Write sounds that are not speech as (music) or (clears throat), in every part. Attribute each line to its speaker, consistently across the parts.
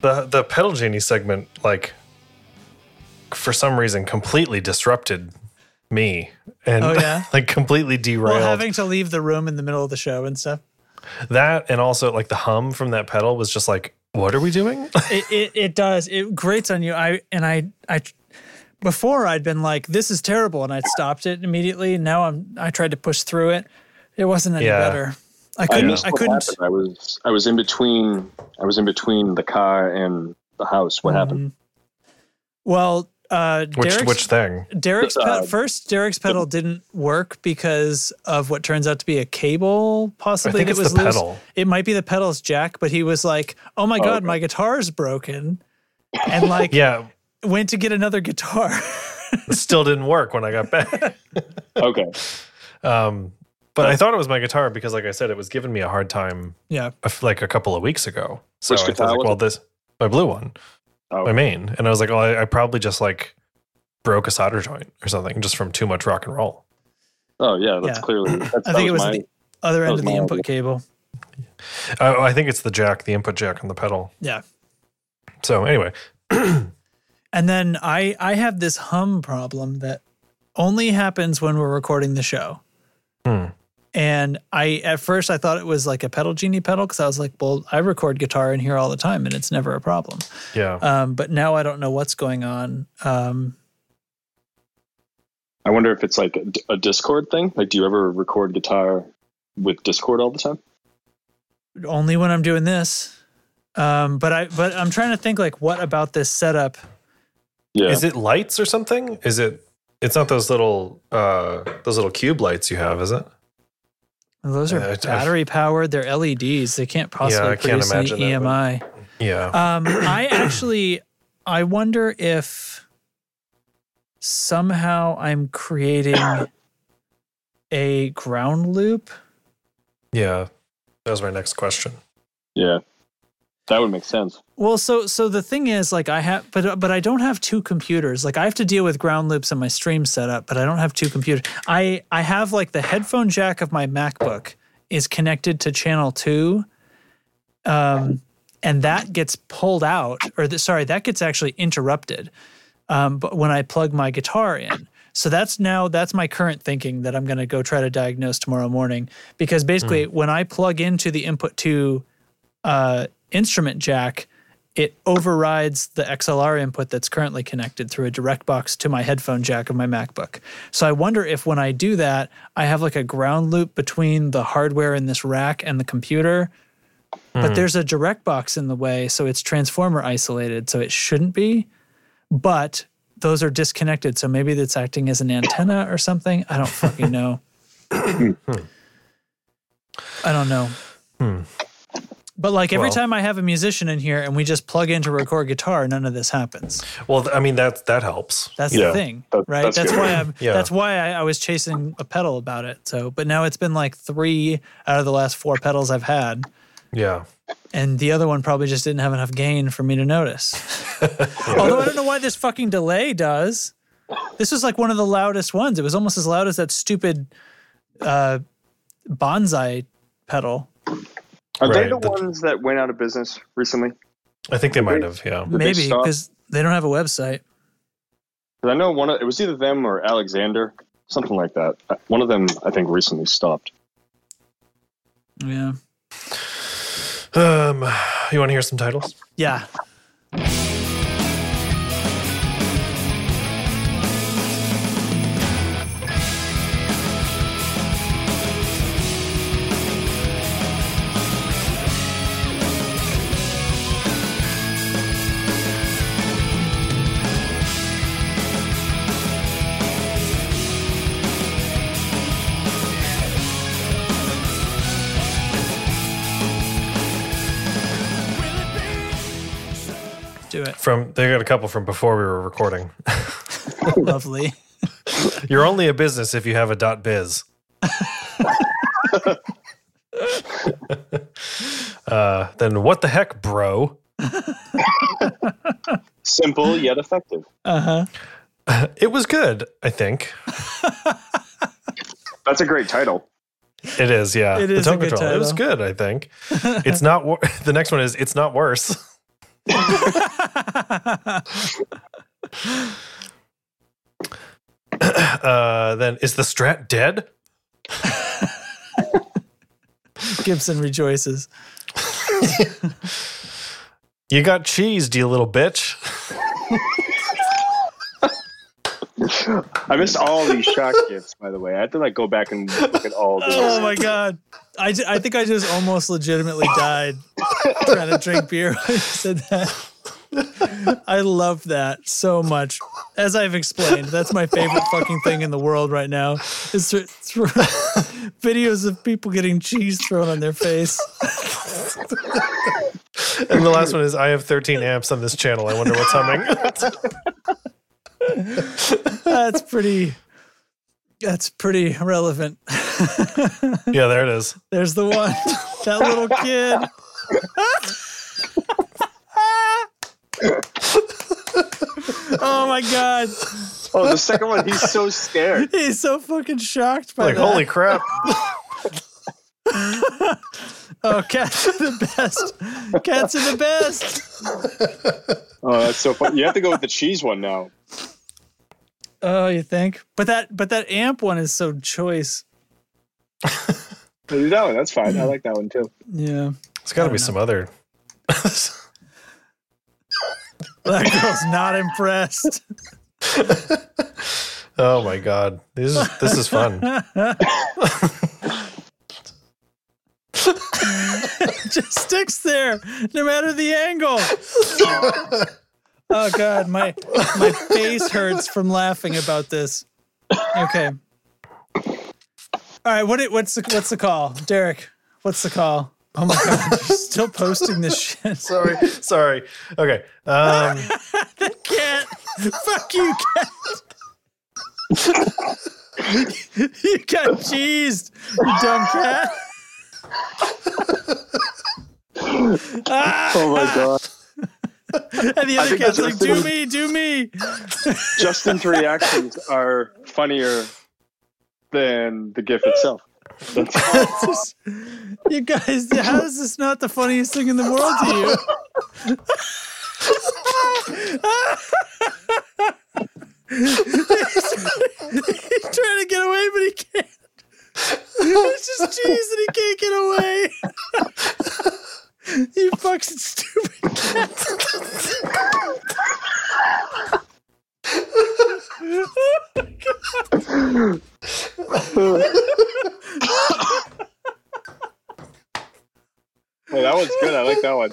Speaker 1: the the pedal genie segment like for some reason completely disrupted me and
Speaker 2: Oh, yeah?
Speaker 1: (laughs) like completely derailed
Speaker 2: Well, having to leave the room in the middle of the show and stuff.
Speaker 1: that and also like the hum from that pedal was just like what are we doing
Speaker 2: it, it, it does. It grates on you. I and I I before I'd been like, this is terrible, and I'd stopped it immediately. Now I'm I tried to push through it. It wasn't any
Speaker 1: Yeah.
Speaker 2: better. I
Speaker 3: I
Speaker 2: couldn't.
Speaker 3: missed
Speaker 2: I,
Speaker 3: what
Speaker 2: couldn't.
Speaker 3: happened. I was I was in between I was in between the car and the house. What happened?
Speaker 2: um, Well, uh,
Speaker 1: which
Speaker 2: Derek's,
Speaker 1: which thing
Speaker 2: Derek's
Speaker 3: Uh,
Speaker 2: pe- first Derek's pedal didn't work because of what turns out to be a cable.
Speaker 1: i
Speaker 2: Possibly
Speaker 1: think
Speaker 2: that was
Speaker 1: it's the
Speaker 2: loose.
Speaker 1: pedal
Speaker 2: It might be the pedals jack, but he was like, "Oh my god,
Speaker 3: okay.
Speaker 2: my guitar's broken," and like
Speaker 1: yeah
Speaker 2: went to get another guitar.
Speaker 1: it still didn't work when i got back
Speaker 3: Okay.
Speaker 1: (laughs) um but i thought it was my guitar because like i said it was giving me a hard time
Speaker 2: yeah.
Speaker 1: a f- like a couple of weeks ago so
Speaker 3: Which
Speaker 1: i was
Speaker 3: guitar
Speaker 1: like
Speaker 3: was
Speaker 1: well
Speaker 3: it?
Speaker 1: this my blue one
Speaker 3: Oh,
Speaker 1: my main and i was like oh I, I probably just like broke a solder joint or something just from too much rock and roll
Speaker 3: oh yeah, that's
Speaker 2: Yeah.
Speaker 3: clearly that's,
Speaker 2: I
Speaker 3: that
Speaker 2: think it
Speaker 3: was
Speaker 2: was
Speaker 3: my,
Speaker 2: the other
Speaker 3: that
Speaker 2: end
Speaker 3: was
Speaker 2: of the
Speaker 3: my
Speaker 2: input
Speaker 3: idea.
Speaker 2: cable.
Speaker 1: I, I think it's the jack, the input jack on the pedal.
Speaker 2: Yeah.
Speaker 1: So anyway,
Speaker 2: (clears throat) And then I I have this hum problem that only happens when we're recording the show.
Speaker 1: Hmm.
Speaker 2: And I at first I thought it was like a pedal genie pedal because I was like, well, I record guitar in here all the time and it's never a problem.
Speaker 1: yeah,
Speaker 2: Um, but now I don't know what's going on. Um,
Speaker 3: I wonder if it's like a, d- a Discord thing. Like, do you ever record guitar with Discord all the time?
Speaker 2: only when I'm doing this. Um, but I but I'm trying to think like what about this setup?
Speaker 3: Yeah.
Speaker 1: is it lights or something? Is it? It's not those little uh those little cube lights you have, is it?
Speaker 2: Those
Speaker 1: Yeah,
Speaker 2: are
Speaker 1: it's- I've-
Speaker 2: battery powered. They're LEDs. They can't possibly
Speaker 1: I can't
Speaker 2: produce any E
Speaker 1: imagine that, but-
Speaker 2: EMI.
Speaker 1: Yeah,
Speaker 2: Um, I actually, I wonder if somehow I'm creating a ground loop.
Speaker 1: yeah. That was my next question.
Speaker 3: yeah. That would make sense.
Speaker 2: Well, so so the thing is, like, I have, but but I don't have two computers. Like, I have to deal with ground loops in my stream setup, but I don't have two computers. I I have like the headphone jack of my MacBook is connected to channel two, um, and that gets pulled out, or the, sorry, that gets actually interrupted, um, but when I plug my guitar in. So that's now that's my current thinking that I'm going to go try to diagnose tomorrow morning because basically when I plug into the input two uh, instrument jack, it overrides the XLR input that's currently connected through a direct box to my headphone jack of my MacBook. So I wonder if when I do that, I have like a ground loop between the hardware in this rack and the computer. But there's a direct box in the way, so it's transformer isolated, so it shouldn't be. But those are disconnected, so maybe that's acting as an antenna or something. I don't fucking know. I don't know. But like every
Speaker 1: Well-
Speaker 2: time I have a musician in here and we just plug in to record guitar, none of this happens.
Speaker 1: Well, th- I mean that that helps.
Speaker 2: That's
Speaker 3: Yeah,
Speaker 2: the thing,
Speaker 3: that-
Speaker 2: right? That's,
Speaker 3: that's good.
Speaker 2: why I'm.
Speaker 1: (laughs) Yeah.
Speaker 2: That's why I, I was chasing a pedal about it. So, but now it's been like three out of the last four pedals I've had,
Speaker 1: Yeah,
Speaker 2: and the other one probably just didn't have enough gain for me to
Speaker 1: (laughs)
Speaker 2: notice. (laughs) Although I don't know why this fucking delay does. This was like one of the loudest ones. It was almost as loud as that stupid uh, bonsai pedal.
Speaker 3: Are they
Speaker 1: Right,
Speaker 3: the,
Speaker 1: the-
Speaker 3: ones that went out of business recently?
Speaker 1: I think they might have. Yeah,
Speaker 3: Did they
Speaker 2: Maybe
Speaker 3: stop?
Speaker 2: because they don't have
Speaker 3: (laughs)
Speaker 2: a website.
Speaker 3: 'Cause I know one. Of, it was either them or Alexander, something like that. Uh, One of them, I think, recently stopped.
Speaker 2: Yeah.
Speaker 1: Um, you want to hear some titles?
Speaker 2: Yeah. Do it.
Speaker 1: From they got a couple from before we were recording. (laughs)
Speaker 2: Lovely. (laughs)
Speaker 1: You're only a business if you have a dot biz. (laughs) uh, then what the heck, bro?
Speaker 3: (laughs) Simple yet effective.
Speaker 2: Uh
Speaker 4: Uh-huh.
Speaker 2: huh.
Speaker 1: (laughs) It was good, I think.
Speaker 3: That's a great title.
Speaker 1: It is, yeah.
Speaker 2: It
Speaker 1: The
Speaker 2: is a
Speaker 1: tone
Speaker 2: good
Speaker 1: (laughs) control. It was good, I think. It's not wor- the next one is it's not worse. (laughs) Uh, then is the strat dead?
Speaker 4: (laughs) Gibson rejoices.
Speaker 1: You got cheesed, you little bitch. (laughs)
Speaker 3: I missed all these (laughs) shock gifts, by the way. I had to like go back and look at all these.
Speaker 4: Oh my god. I, ju- I think I just almost legitimately died trying to drink beer (laughs) when you said that. I love that so much. As I've explained, that's my favorite fucking thing in the world right now. Is thr- thr- (laughs) videos of people getting cheese thrown on their face. (laughs)
Speaker 1: And the last one is I have 13 amps on this channel. I wonder what's humming. (laughs)
Speaker 4: That's pretty that's pretty relevant.
Speaker 1: yeah, there it is.
Speaker 4: There's the one. (laughs) That little kid. oh my god.
Speaker 3: Oh, the second one, he's so scared.
Speaker 4: (laughs) He's so fucking shocked by
Speaker 1: Like,
Speaker 4: that.
Speaker 1: holy crap.
Speaker 4: (laughs) Oh, cats are the best. Cats are the best.
Speaker 3: Oh, that's so fun. You have to go with the cheese one now.
Speaker 4: Oh, you think? But that but that amp one is so choice.
Speaker 3: That one, that's fine. I like that one too.
Speaker 4: Yeah.
Speaker 1: It's got to
Speaker 4: don't
Speaker 1: be some other.
Speaker 4: That girl's not impressed.
Speaker 1: Oh my god. This is this
Speaker 4: (laughs)
Speaker 2: (laughs)
Speaker 1: is fun.
Speaker 4: (laughs) Just sticks there, no matter the angle. oh god, my my face hurts from laughing about this. Okay. All right, what it- what's the what's the call, Derek? What's the call? Oh my god, you're still posting this shit.
Speaker 1: sorry. Sorry. Okay.
Speaker 4: (laughs)
Speaker 1: Um
Speaker 4: Cat, fuck you, cat. (laughs) you got cheesed, you dumb
Speaker 3: (laughs)
Speaker 4: cat. Ah!
Speaker 3: Oh
Speaker 4: (laughs)
Speaker 3: my god.
Speaker 4: And the other
Speaker 3: think
Speaker 4: cat's
Speaker 3: that's
Speaker 4: like, do me, do me. (laughs)
Speaker 3: Justin's reactions are funnier than the GIF itself.
Speaker 4: It's just- you guys, how is this not the funniest thing in the world to you? He's trying to get away, but he can't. It's just cheese and he can't get away. (laughs) you fucking stupid cat. (laughs)
Speaker 3: Oh, that one's good. I like that one.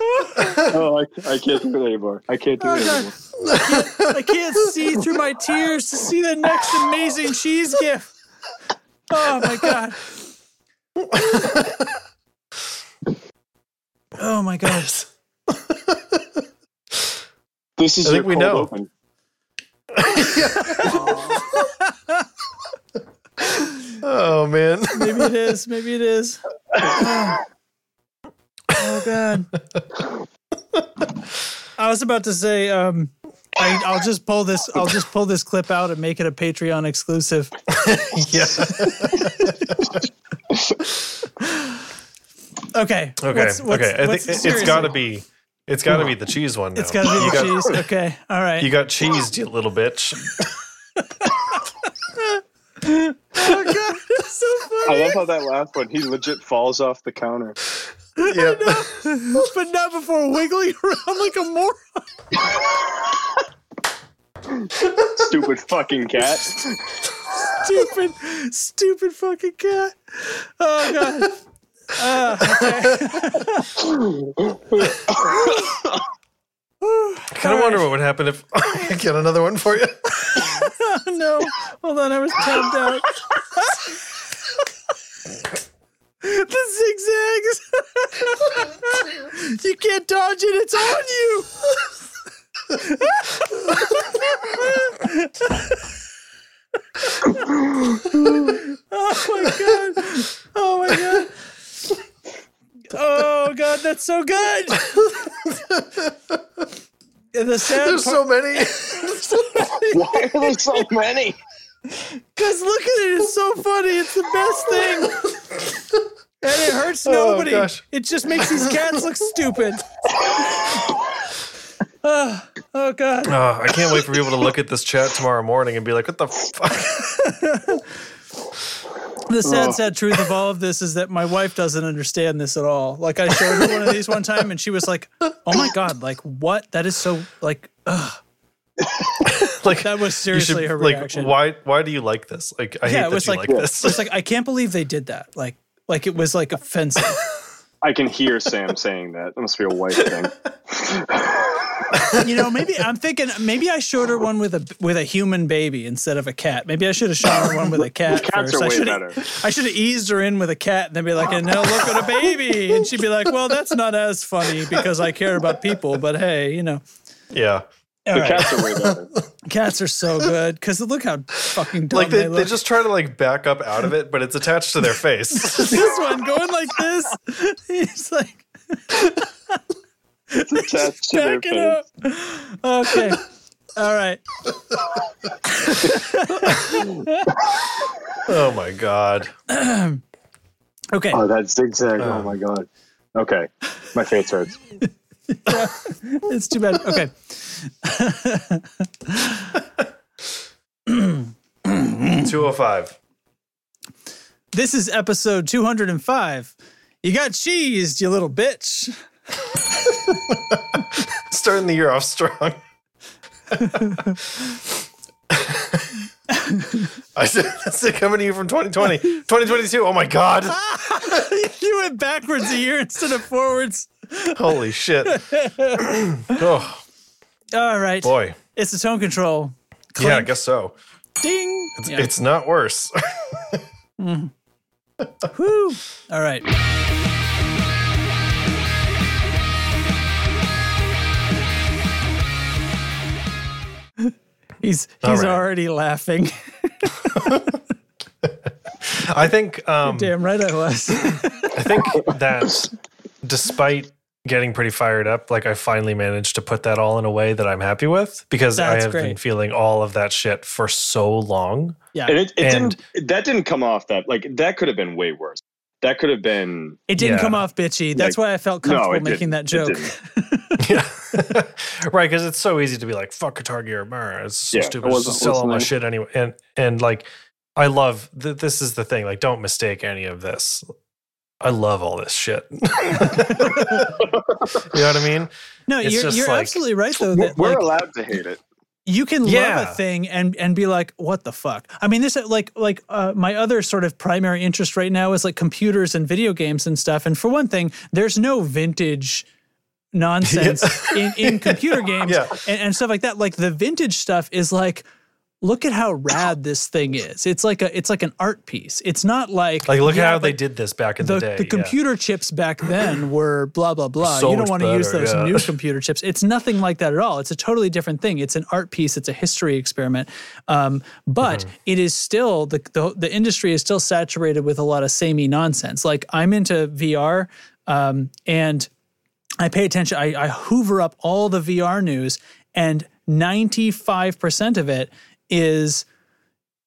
Speaker 3: oh, I, I can't do it anymore. I can't do
Speaker 4: Oh,
Speaker 3: it anymore.
Speaker 4: (laughs) I can't see through my tears to see the next amazing cheese gift. Oh my god. Oh my gosh.
Speaker 3: This is
Speaker 1: I
Speaker 3: your
Speaker 1: think we
Speaker 3: cold
Speaker 1: know.
Speaker 3: open.
Speaker 1: oh man.
Speaker 4: Maybe it is. Maybe it
Speaker 1: (laughs)
Speaker 4: is. Oh, Oh, god. I was about to say um I, I'll just pull this I'll just pull this clip out and make it a Patreon exclusive. (laughs)
Speaker 1: Yeah.
Speaker 4: (laughs) Okay.
Speaker 1: Okay.
Speaker 4: What's- what's-
Speaker 1: okay. I
Speaker 4: what's-
Speaker 1: think it- it's
Speaker 4: seriously.
Speaker 1: got to be it's got to be the cheese one. Now.
Speaker 4: It's gotta be
Speaker 1: you
Speaker 4: the
Speaker 1: got,
Speaker 4: cheese. Okay. All right. (laughs)
Speaker 1: You got cheesed, you little (laughs) bitch.
Speaker 4: oh god, it's so funny.
Speaker 3: I love how that last one, he legit falls off the counter.
Speaker 1: yeah.
Speaker 4: but not before wiggling (laughs) around like a moron.
Speaker 3: Stupid fucking (laughs) cat.
Speaker 4: (laughs) Stupid, stupid fucking cat. Oh god.
Speaker 3: (laughs)
Speaker 1: I kind of wonder what would happen if (laughs) I get another one for you.
Speaker 4: Oh (laughs) no. Hold on, I was tapped out. (laughs) the zigzags. (laughs) you can't dodge it, it's on you. (laughs) oh my god. Oh my god. Oh god, that's so
Speaker 3: (laughs)
Speaker 4: good. And the sad
Speaker 1: There's
Speaker 4: part- (laughs)
Speaker 1: so many.
Speaker 3: (laughs) Why are there so many?
Speaker 2: Because look at it, it's so funny. It's the best thing. And it hurts nobody.
Speaker 1: Oh, gosh.
Speaker 2: It just makes these cats look stupid. (sighs) oh, oh, God.
Speaker 1: Oh, I can't wait for people to look at this chat tomorrow morning and be like, "What the fuck?"
Speaker 2: The sad,
Speaker 3: Oh.
Speaker 2: sad truth of all of this is that my wife doesn't understand this at all. Like I showed her one of these one time, and she was like, "Oh my god! Like what? That is so like ugh.
Speaker 1: (laughs) Like
Speaker 2: that was
Speaker 1: you should
Speaker 2: seriously her
Speaker 1: like
Speaker 2: reaction."
Speaker 1: why why do you like this? Like I
Speaker 2: yeah,
Speaker 1: hate
Speaker 2: it
Speaker 1: that
Speaker 2: was
Speaker 1: you
Speaker 2: like,
Speaker 1: like,
Speaker 2: it was
Speaker 1: this.
Speaker 2: like I can't believe they did that. Like like it was like
Speaker 1: (laughs)
Speaker 2: offensive.
Speaker 3: I can hear Sam saying that. It must be a white thing.
Speaker 2: you know, maybe I'm thinking maybe I showed her one with a with a human baby instead of a cat. Maybe I should have shown her one with a cat.
Speaker 3: Cats
Speaker 2: first.
Speaker 3: are
Speaker 2: I
Speaker 3: way
Speaker 2: should (laughs)
Speaker 3: better.
Speaker 2: I should have eased her in with a cat and then be like, and now look at a baby. And she'd be like, well, that's not as funny because I care about people, but hey, you know.
Speaker 1: (laughs) yeah.
Speaker 2: All
Speaker 3: The
Speaker 2: right.
Speaker 3: cats are way better.
Speaker 2: (laughs) Cats are so good because look how fucking dumb
Speaker 1: Like
Speaker 2: they,
Speaker 1: they,
Speaker 2: look.
Speaker 1: they just try to like back up out of it, but it's attached to (laughs) their face.
Speaker 2: this one going like this. (laughs) He's like
Speaker 3: Attached to their
Speaker 2: back it
Speaker 3: face.
Speaker 2: up. Okay. All right. (laughs)
Speaker 1: oh my god.
Speaker 2: (clears throat)
Speaker 1: Uh.
Speaker 2: Okay.
Speaker 3: Oh, that zigzag. oh my god. Okay, my face hurts.
Speaker 2: It's too bad. Okay.
Speaker 1: (laughs)
Speaker 2: (laughs)
Speaker 1: (laughs) Two oh five.
Speaker 2: This is episode 205. You got cheesed, you little bitch.
Speaker 1: (laughs) Starting the year off strong. I said that's it coming to you from 2020. 2022. Oh
Speaker 2: (laughs)
Speaker 1: my god.
Speaker 2: you went backwards a year instead of forwards.
Speaker 1: Holy
Speaker 2: (laughs)
Speaker 1: shit. oh
Speaker 2: All right.
Speaker 1: boy.
Speaker 2: It's the tone control.
Speaker 1: Yeah, I
Speaker 2: Clink.
Speaker 1: guess so.
Speaker 2: Ding. It's,
Speaker 1: It's not worse. (laughs)
Speaker 2: Woo. Mm-hmm. (laughs) All right. He's
Speaker 1: All
Speaker 2: he's
Speaker 1: right.
Speaker 2: already laughing. (laughs)
Speaker 1: I think um
Speaker 2: Damn right I was. (laughs)
Speaker 1: I think that despite getting pretty fired up, like I finally managed to put that all in a way that I'm happy with because I
Speaker 2: That's
Speaker 1: have been
Speaker 2: great.
Speaker 1: feeling all of that shit for so long.
Speaker 2: Yeah.
Speaker 3: And it, it
Speaker 1: And-
Speaker 3: didn't. That didn't come off that. Like that could have been way worse. That could have been.
Speaker 2: It didn't
Speaker 1: Yeah.
Speaker 2: come off bitchy. That's
Speaker 3: Like,
Speaker 2: why I felt
Speaker 3: No,
Speaker 2: comfortable
Speaker 3: it
Speaker 2: making
Speaker 3: didn't.
Speaker 2: that
Speaker 3: It
Speaker 2: joke.
Speaker 3: didn't.
Speaker 1: Yeah. (laughs) right. Cause it's so easy to be like, fuck Guitar Gear. brr, It's so
Speaker 3: Yeah, I
Speaker 1: stupid. It's
Speaker 3: wasn't
Speaker 1: just sell all my
Speaker 3: listening.
Speaker 1: shit anyway. And, and like, I love th- this is the thing. Like, don't mistake any of this. I love all this shit. (laughs) you know what I mean?
Speaker 2: No,
Speaker 1: It's
Speaker 2: you're
Speaker 1: just
Speaker 2: you're
Speaker 1: like-
Speaker 2: absolutely right though.
Speaker 3: We're,
Speaker 2: That,
Speaker 3: we're
Speaker 2: like,
Speaker 3: allowed to hate it.
Speaker 2: you can love
Speaker 1: Yeah.
Speaker 2: a thing and and be like what the fuck i mean this like like uh, my other sort of primary interest right now is like computers and video games and stuff and for one thing there's no vintage
Speaker 1: (laughs)
Speaker 2: nonsense in, in computer games
Speaker 1: Yeah.
Speaker 2: and, and stuff like that like the vintage stuff is like look at how rad this thing is it's like a it's like an art piece it's not like
Speaker 1: Like, look
Speaker 2: yeah,
Speaker 1: at how they
Speaker 2: but
Speaker 1: did this back in the,
Speaker 2: the,
Speaker 1: day.
Speaker 2: the
Speaker 1: yeah.
Speaker 2: computer chips back then
Speaker 1: (clears throat)
Speaker 2: were blah blah blah.
Speaker 1: So
Speaker 2: you don't
Speaker 1: much
Speaker 2: want to use
Speaker 1: better,
Speaker 2: those
Speaker 1: yeah. (laughs)
Speaker 2: new computer chips. It's nothing like that at all. It's a totally different thing. It's an art piece. It's a history experiment. Um, but
Speaker 1: Mm-hmm.
Speaker 2: it is still the, the the industry is still saturated with a lot of samey nonsense. Like I'm into VR um, and I pay attention. I, I hoover up all the VR news, and 95% of it is,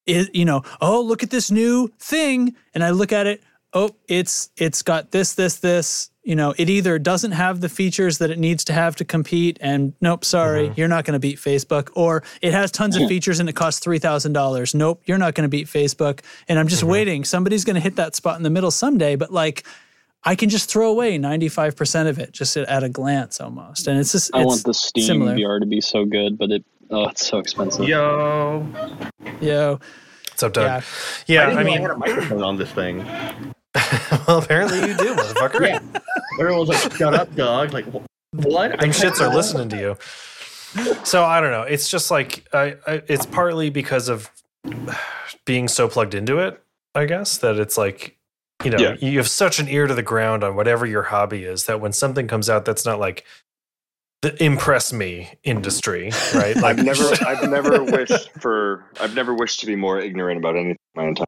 Speaker 2: is, you know, oh, look at this new thing. And I look at it, oh, it's it's got this, this, this. You know, it either doesn't have the features that it needs to have to compete, and nope,
Speaker 5: Mm-hmm.
Speaker 2: sorry, you're not going to beat Facebook, or it has tons of features and it costs three thousand dollars. Nope, you're not going to beat Facebook. And I'm just
Speaker 5: Mm-hmm.
Speaker 2: waiting. Somebody's going to hit that spot in the middle someday. But like, I can just throw away 95% of it just at, at a glance almost. And it's just,
Speaker 5: I
Speaker 2: it's
Speaker 5: want the Steam
Speaker 2: similar.
Speaker 5: VR to be so good, but it oh, it's so expensive.
Speaker 6: Yo.
Speaker 2: Yo,
Speaker 1: What's up,
Speaker 2: yeah.
Speaker 1: Doug? uh, Yeah.
Speaker 6: didn't
Speaker 1: I
Speaker 6: know
Speaker 1: mean,
Speaker 6: had a microphone on this thing.
Speaker 1: (laughs) well, apparently you do, motherfucker.
Speaker 6: Yeah. Everyone's like, shut up, dog. Like, wh- what?
Speaker 1: them shits are listening to you. So I don't know. It's just like I, I it's partly because of being so plugged into it, I guess, that it's like you know,
Speaker 3: Yeah.
Speaker 1: you have such an ear to the ground on whatever your hobby is that when something comes out that's not like the impress me industry, right?
Speaker 3: (laughs)
Speaker 1: Like
Speaker 3: I've never,
Speaker 1: (laughs)
Speaker 3: I've never wished for, I've never wished to be more ignorant about anything in my entire.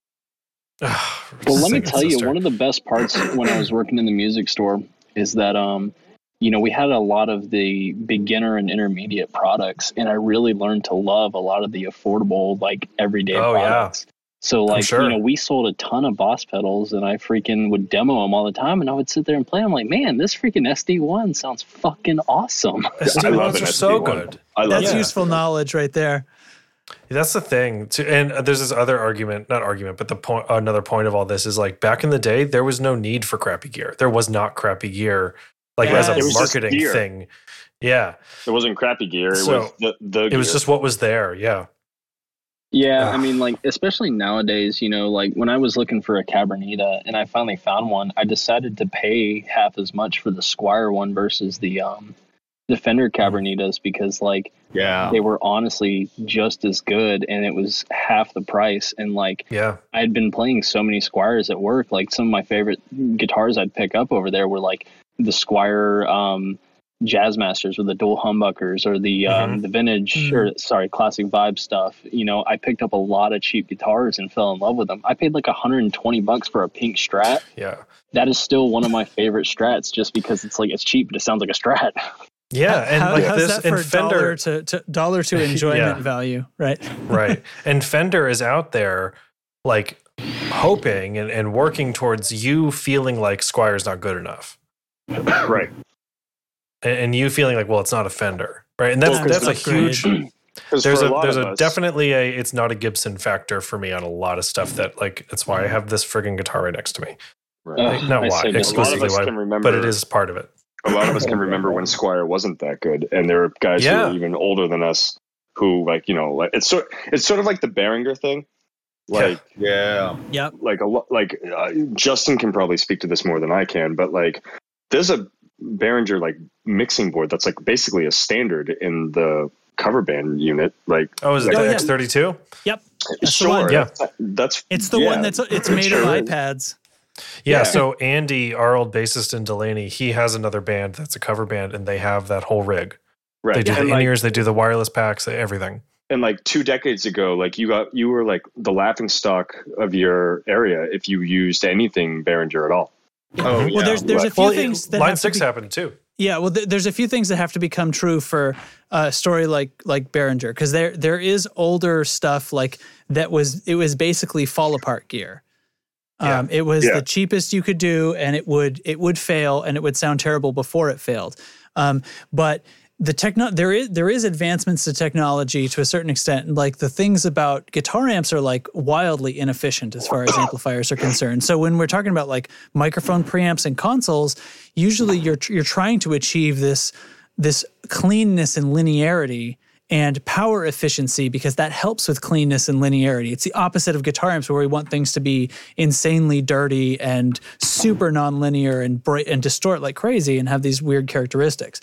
Speaker 1: Ugh,
Speaker 5: Well, let me
Speaker 1: second
Speaker 5: tell you,
Speaker 1: sister.
Speaker 5: one of the best parts when I was working in the music store is that um, you know, we had a lot of the beginner and intermediate products, and I really learned to love a lot of the affordable, like everyday
Speaker 1: Oh, yeah.
Speaker 5: products. So, like,
Speaker 1: sure.
Speaker 5: you know, we sold a ton of boss pedals, and I freaking would demo them all the time, and I would sit there and play. I'm like, man, this freaking SD1 sounds fucking awesome.
Speaker 1: SD
Speaker 3: love
Speaker 1: ones
Speaker 3: an
Speaker 1: are so
Speaker 3: SD1.
Speaker 1: good.
Speaker 3: I love
Speaker 2: That's
Speaker 1: Yeah.
Speaker 3: it.
Speaker 2: useful knowledge right there.
Speaker 1: That's the thing. Too, and uh, there's this other argument, not argument, but the point, another point of all this is like back in the day, there was no need for crappy gear. There was not crappy gear, like
Speaker 2: Yes. It
Speaker 1: as a
Speaker 2: was
Speaker 3: just
Speaker 1: marketing
Speaker 3: gear.
Speaker 1: thing. Yeah,
Speaker 3: It wasn't crappy gear. It
Speaker 1: So,
Speaker 3: was the, the
Speaker 1: it was just what was there. Yeah,
Speaker 5: Yeah, I
Speaker 1: Ugh.
Speaker 5: mean, like especially nowadays, you know, like when I was looking for a Cabernita and I finally found one, I decided to pay half as much for the Squire one versus the um the Fender Cabernitas because like
Speaker 6: Yeah.
Speaker 5: they were honestly just as good and it was half the price and like
Speaker 1: yeah.
Speaker 5: I had been playing so many Squires at work. Like some of my favorite guitars I'd pick up over there were like the Squire um, Jazzmasters or the dual humbuckers or the um, the vintage or sorry classic vibe stuff. You know, I picked up a lot of cheap guitars and fell in love with them. I paid like 120 bucks for a pink Strat.
Speaker 1: Yeah,
Speaker 5: That is still one of my favorite Strats just because it's like it's cheap, but it sounds like a Strat. (laughs)
Speaker 1: yeah. And
Speaker 2: How-
Speaker 1: like
Speaker 2: how's
Speaker 1: this,
Speaker 2: that for
Speaker 1: and Fender,
Speaker 2: dollar to, to
Speaker 5: (laughs)
Speaker 2: dollar to enjoyment
Speaker 1: (laughs) Yeah.
Speaker 2: value, right?
Speaker 1: right and fender is out there like hoping and, and working towards you feeling like squire's not good enough
Speaker 3: right.
Speaker 1: and, and you feeling like well it's not a fender right and that's
Speaker 2: Well, 'cause
Speaker 1: that's a
Speaker 2: it's upgrade.
Speaker 1: huge
Speaker 3: 'Cause
Speaker 1: there's
Speaker 3: for
Speaker 1: a,
Speaker 3: lot
Speaker 1: there's
Speaker 3: of
Speaker 1: a
Speaker 3: us-
Speaker 1: definitely a it's not a gibson factor for me on a lot of stuff that like that's why i have this friggin' guitar right next to me
Speaker 3: Right.
Speaker 5: Ugh,
Speaker 1: not
Speaker 5: I say no.
Speaker 1: why
Speaker 3: a lot of
Speaker 1: exclusively
Speaker 3: us
Speaker 1: why
Speaker 3: can remember.
Speaker 1: but it is part of it
Speaker 3: a lot of us can remember when Squire wasn't that good, and there are guys
Speaker 1: Yeah.
Speaker 3: who are even older than us who, like, you know, like it's sort it's sort of like the Behringer thing.
Speaker 1: Yeah.
Speaker 3: Like,
Speaker 6: Yeah.
Speaker 2: Yep.
Speaker 3: like a lot, like uh, Justin can probably speak to this more than I can, but like, there's a Behringer like mixing board that's like basically a standard in the cover band unit. Like,
Speaker 1: oh is it
Speaker 2: Oh,
Speaker 1: the
Speaker 2: yeah.
Speaker 1: x32
Speaker 2: That's the
Speaker 3: sure,
Speaker 2: one.
Speaker 1: Yeah.
Speaker 3: that's, that's
Speaker 2: It's the
Speaker 3: yeah,
Speaker 2: one that's it's made of
Speaker 3: sure is.
Speaker 2: iPads.
Speaker 1: Yeah,
Speaker 3: Yeah.
Speaker 1: so Andy, our old bassist in Delaney, he has another band that's a cover band, and they have that whole rig.
Speaker 3: right.
Speaker 1: They do
Speaker 3: and,
Speaker 1: the
Speaker 3: like,
Speaker 1: in-ears, they do the wireless packs, they- everything.
Speaker 3: and like two decades ago, like you got you were like the laughing stock of your area if you used anything Behringer at all.
Speaker 6: Oh, yeah.
Speaker 2: Well, there's there's a
Speaker 3: Right.
Speaker 2: few
Speaker 1: Well,
Speaker 2: things that
Speaker 1: line
Speaker 2: have
Speaker 1: six
Speaker 2: to be,
Speaker 1: happened too.
Speaker 2: yeah. Well, th- there's a few things that have to become true for a story like like Behringer because there there is older stuff like that was it was basically fall apart gear.
Speaker 1: Yeah.
Speaker 2: Um, it was
Speaker 3: Yeah.
Speaker 2: the cheapest you could do, and it would it would fail, and it would sound terrible before it failed. Um, but the techno there is there is advancements to technology to a certain extent. and, Like the things about guitar amps are like wildly inefficient as far as amplifiers are concerned. So when we're talking about like microphone preamps and consoles, usually you're tr- you're trying to achieve this this cleanness and linearity and power efficiency because that helps with cleanness and linearity. It's the opposite of guitar amps where we want things to be insanely dirty and super nonlinear and bra- and distort like crazy and have these weird characteristics.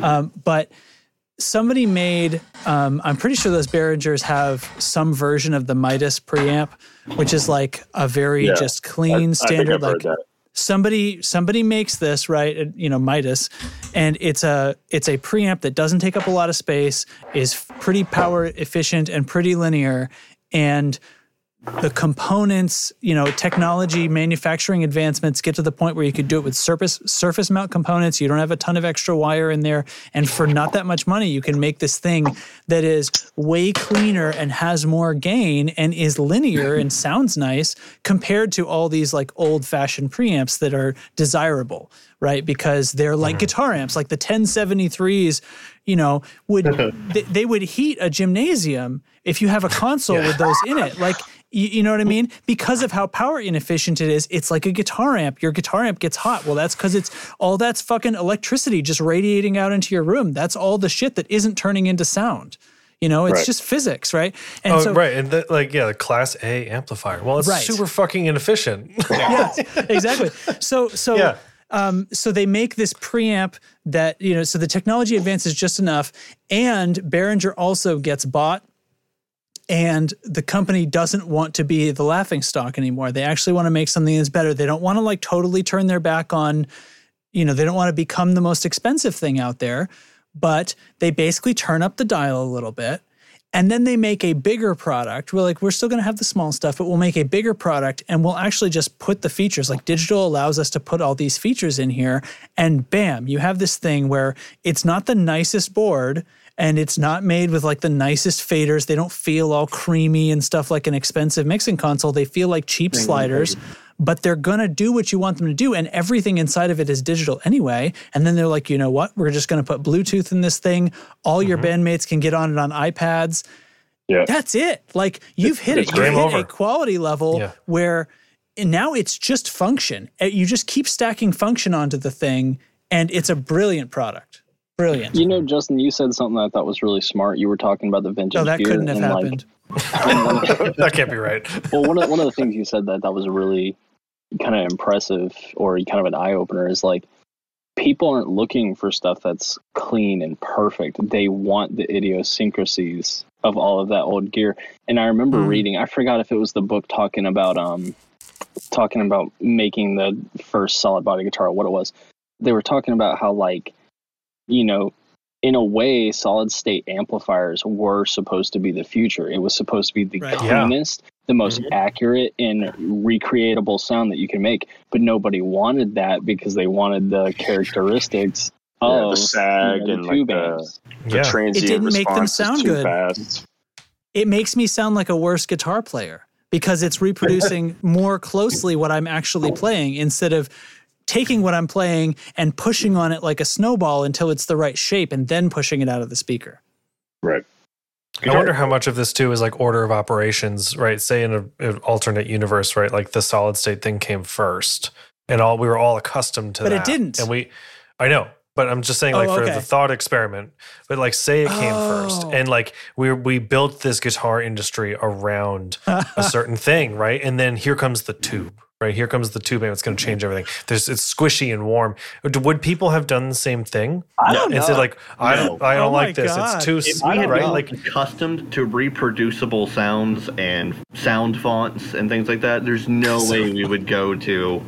Speaker 2: Um, but somebody made um, i'm pretty sure those behringers have some version of the midas preamp which is like a very
Speaker 3: Yeah.
Speaker 2: just clean standard
Speaker 3: I
Speaker 2: like
Speaker 3: think I've heard that.
Speaker 2: somebody somebody makes this right uh, you know midas and it's a it's a preamp that doesn't take up a lot of space is pretty power efficient and pretty linear and the components you know technology manufacturing advancements get to the point where you could do it with surface surface mount components you don't have a ton of extra wire in there and for not that much money you can make this thing that is way cleaner and has more gain and is linear and sounds nice compared to all these like old fashioned preamps that are desirable right because they're like guitar amps like the 1073s you know would they, they would heat a gymnasium if you have a console with those in it like you, you know what i mean because of how power inefficient it is it's like a guitar amp your guitar amp gets hot well that's because it's all that's fucking electricity just radiating out into your room that's all the shit that isn't turning into sound you know it's
Speaker 3: Right.
Speaker 2: just physics right and
Speaker 1: oh,
Speaker 2: so
Speaker 1: right, and the, like yeah, the class A amplifier. Well, it's
Speaker 2: Right.
Speaker 1: super fucking inefficient.
Speaker 2: (laughs) yeah, exactly. So so
Speaker 1: Yeah.
Speaker 2: um, so they make this preamp that you know. So the technology advances just enough, and Behringer also gets bought. And the company doesn't want to be the laughing stock anymore. They actually want to make something that's better. They don't want to like totally turn their back on, you know, they don't want to become the most expensive thing out there, but they basically turn up the dial a little bit and then they make a bigger product. We're like, we're still going to have the small stuff, but we'll make a bigger product and we'll actually just put the features. Like, digital allows us to put all these features in here. And bam, you have this thing where it's not the nicest board and it's not made with like the nicest faders. They don't feel all creamy and stuff like an expensive mixing console. They feel like cheap sliders, but they're going to do what you want them to do. And everything inside of it is digital anyway. And then they're like, you know what? We're just going to put Bluetooth in this thing. All your bandmates can get on it on iPads.
Speaker 3: Yeah.
Speaker 2: That's it. Like you've hit
Speaker 3: it's
Speaker 2: it. You've
Speaker 1: game
Speaker 2: hit a
Speaker 1: over.
Speaker 2: quality level
Speaker 1: Yeah.
Speaker 2: where and now it's just function. Uh, You just keep stacking function onto the thing, and it's a brilliant product. Brilliant.
Speaker 5: You know, Justin, you said something I thought was really smart. You were talking about the vintage
Speaker 2: No, that
Speaker 5: beer
Speaker 2: couldn't have
Speaker 5: and, like,
Speaker 2: happened.
Speaker 5: (laughs)
Speaker 1: that can't be right.
Speaker 5: well, one of one of the things you said that that was really kind of impressive or kind of an eye opener is like people aren't looking for stuff that's clean and perfect. They want the idiosyncrasies of all of that old gear. And I remember
Speaker 2: Hmm.
Speaker 5: reading, I forgot if it was the book talking about um talking about making the first solid body guitar, what it was. They were talking about how like you know in a way, solid state amplifiers were supposed to be the future. It was supposed to be the
Speaker 2: Right.
Speaker 1: Yeah.
Speaker 5: cleanest, the most
Speaker 3: Mm-hmm.
Speaker 5: accurate, and recreatable sound that you can make. But nobody wanted that because they wanted the characteristics
Speaker 3: Yeah,
Speaker 5: of
Speaker 3: the sag
Speaker 5: you know,
Speaker 3: and,
Speaker 5: the
Speaker 3: like,
Speaker 5: tube
Speaker 3: the-
Speaker 5: amps.
Speaker 3: The
Speaker 1: yeah.
Speaker 3: transient
Speaker 2: It didn't make them
Speaker 3: response is
Speaker 2: sound
Speaker 3: too
Speaker 2: good.
Speaker 3: Fast.
Speaker 2: It makes me sound like a worse guitar player because it's
Speaker 1: (laughs)
Speaker 2: reproducing more closely what I'm actually playing instead of taking what I'm playing and pushing on it like a snowball until it's the right shape and then pushing it out of the speaker.
Speaker 1: (laughs)
Speaker 3: Right.
Speaker 1: I wonder how much of this too is like order of operations, right? Say in a, an alternate universe, right? Like the solid state thing came first, and all we were all accustomed to
Speaker 2: But it
Speaker 1: that.
Speaker 2: didn't.
Speaker 1: and we. I know, but I'm just saying, like
Speaker 2: Oh,
Speaker 1: for
Speaker 2: okay.
Speaker 1: the thought experiment, but like say it came first,
Speaker 2: Oh.
Speaker 1: and like we we built this guitar industry around
Speaker 2: (laughs)
Speaker 1: a certain thing, right? And then here comes the tube. Right here comes the tube, and it's going to change everything. There's it's squishy and warm. Would people have done the same thing?
Speaker 5: I don't
Speaker 1: And said
Speaker 5: know.
Speaker 1: like, I
Speaker 6: No.
Speaker 1: don't, I
Speaker 2: Oh
Speaker 1: don't
Speaker 2: my
Speaker 1: like this.
Speaker 2: God.
Speaker 1: It's too
Speaker 6: If we
Speaker 1: sweet,
Speaker 6: had
Speaker 1: right?
Speaker 6: been
Speaker 1: Like
Speaker 6: accustomed to reproducible sounds and sound fonts and things like that, there's no way we would go to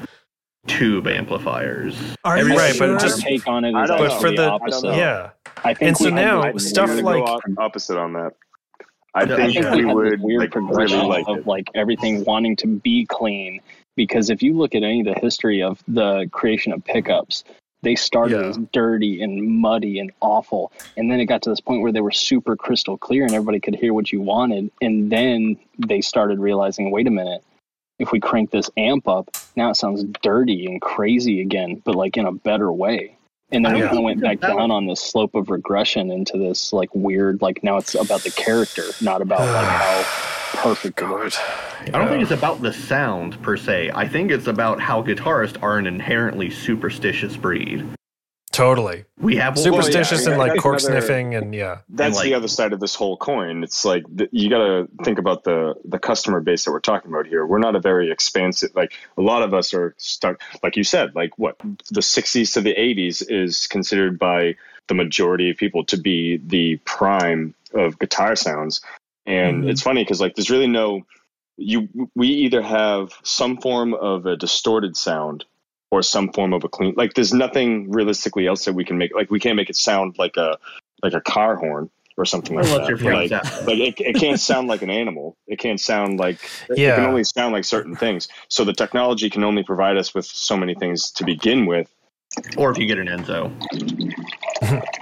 Speaker 6: tube amplifiers.
Speaker 2: Are you
Speaker 6: Everybody-
Speaker 1: Right, but
Speaker 2: sure?
Speaker 1: just-
Speaker 5: take on it.
Speaker 3: I
Speaker 5: Is
Speaker 3: don't
Speaker 1: but
Speaker 3: know.
Speaker 1: for
Speaker 5: actually
Speaker 1: the-
Speaker 5: opposite.
Speaker 3: know.
Speaker 1: yeah,
Speaker 5: I think
Speaker 1: And so
Speaker 5: we had
Speaker 1: now,
Speaker 5: this
Speaker 1: stuff
Speaker 5: weird-
Speaker 3: I'm
Speaker 1: like-
Speaker 3: gonna go op- opposite on that. I
Speaker 6: No, I
Speaker 5: I
Speaker 3: think,
Speaker 5: think
Speaker 3: we
Speaker 5: we had this
Speaker 3: would
Speaker 5: weird
Speaker 3: like, really
Speaker 5: progression
Speaker 3: like
Speaker 5: of
Speaker 3: it.
Speaker 5: like everything wanting to be clean because if you look at any of the history of the creation of pickups they started
Speaker 1: Yeah.
Speaker 5: as dirty and muddy and awful and then it got to this point where they were super crystal clear and everybody could hear what you wanted and then they started realizing wait a minute if we crank this amp up now it sounds dirty and crazy again but like in a better way and then
Speaker 6: I
Speaker 5: we
Speaker 6: don't
Speaker 5: kind of
Speaker 6: think
Speaker 5: went back
Speaker 6: that-
Speaker 5: down on this slope of regression into this like weird like now it's about the character not about
Speaker 2: (sighs)
Speaker 5: like how perfect it
Speaker 1: God.
Speaker 5: is
Speaker 6: I don't think it's about the sound per se. I think it's about how guitarists are an inherently superstitious breed.
Speaker 1: Totally
Speaker 6: We have what we-
Speaker 3: Supersti-
Speaker 1: superstitious
Speaker 3: yeah,
Speaker 1: and like
Speaker 3: that's
Speaker 1: cork
Speaker 3: another-
Speaker 1: sniffing and yeah,
Speaker 3: That's
Speaker 6: like-
Speaker 3: the other side of this whole coin. It's like th- you got to think about the the customer base that we're talking about here. We're not a very expansive like a lot of us are stuck like you said like what the 60s to the 80s is considered by the majority of people to be the prime of guitar sounds. And
Speaker 1: Mm-hmm.
Speaker 2: Mhm.
Speaker 3: it's funny cuz like there's really no you we either have some form of a distorted sound or some form of a clean like there's nothing realistically else that we can make like we can't make it sound like a like a car horn or something like
Speaker 6: Unless
Speaker 3: that.
Speaker 6: you're from
Speaker 3: Like,
Speaker 6: South.
Speaker 3: like it, it can't sound like an animal. It can't sound like it can
Speaker 1: yeah.
Speaker 3: only sound like certain things. So the technology can only provide us with so many things to begin with.
Speaker 6: or if you get an Enzo.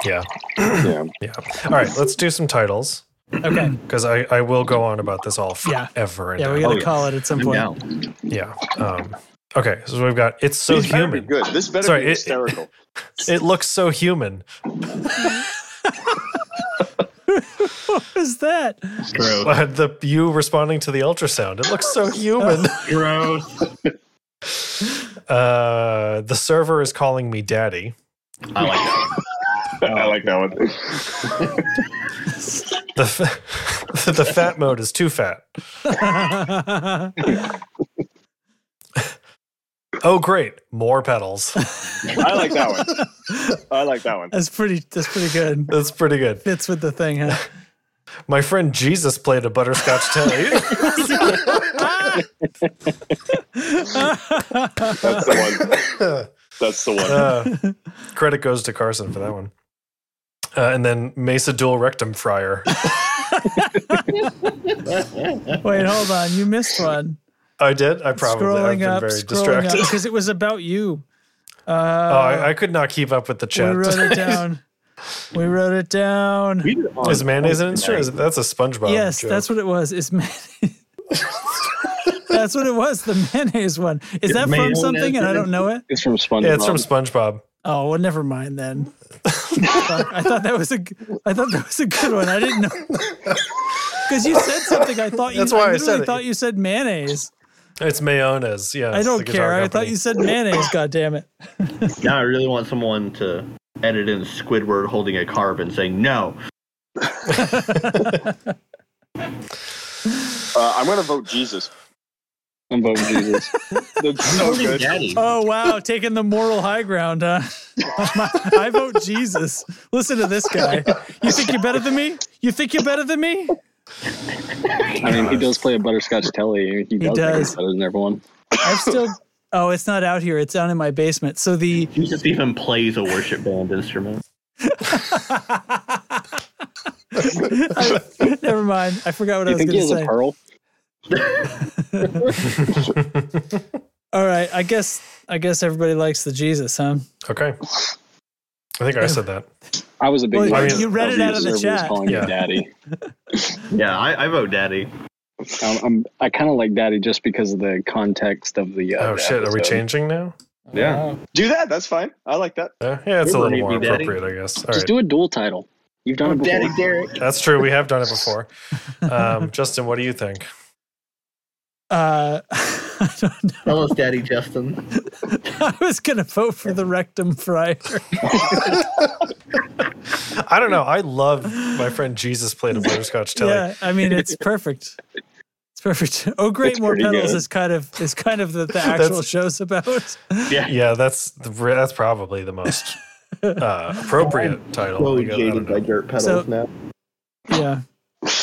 Speaker 1: yeah, (clears throat)
Speaker 3: Yeah.
Speaker 1: yeah. All right, let's do some titles
Speaker 2: okay.
Speaker 1: (clears throat) because I I will go on about this all
Speaker 2: Yeah.
Speaker 1: forever.
Speaker 2: Yeah, we
Speaker 1: and
Speaker 2: got
Speaker 6: Oh,
Speaker 2: to
Speaker 6: yeah.
Speaker 2: call it at some
Speaker 6: I'm
Speaker 2: point.
Speaker 6: down.
Speaker 1: yeah. Um, okay, so we've got it's so
Speaker 3: These better be
Speaker 1: human.
Speaker 3: good. This better
Speaker 1: Sorry,
Speaker 3: be
Speaker 1: it-
Speaker 3: hysterical.
Speaker 1: (laughs) It looks so human.
Speaker 2: What is that?
Speaker 6: Gross.
Speaker 1: But (laughs) the you responding to the ultrasound, it looks
Speaker 6: (laughs)
Speaker 1: so human.
Speaker 6: Gross.
Speaker 1: (laughs) Uh, the server is calling me daddy.
Speaker 6: I like
Speaker 3: (laughs)
Speaker 6: that.
Speaker 3: I like that one.
Speaker 1: The fa- (laughs) the fat mode is too fat. Oh great, more pedals.
Speaker 3: I like that one. I like that one.
Speaker 2: that's pretty. That's pretty good.
Speaker 1: (laughs) That's pretty good.
Speaker 2: Fits with the thing,
Speaker 1: (laughs)
Speaker 2: huh?
Speaker 1: My friend Jesus played a butterscotch telly.
Speaker 3: That's the one. (laughs) That's the one.
Speaker 1: Uh, credit goes to Carson for that one. Uh, and then Mesa Dual Rectum Fryer.
Speaker 2: Wait, hold on. You missed one.
Speaker 1: I did. I probably. I've
Speaker 2: scrolling
Speaker 1: been
Speaker 2: up,
Speaker 1: very
Speaker 2: scrolling
Speaker 1: distracted.
Speaker 2: up because it was about you.
Speaker 1: (laughs) Oh, I, I could not keep up with the
Speaker 2: We
Speaker 1: chat.
Speaker 2: wrote
Speaker 1: (laughs)
Speaker 2: it down. we wrote it down.
Speaker 3: We did it on-
Speaker 1: Is mayonnaise an instrument? Is- That's a SpongeBob.
Speaker 2: yes,
Speaker 1: joke.
Speaker 2: that's what it was. It's
Speaker 1: (laughs)
Speaker 2: mayonnaise. that's what it was. The mayonnaise one. Is that from
Speaker 6: mayonnaise
Speaker 2: something and I don't know it?
Speaker 5: It's from SpongeBob.
Speaker 1: Yeah, it's from SpongeBob.
Speaker 2: Oh well, never mind then. Fuck, I thought that was a. g- I thought that was a good one. I didn't know
Speaker 1: (laughs)
Speaker 2: because you said something. I thought you.
Speaker 1: That's why
Speaker 2: I
Speaker 1: I
Speaker 2: literally
Speaker 1: said it.
Speaker 2: thought you
Speaker 3: (laughs)
Speaker 2: said mayonnaise.
Speaker 1: It's mayonnaise. Yeah.
Speaker 2: I
Speaker 1: it's
Speaker 2: don't
Speaker 1: the guitar
Speaker 2: care. I
Speaker 1: company.
Speaker 2: thought you said
Speaker 1: (laughs)
Speaker 2: mayonnaise. God damn it.
Speaker 6: Now I really want someone to edit in Squidward holding a carb and saying no.
Speaker 3: Uh, I'm gonna vote Jesus.
Speaker 5: I'm voting
Speaker 6: (laughs)
Speaker 5: Jesus.
Speaker 3: That's so good.
Speaker 6: Daddy.
Speaker 2: Oh wow, taking the moral high ground, huh? (laughs) I vote Jesus. Listen to this guy. You think you're better than me? You think you're better than me?
Speaker 5: I mean, he does play a butterscotch telly. He does. think
Speaker 2: does.
Speaker 5: he's better than everyone.
Speaker 2: I've still. Oh, it's not out here. It's down in my basement. So the
Speaker 6: Jesus even plays a worship band
Speaker 2: (laughs)
Speaker 1: (laughs)
Speaker 6: instrument.
Speaker 2: never mind. I forgot what I
Speaker 5: You
Speaker 2: was
Speaker 5: think
Speaker 2: going
Speaker 5: he
Speaker 2: to
Speaker 5: has
Speaker 2: say.
Speaker 5: a
Speaker 4: (laughs)
Speaker 5: pearl?
Speaker 2: All right, I guess I guess everybody likes the Jesus, huh?
Speaker 1: Okay. I think I said that.
Speaker 5: I was a big.
Speaker 2: Well,
Speaker 5: one.
Speaker 1: you
Speaker 2: read it out of the
Speaker 5: server was
Speaker 2: chat.
Speaker 5: Calling you
Speaker 1: Yeah.
Speaker 5: daddy.
Speaker 6: (laughs) Yeah, I, I vote Daddy.
Speaker 5: I'm, I'm, Um, I kind of like daddy just because of the context of the. Uh,
Speaker 1: Oh
Speaker 5: the
Speaker 1: shit! Are we
Speaker 5: episode.
Speaker 1: changing now?
Speaker 2: (laughs)
Speaker 6: Yeah.
Speaker 3: Do that. That's fine. I like that.
Speaker 1: Uh, yeah, it's a
Speaker 6: We're
Speaker 1: little
Speaker 6: ready,
Speaker 1: more
Speaker 6: Daddy.
Speaker 1: appropriate, I guess. All
Speaker 5: Just
Speaker 1: right.
Speaker 5: do a dual title. You've done it before.
Speaker 6: Oh, Daddy Derek.
Speaker 1: That's true. We have
Speaker 5: (laughs)
Speaker 1: done it before. Um, Justin, what do you think?
Speaker 2: Uh, (laughs) I don't know.
Speaker 6: Tell us Daddy Justin.
Speaker 2: (laughs) I was going to vote for the rectum fryer.
Speaker 1: I don't know. I love my friend Jesus played a (laughs) butterscotch telly.
Speaker 2: (laughs) Yeah, I mean
Speaker 1: (laughs)
Speaker 2: it's perfect. It's perfect. (laughs) Oh, great!
Speaker 5: It's
Speaker 2: More
Speaker 5: pretty
Speaker 2: pedals
Speaker 5: good.
Speaker 2: is kind of is kind of the, the
Speaker 1: (laughs) That's-
Speaker 2: actual show's about.
Speaker 1: Yeah, that's the, that's probably the most (laughs) uh, appropriate title. I guess. I don't know.
Speaker 6: dirt pedals
Speaker 2: So-
Speaker 6: now.
Speaker 2: yeah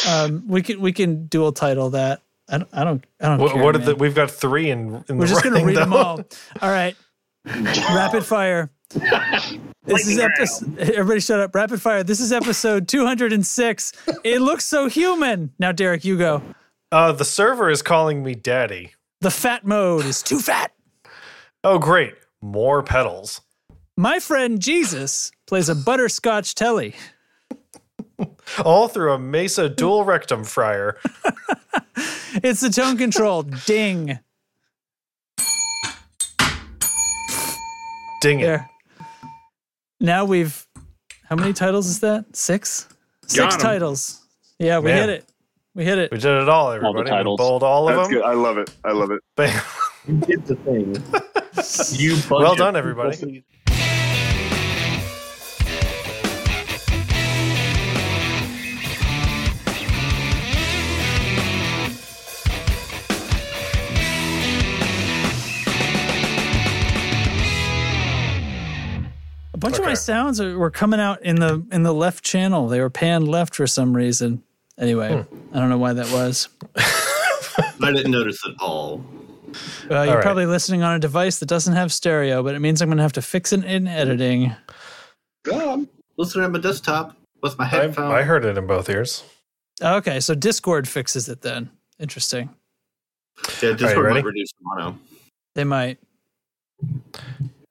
Speaker 2: um we can we can dual title that i don't i don't, I don't
Speaker 1: What,
Speaker 2: care,
Speaker 1: what are
Speaker 2: man.
Speaker 1: the? We've got three in. in
Speaker 2: we're
Speaker 1: the
Speaker 2: just gonna
Speaker 1: running,
Speaker 2: read them
Speaker 1: though.
Speaker 2: all all right rapid
Speaker 1: (laughs)
Speaker 2: fire this is episode everybody shut up rapid fire this is episode 206 it looks so human now derek you go
Speaker 1: Uh, the server is calling me daddy.
Speaker 2: the fat mode is too fat
Speaker 1: Oh, great! More pedals.
Speaker 2: my friend jesus plays a butterscotch telly
Speaker 1: All through a Mesa dual rectum fryer.
Speaker 2: (laughs) it's the tone control ding
Speaker 1: Ding it.
Speaker 2: there now we've how many titles is that six six titles yeah we
Speaker 1: Man.
Speaker 2: hit it we hit it
Speaker 1: We did it all, everybody. We
Speaker 5: titles.
Speaker 1: bowled all of
Speaker 3: That's
Speaker 1: them.
Speaker 3: good. I love it. I love it.
Speaker 1: (laughs) Bam.
Speaker 6: You did the
Speaker 1: (laughs)
Speaker 6: thing. You bunch
Speaker 1: Well
Speaker 6: of
Speaker 1: done,
Speaker 6: people.
Speaker 1: everybody.
Speaker 2: A bunch of my
Speaker 1: Okay.
Speaker 2: sounds are, were coming out in the in the left channel. They were panned left for some reason. Anyway,
Speaker 1: Hmm.
Speaker 2: I don't know why that was.
Speaker 6: I didn't notice at all.
Speaker 2: Uh, you're
Speaker 1: right.
Speaker 2: probably listening on a device that doesn't have stereo, but it means I'm going to have to fix it in editing.
Speaker 4: listening on my desktop with my
Speaker 1: I,
Speaker 4: headphones.
Speaker 1: I heard it in both ears.
Speaker 2: Okay, so Discord fixes it then. Interesting.
Speaker 4: yeah,
Speaker 1: All right,
Speaker 4: Discord
Speaker 1: ready?
Speaker 4: might reduce the mono.
Speaker 2: They might.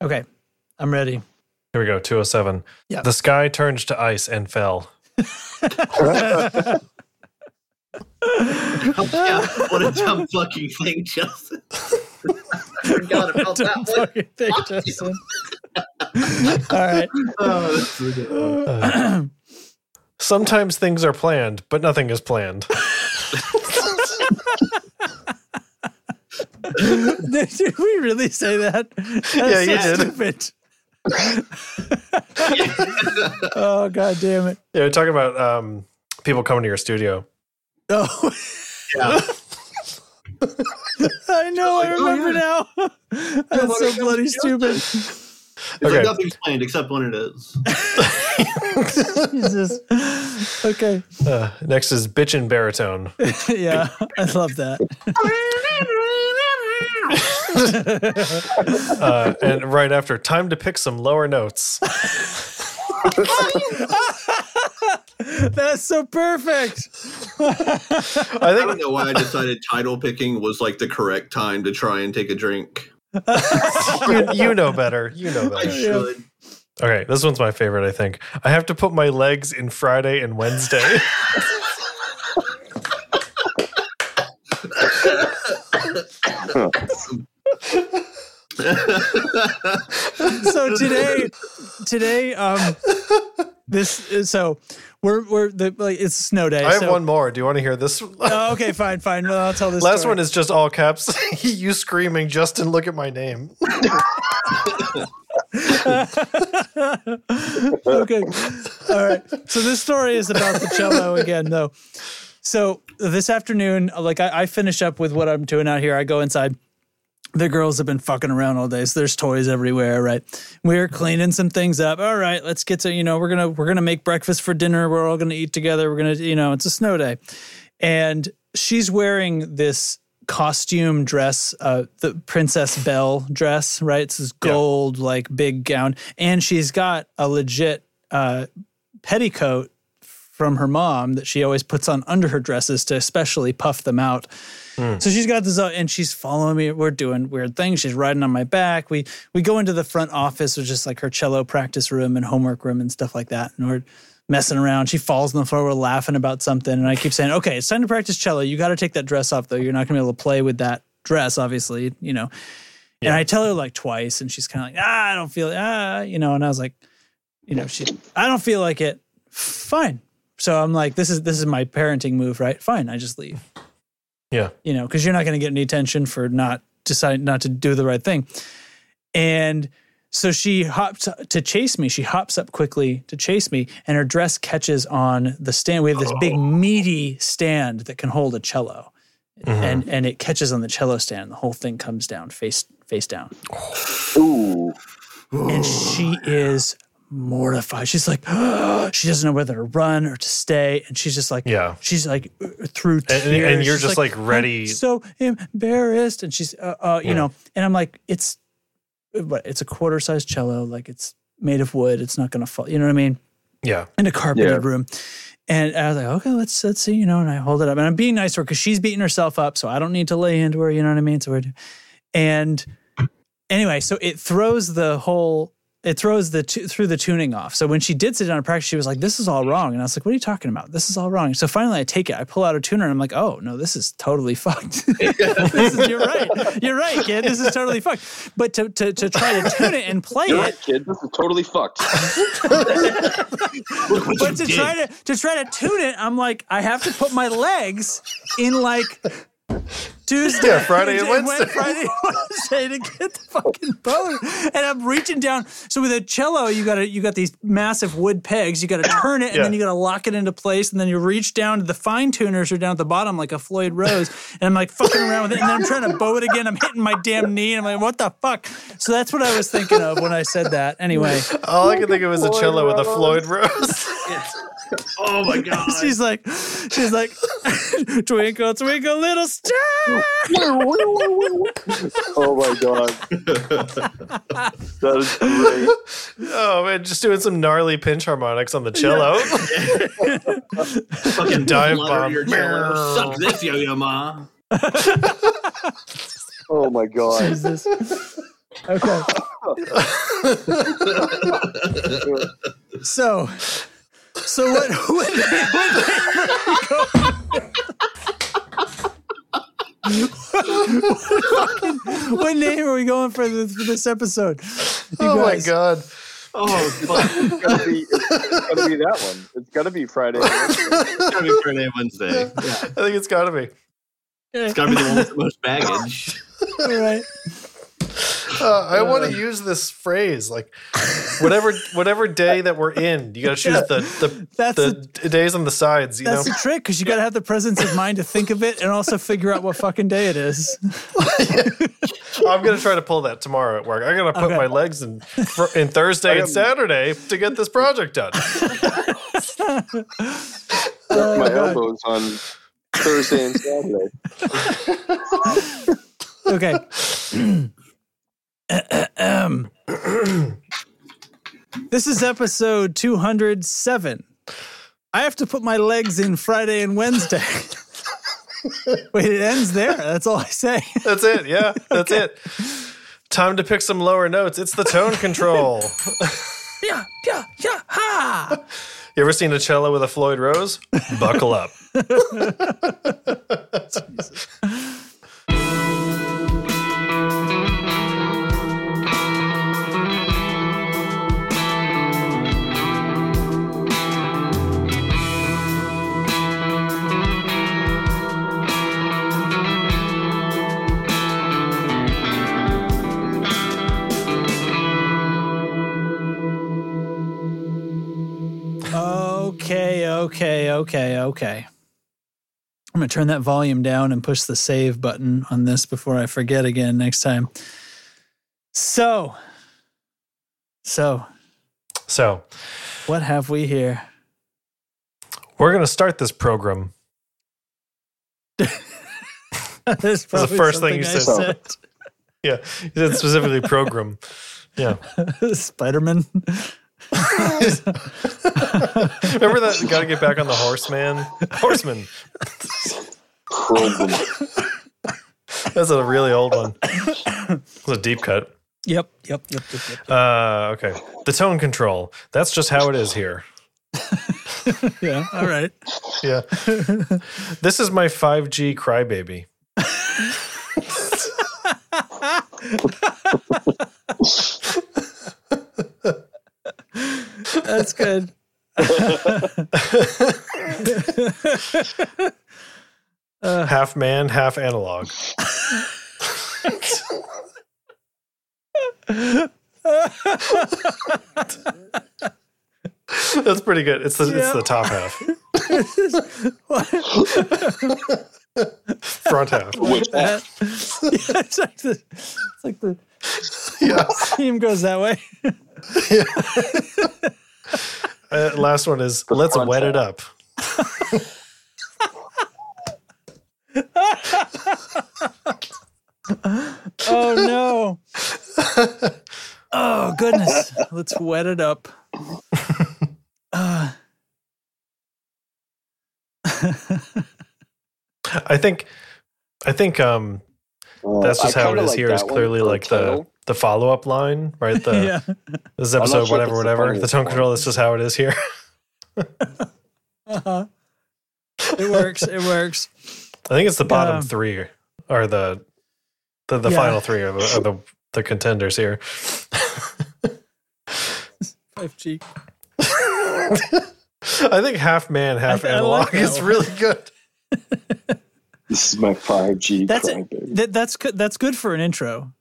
Speaker 2: Okay, I'm ready.
Speaker 1: Here we go. 207.
Speaker 2: Yeah.
Speaker 1: The sky turned to ice and fell.
Speaker 4: Oh, yeah, what a dumb
Speaker 1: (laughs)
Speaker 4: fucking thing, Justin. Forgot about that one.
Speaker 2: Fucking thing,
Speaker 4: (laughs)
Speaker 2: Justin. All right.
Speaker 4: Oh, that's ridiculous.
Speaker 1: Uh, Sometimes things are planned, but nothing is
Speaker 4: (laughs)
Speaker 1: planned.
Speaker 2: Did we really say that? (laughs) That's
Speaker 1: Yeah, you
Speaker 2: so
Speaker 1: did.
Speaker 6: (laughs)
Speaker 2: Stupid. oh god damn it.
Speaker 1: yeah, we're talking about um, people coming to your studio.
Speaker 2: Oh. I know,
Speaker 4: oh,
Speaker 2: I remember (laughs) now. That's
Speaker 4: what are
Speaker 2: so
Speaker 4: you
Speaker 2: bloody
Speaker 4: doing?
Speaker 2: stupid.
Speaker 4: It's like
Speaker 1: Okay.
Speaker 4: nothing's planned except when it is.
Speaker 2: (laughs) Jesus. Okay.
Speaker 1: Uh, next is bitchin' baritone.
Speaker 2: (laughs) Yeah, I love that. (laughs)
Speaker 1: Uh, and
Speaker 4: (laughs)
Speaker 1: right after, time to pick some lower notes.
Speaker 2: That's so perfect.
Speaker 1: I
Speaker 4: I
Speaker 1: think
Speaker 4: don't know why I decided title picking was like the correct time to try and take a drink.
Speaker 1: (laughs) you, you know better. You know
Speaker 4: I
Speaker 1: better.
Speaker 4: should.
Speaker 1: Okay, this one's my favorite, I think. I have to put my legs in Friday
Speaker 2: (laughs)
Speaker 1: and Wednesday.
Speaker 2: So today, today, um, this is so we're we're the like it's snow day.
Speaker 1: I have
Speaker 2: so,
Speaker 1: one more. Do you want to hear this?
Speaker 2: Oh, okay,
Speaker 1: (laughs)
Speaker 2: fine, fine. Well, I'll tell this.
Speaker 1: Last
Speaker 2: story.
Speaker 1: one is just all caps. (laughs) you screaming, Justin, look at my name. (laughs)
Speaker 2: okay. All right. So this story is about the cello again, though. So this afternoon, like I, I finish up with what I'm doing out here. I go inside. The girls have been fucking around all day, so there's toys everywhere, right? We're cleaning some things up. All right, let's get to you know we're gonna we're gonna make breakfast for dinner. We're all gonna eat together. We're gonna you know it's a snow day, and she's wearing this costume dress, uh, the Princess Belle dress, right? It's this gold like big gown, and she's got a legit uh, petticoat from her mom that she always puts on under her dresses to especially puff them out.
Speaker 1: mm.
Speaker 2: So she's got this out and she's following me. We're doing weird things. She's riding on my back. We we go into the front office, which is like her cello practice room and homework room and stuff like that. And we're messing around. She falls on the floor. We're laughing about something. And I keep saying, okay, it's time to practice cello. You got to take that dress off though. You're not gonna be able to play with that dress, obviously, you know. And I tell her like twice, and she's kind of like, ah, I don't feel it. Ah, you know, and I was like, you know, she, I don't feel like it. Fine. So I'm like, this is this is my parenting move, right? Fine, I just leave.
Speaker 1: Yeah.
Speaker 2: You know, because you're not going to get any attention for not deciding not to do the right thing. And so she hops to chase me. She hops up quickly to chase me, and her dress catches on the stand. We have this big meaty stand that can hold a cello, and and it catches on the cello stand. The whole thing comes down face face down
Speaker 5: Ooh.
Speaker 2: and she is mortified. She's like, (gasps) she doesn't know whether to run or to stay, and she's just like,
Speaker 1: Yeah.
Speaker 2: she's like uh, through
Speaker 1: And-
Speaker 2: tears,
Speaker 1: and you're
Speaker 2: she's
Speaker 1: just, like,
Speaker 2: "I'm
Speaker 1: ready-
Speaker 2: so embarrassed, and she's, uh, uh you
Speaker 1: Yeah.
Speaker 2: know, and I'm like, it's, what? It's a quarter sized cello, like it's made of wood, it's not gonna fall. You know what I mean?
Speaker 1: Yeah.
Speaker 2: in a carpeted
Speaker 5: Yeah.
Speaker 2: room. And I was like, okay, let's let's see, you know. And I hold it up, and I'm being nice to her because she's beating herself up, so I don't need to lay into her. You know what I mean? So we're, and anyway, so it throws the whole, it throws the tu- through the tuning off. So when she did sit down and practice, she was like, "This is all wrong," and I was like, "What are you talking about? This is all wrong." So finally, I take it, I pull out a tuner, and I'm like, "Oh no, this is totally (laughs) fucked." (laughs) this is, you're right, you're right, kid. This is totally fucked. But to to to try to tune it and play
Speaker 5: (laughs) You're
Speaker 2: it
Speaker 5: right, kid. This is totally fucked.
Speaker 1: (laughs)
Speaker 4: Look what
Speaker 2: but
Speaker 4: you
Speaker 2: to
Speaker 4: did.
Speaker 2: try to to try to tune it, I'm like, I have to put my legs in like Tuesday,
Speaker 1: Yeah, Friday and Wednesday.
Speaker 2: Friday and Wednesday to get the fucking boner. And I'm reaching down. So with a cello, you got to you got these massive wood pegs. You
Speaker 1: (coughs)
Speaker 2: got to turn it, and
Speaker 1: Yeah.
Speaker 2: then you got to lock it into place, and then you reach down to the fine tuners are down at the bottom like a Floyd Rose. And I'm like fucking around with it, and then I'm trying to bow it again. I'm hitting my damn knee. And I'm like, what the fuck? So that's what I was thinking of when I said that. Anyway.
Speaker 1: All I could think of was a cello with a Floyd Rose.
Speaker 4: Oh
Speaker 2: (laughs)
Speaker 4: my god!
Speaker 2: she's like, she's like, (laughs) twinkle, twinkle, little star.
Speaker 5: oh my god. that is great.
Speaker 1: (laughs) oh, man. Just doing some gnarly pinch harmonics on the cello.
Speaker 5: (laughs)
Speaker 4: fucking
Speaker 1: (laughs) dive
Speaker 4: flutter
Speaker 1: bomb.
Speaker 4: Your cello. Suck this, yo-yo ma.
Speaker 5: Oh my god.
Speaker 2: Jesus. Okay. so, so what? (laughs) What? what, what name are we going for this, for this episode? You
Speaker 1: oh, my
Speaker 2: guys.
Speaker 1: God.
Speaker 4: Oh, fuck!
Speaker 5: It's gonna be it's gonna be that one. It's gonna be
Speaker 1: (laughs)
Speaker 5: Friday.
Speaker 4: It's gotta be Friday and Wednesday.
Speaker 1: I think it's got to be.
Speaker 4: It's gotta be the one with the most baggage.
Speaker 2: All right.
Speaker 1: Uh, I want to use this phrase like whatever whatever day that we're in, you got to choose the the,
Speaker 2: That's
Speaker 1: the d- days on the sides. You know,
Speaker 2: That's the trick because you got to have the presence of mind to think of it and also figure out what fucking day it is. (clears throat)
Speaker 1: I'm gonna try to pull that tomorrow at work. I gotta put
Speaker 2: Okay.
Speaker 1: my legs in fr- in Thursday and Saturday to get this project done.
Speaker 2: Oh,
Speaker 5: my
Speaker 2: God.
Speaker 5: elbows on Thursday and Saturday.
Speaker 2: Okay. (clears throat) Ahem. this is episode 207. I have to put my legs in Friday and Wednesday. (laughs) Wait, it ends there. That's all I (laughs) say.
Speaker 1: That's it. Yeah, that's it. Time to pick some lower notes. It's the tone control.
Speaker 2: yeah, yeah, yeah, ha!
Speaker 1: You ever seen a cello with a Floyd Rose? Buckle up.
Speaker 2: Okay, okay, okay, okay. I'm going to turn that volume down and push the save button on this before I forget again next time. So, so
Speaker 1: So,
Speaker 2: what have we here?
Speaker 1: we're going to start this program.
Speaker 2: That's
Speaker 1: the
Speaker 2: probably
Speaker 1: first thing you
Speaker 2: something I
Speaker 1: (laughs) Yeah, you said specifically program. Yeah.
Speaker 2: said. (laughs) Spider-Man.
Speaker 1: Remember that? Got to get back on the horseman. Horseman.
Speaker 3: Program.
Speaker 1: That's a really old one. It's a deep cut.
Speaker 2: Yep, yep, yep, yep, yep.
Speaker 1: Uh, okay. The tone control. That's just how it is here.
Speaker 2: (laughs) Yeah, all right.
Speaker 1: Yeah. This is my 5G crybaby.
Speaker 2: That's good. (laughs) Uh.
Speaker 1: Half man, half analog. That's pretty good. It's the, it's the top half,
Speaker 2: (laughs)
Speaker 1: front half.
Speaker 3: Which
Speaker 2: That- yeah, it's like the, it's like the (laughs)
Speaker 1: Yeah.
Speaker 2: seam
Speaker 1: (laughs)
Speaker 2: goes that way. (laughs)
Speaker 1: Uh, last one is let's
Speaker 3: front
Speaker 1: wet
Speaker 3: half.
Speaker 1: it up.
Speaker 2: Oh no. (laughs) Oh goodness. Let's wet it up. Uh,
Speaker 1: I think, I think um, that's just how it is here. Is clearly like the the follow up line, right? The
Speaker 2: (laughs) yeah.
Speaker 1: this
Speaker 3: not
Speaker 1: episode,
Speaker 3: sure if it's
Speaker 1: whatever,
Speaker 3: the
Speaker 1: whatever. The
Speaker 3: funniest
Speaker 1: tone
Speaker 3: one.
Speaker 1: control. That's just how it is here. (laughs)
Speaker 2: Uh-huh. It works. It works.
Speaker 1: I think it's the bottom
Speaker 2: Um,
Speaker 1: three or the the, the
Speaker 2: Yeah.
Speaker 1: final three are the, are the the contenders here.
Speaker 2: 5G.
Speaker 1: I think half man, half
Speaker 2: I
Speaker 1: analog
Speaker 2: like that
Speaker 1: is
Speaker 2: one.
Speaker 1: really (laughs) good.
Speaker 3: (laughs) This is my 5G
Speaker 2: That's it. (laughs)
Speaker 3: crybaby.
Speaker 2: That, that's good. That's good for an intro,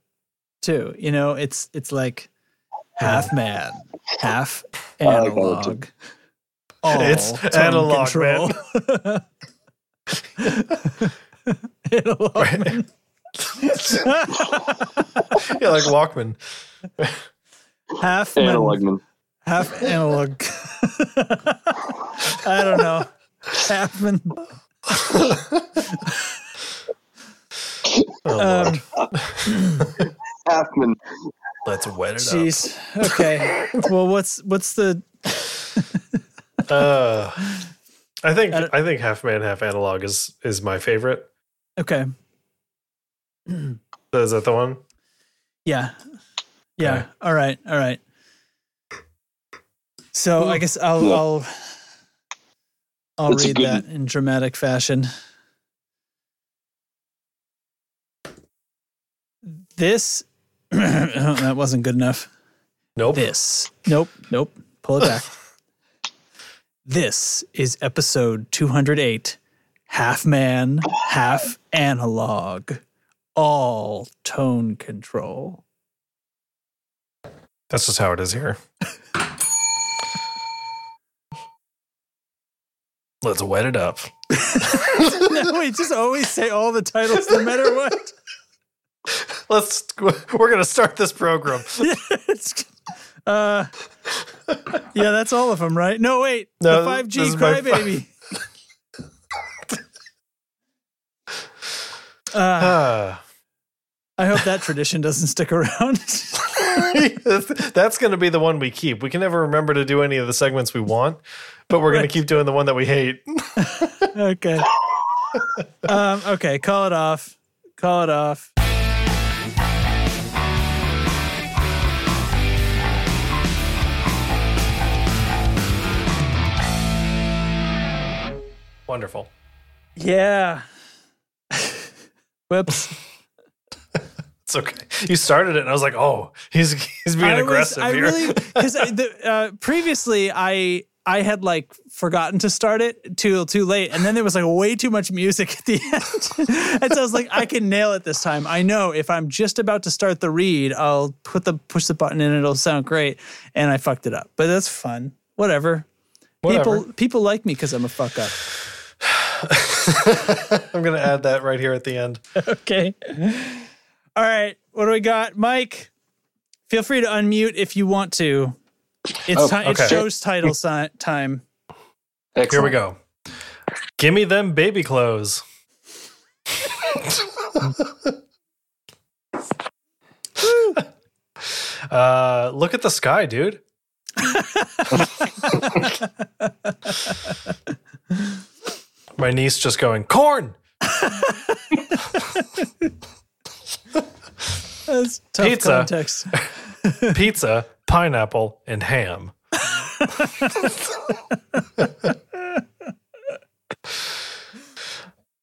Speaker 2: too. You know, it's it's like half man, half
Speaker 3: like that one, too.
Speaker 2: analog. All
Speaker 1: It's
Speaker 2: tone
Speaker 1: analog,
Speaker 2: control. (laughs) analog,
Speaker 1: Right. (laughs)
Speaker 2: man.
Speaker 1: Yeah, like Walkman.
Speaker 2: half
Speaker 3: Analog
Speaker 2: analog,
Speaker 3: man.
Speaker 2: half analog. (laughs) I don't know. Half man.
Speaker 1: Oh, Lord.
Speaker 2: Um,
Speaker 3: Halfman.
Speaker 1: Let's wet it
Speaker 2: Jeez. Okay. Well, what's what's the
Speaker 1: up. (laughs) Uh, I think
Speaker 2: I don't-
Speaker 1: I think half man, half analog is is my favorite.
Speaker 2: okay? (clears throat)
Speaker 1: Is that the one?
Speaker 2: Yeah. Yeah.
Speaker 1: Okay.
Speaker 2: All right. All right. So I guess I'll
Speaker 3: Yeah.
Speaker 2: I'll I'll
Speaker 3: That's a
Speaker 2: read
Speaker 3: good-
Speaker 2: that in dramatic fashion. This (clears throat) oh, that wasn't good enough.
Speaker 1: Nope.
Speaker 2: This. Nope. Nope. Pull it
Speaker 3: (laughs)
Speaker 2: back. this is episode 208 Half Man, Half Analog, All Tone Control.
Speaker 1: That's just how it is here. Let's wet it up.
Speaker 2: no, we just always say all the titles no matter what.
Speaker 1: Let's. We're gonna start this program.
Speaker 2: (laughs) Yeah, it's- uh, yeah, that's all of them, right? No, wait.
Speaker 1: No,
Speaker 2: the 5G
Speaker 1: this is my (laughs)
Speaker 2: crybaby. uh,
Speaker 1: Ah.
Speaker 2: Uh,
Speaker 1: Ah.
Speaker 2: I hope that tradition doesn't stick around. (laughs)
Speaker 1: (laughs) That's going to be the one we keep. We can never remember to do any of the segments we want, but we're going
Speaker 2: Right.
Speaker 1: to keep doing the one that we hate.
Speaker 2: okay. um, okay, call it off. Call it off.
Speaker 1: Wonderful. (laughs)
Speaker 2: Yeah. Whoops.
Speaker 1: It's okay. You started it, and I was like, "Oh, he's he's being
Speaker 2: I
Speaker 1: aggressive
Speaker 2: was,
Speaker 1: here."
Speaker 2: I really because uh, previously I I had like forgotten to start it too too late, and then there was like way too much music (laughs) at the end, and so I was like, I can nail it this time. I know if I'm just about to start the read, I'll put the push the button and it'll sound great, and I fucked it up, but that's fun. Whatever.
Speaker 1: Whatever.
Speaker 2: People people like me because I'm a fuck up.
Speaker 1: I'm going to add that right here at the end.
Speaker 2: (laughs) okay. All right. What do we got, Mike? Feel free to unmute if you want to. It's
Speaker 5: Oh,
Speaker 2: ti- it's
Speaker 1: okay.
Speaker 2: Joe's title si- time.
Speaker 1: Here we
Speaker 5: Excellent.
Speaker 1: go. Give me them baby clothes. uh, look at the
Speaker 2: (laughs)
Speaker 1: sky, dude. My niece just going corn.
Speaker 2: That's tough
Speaker 1: Pizza.
Speaker 2: context.
Speaker 1: pizza, pineapple,
Speaker 2: (laughs)
Speaker 1: and ham.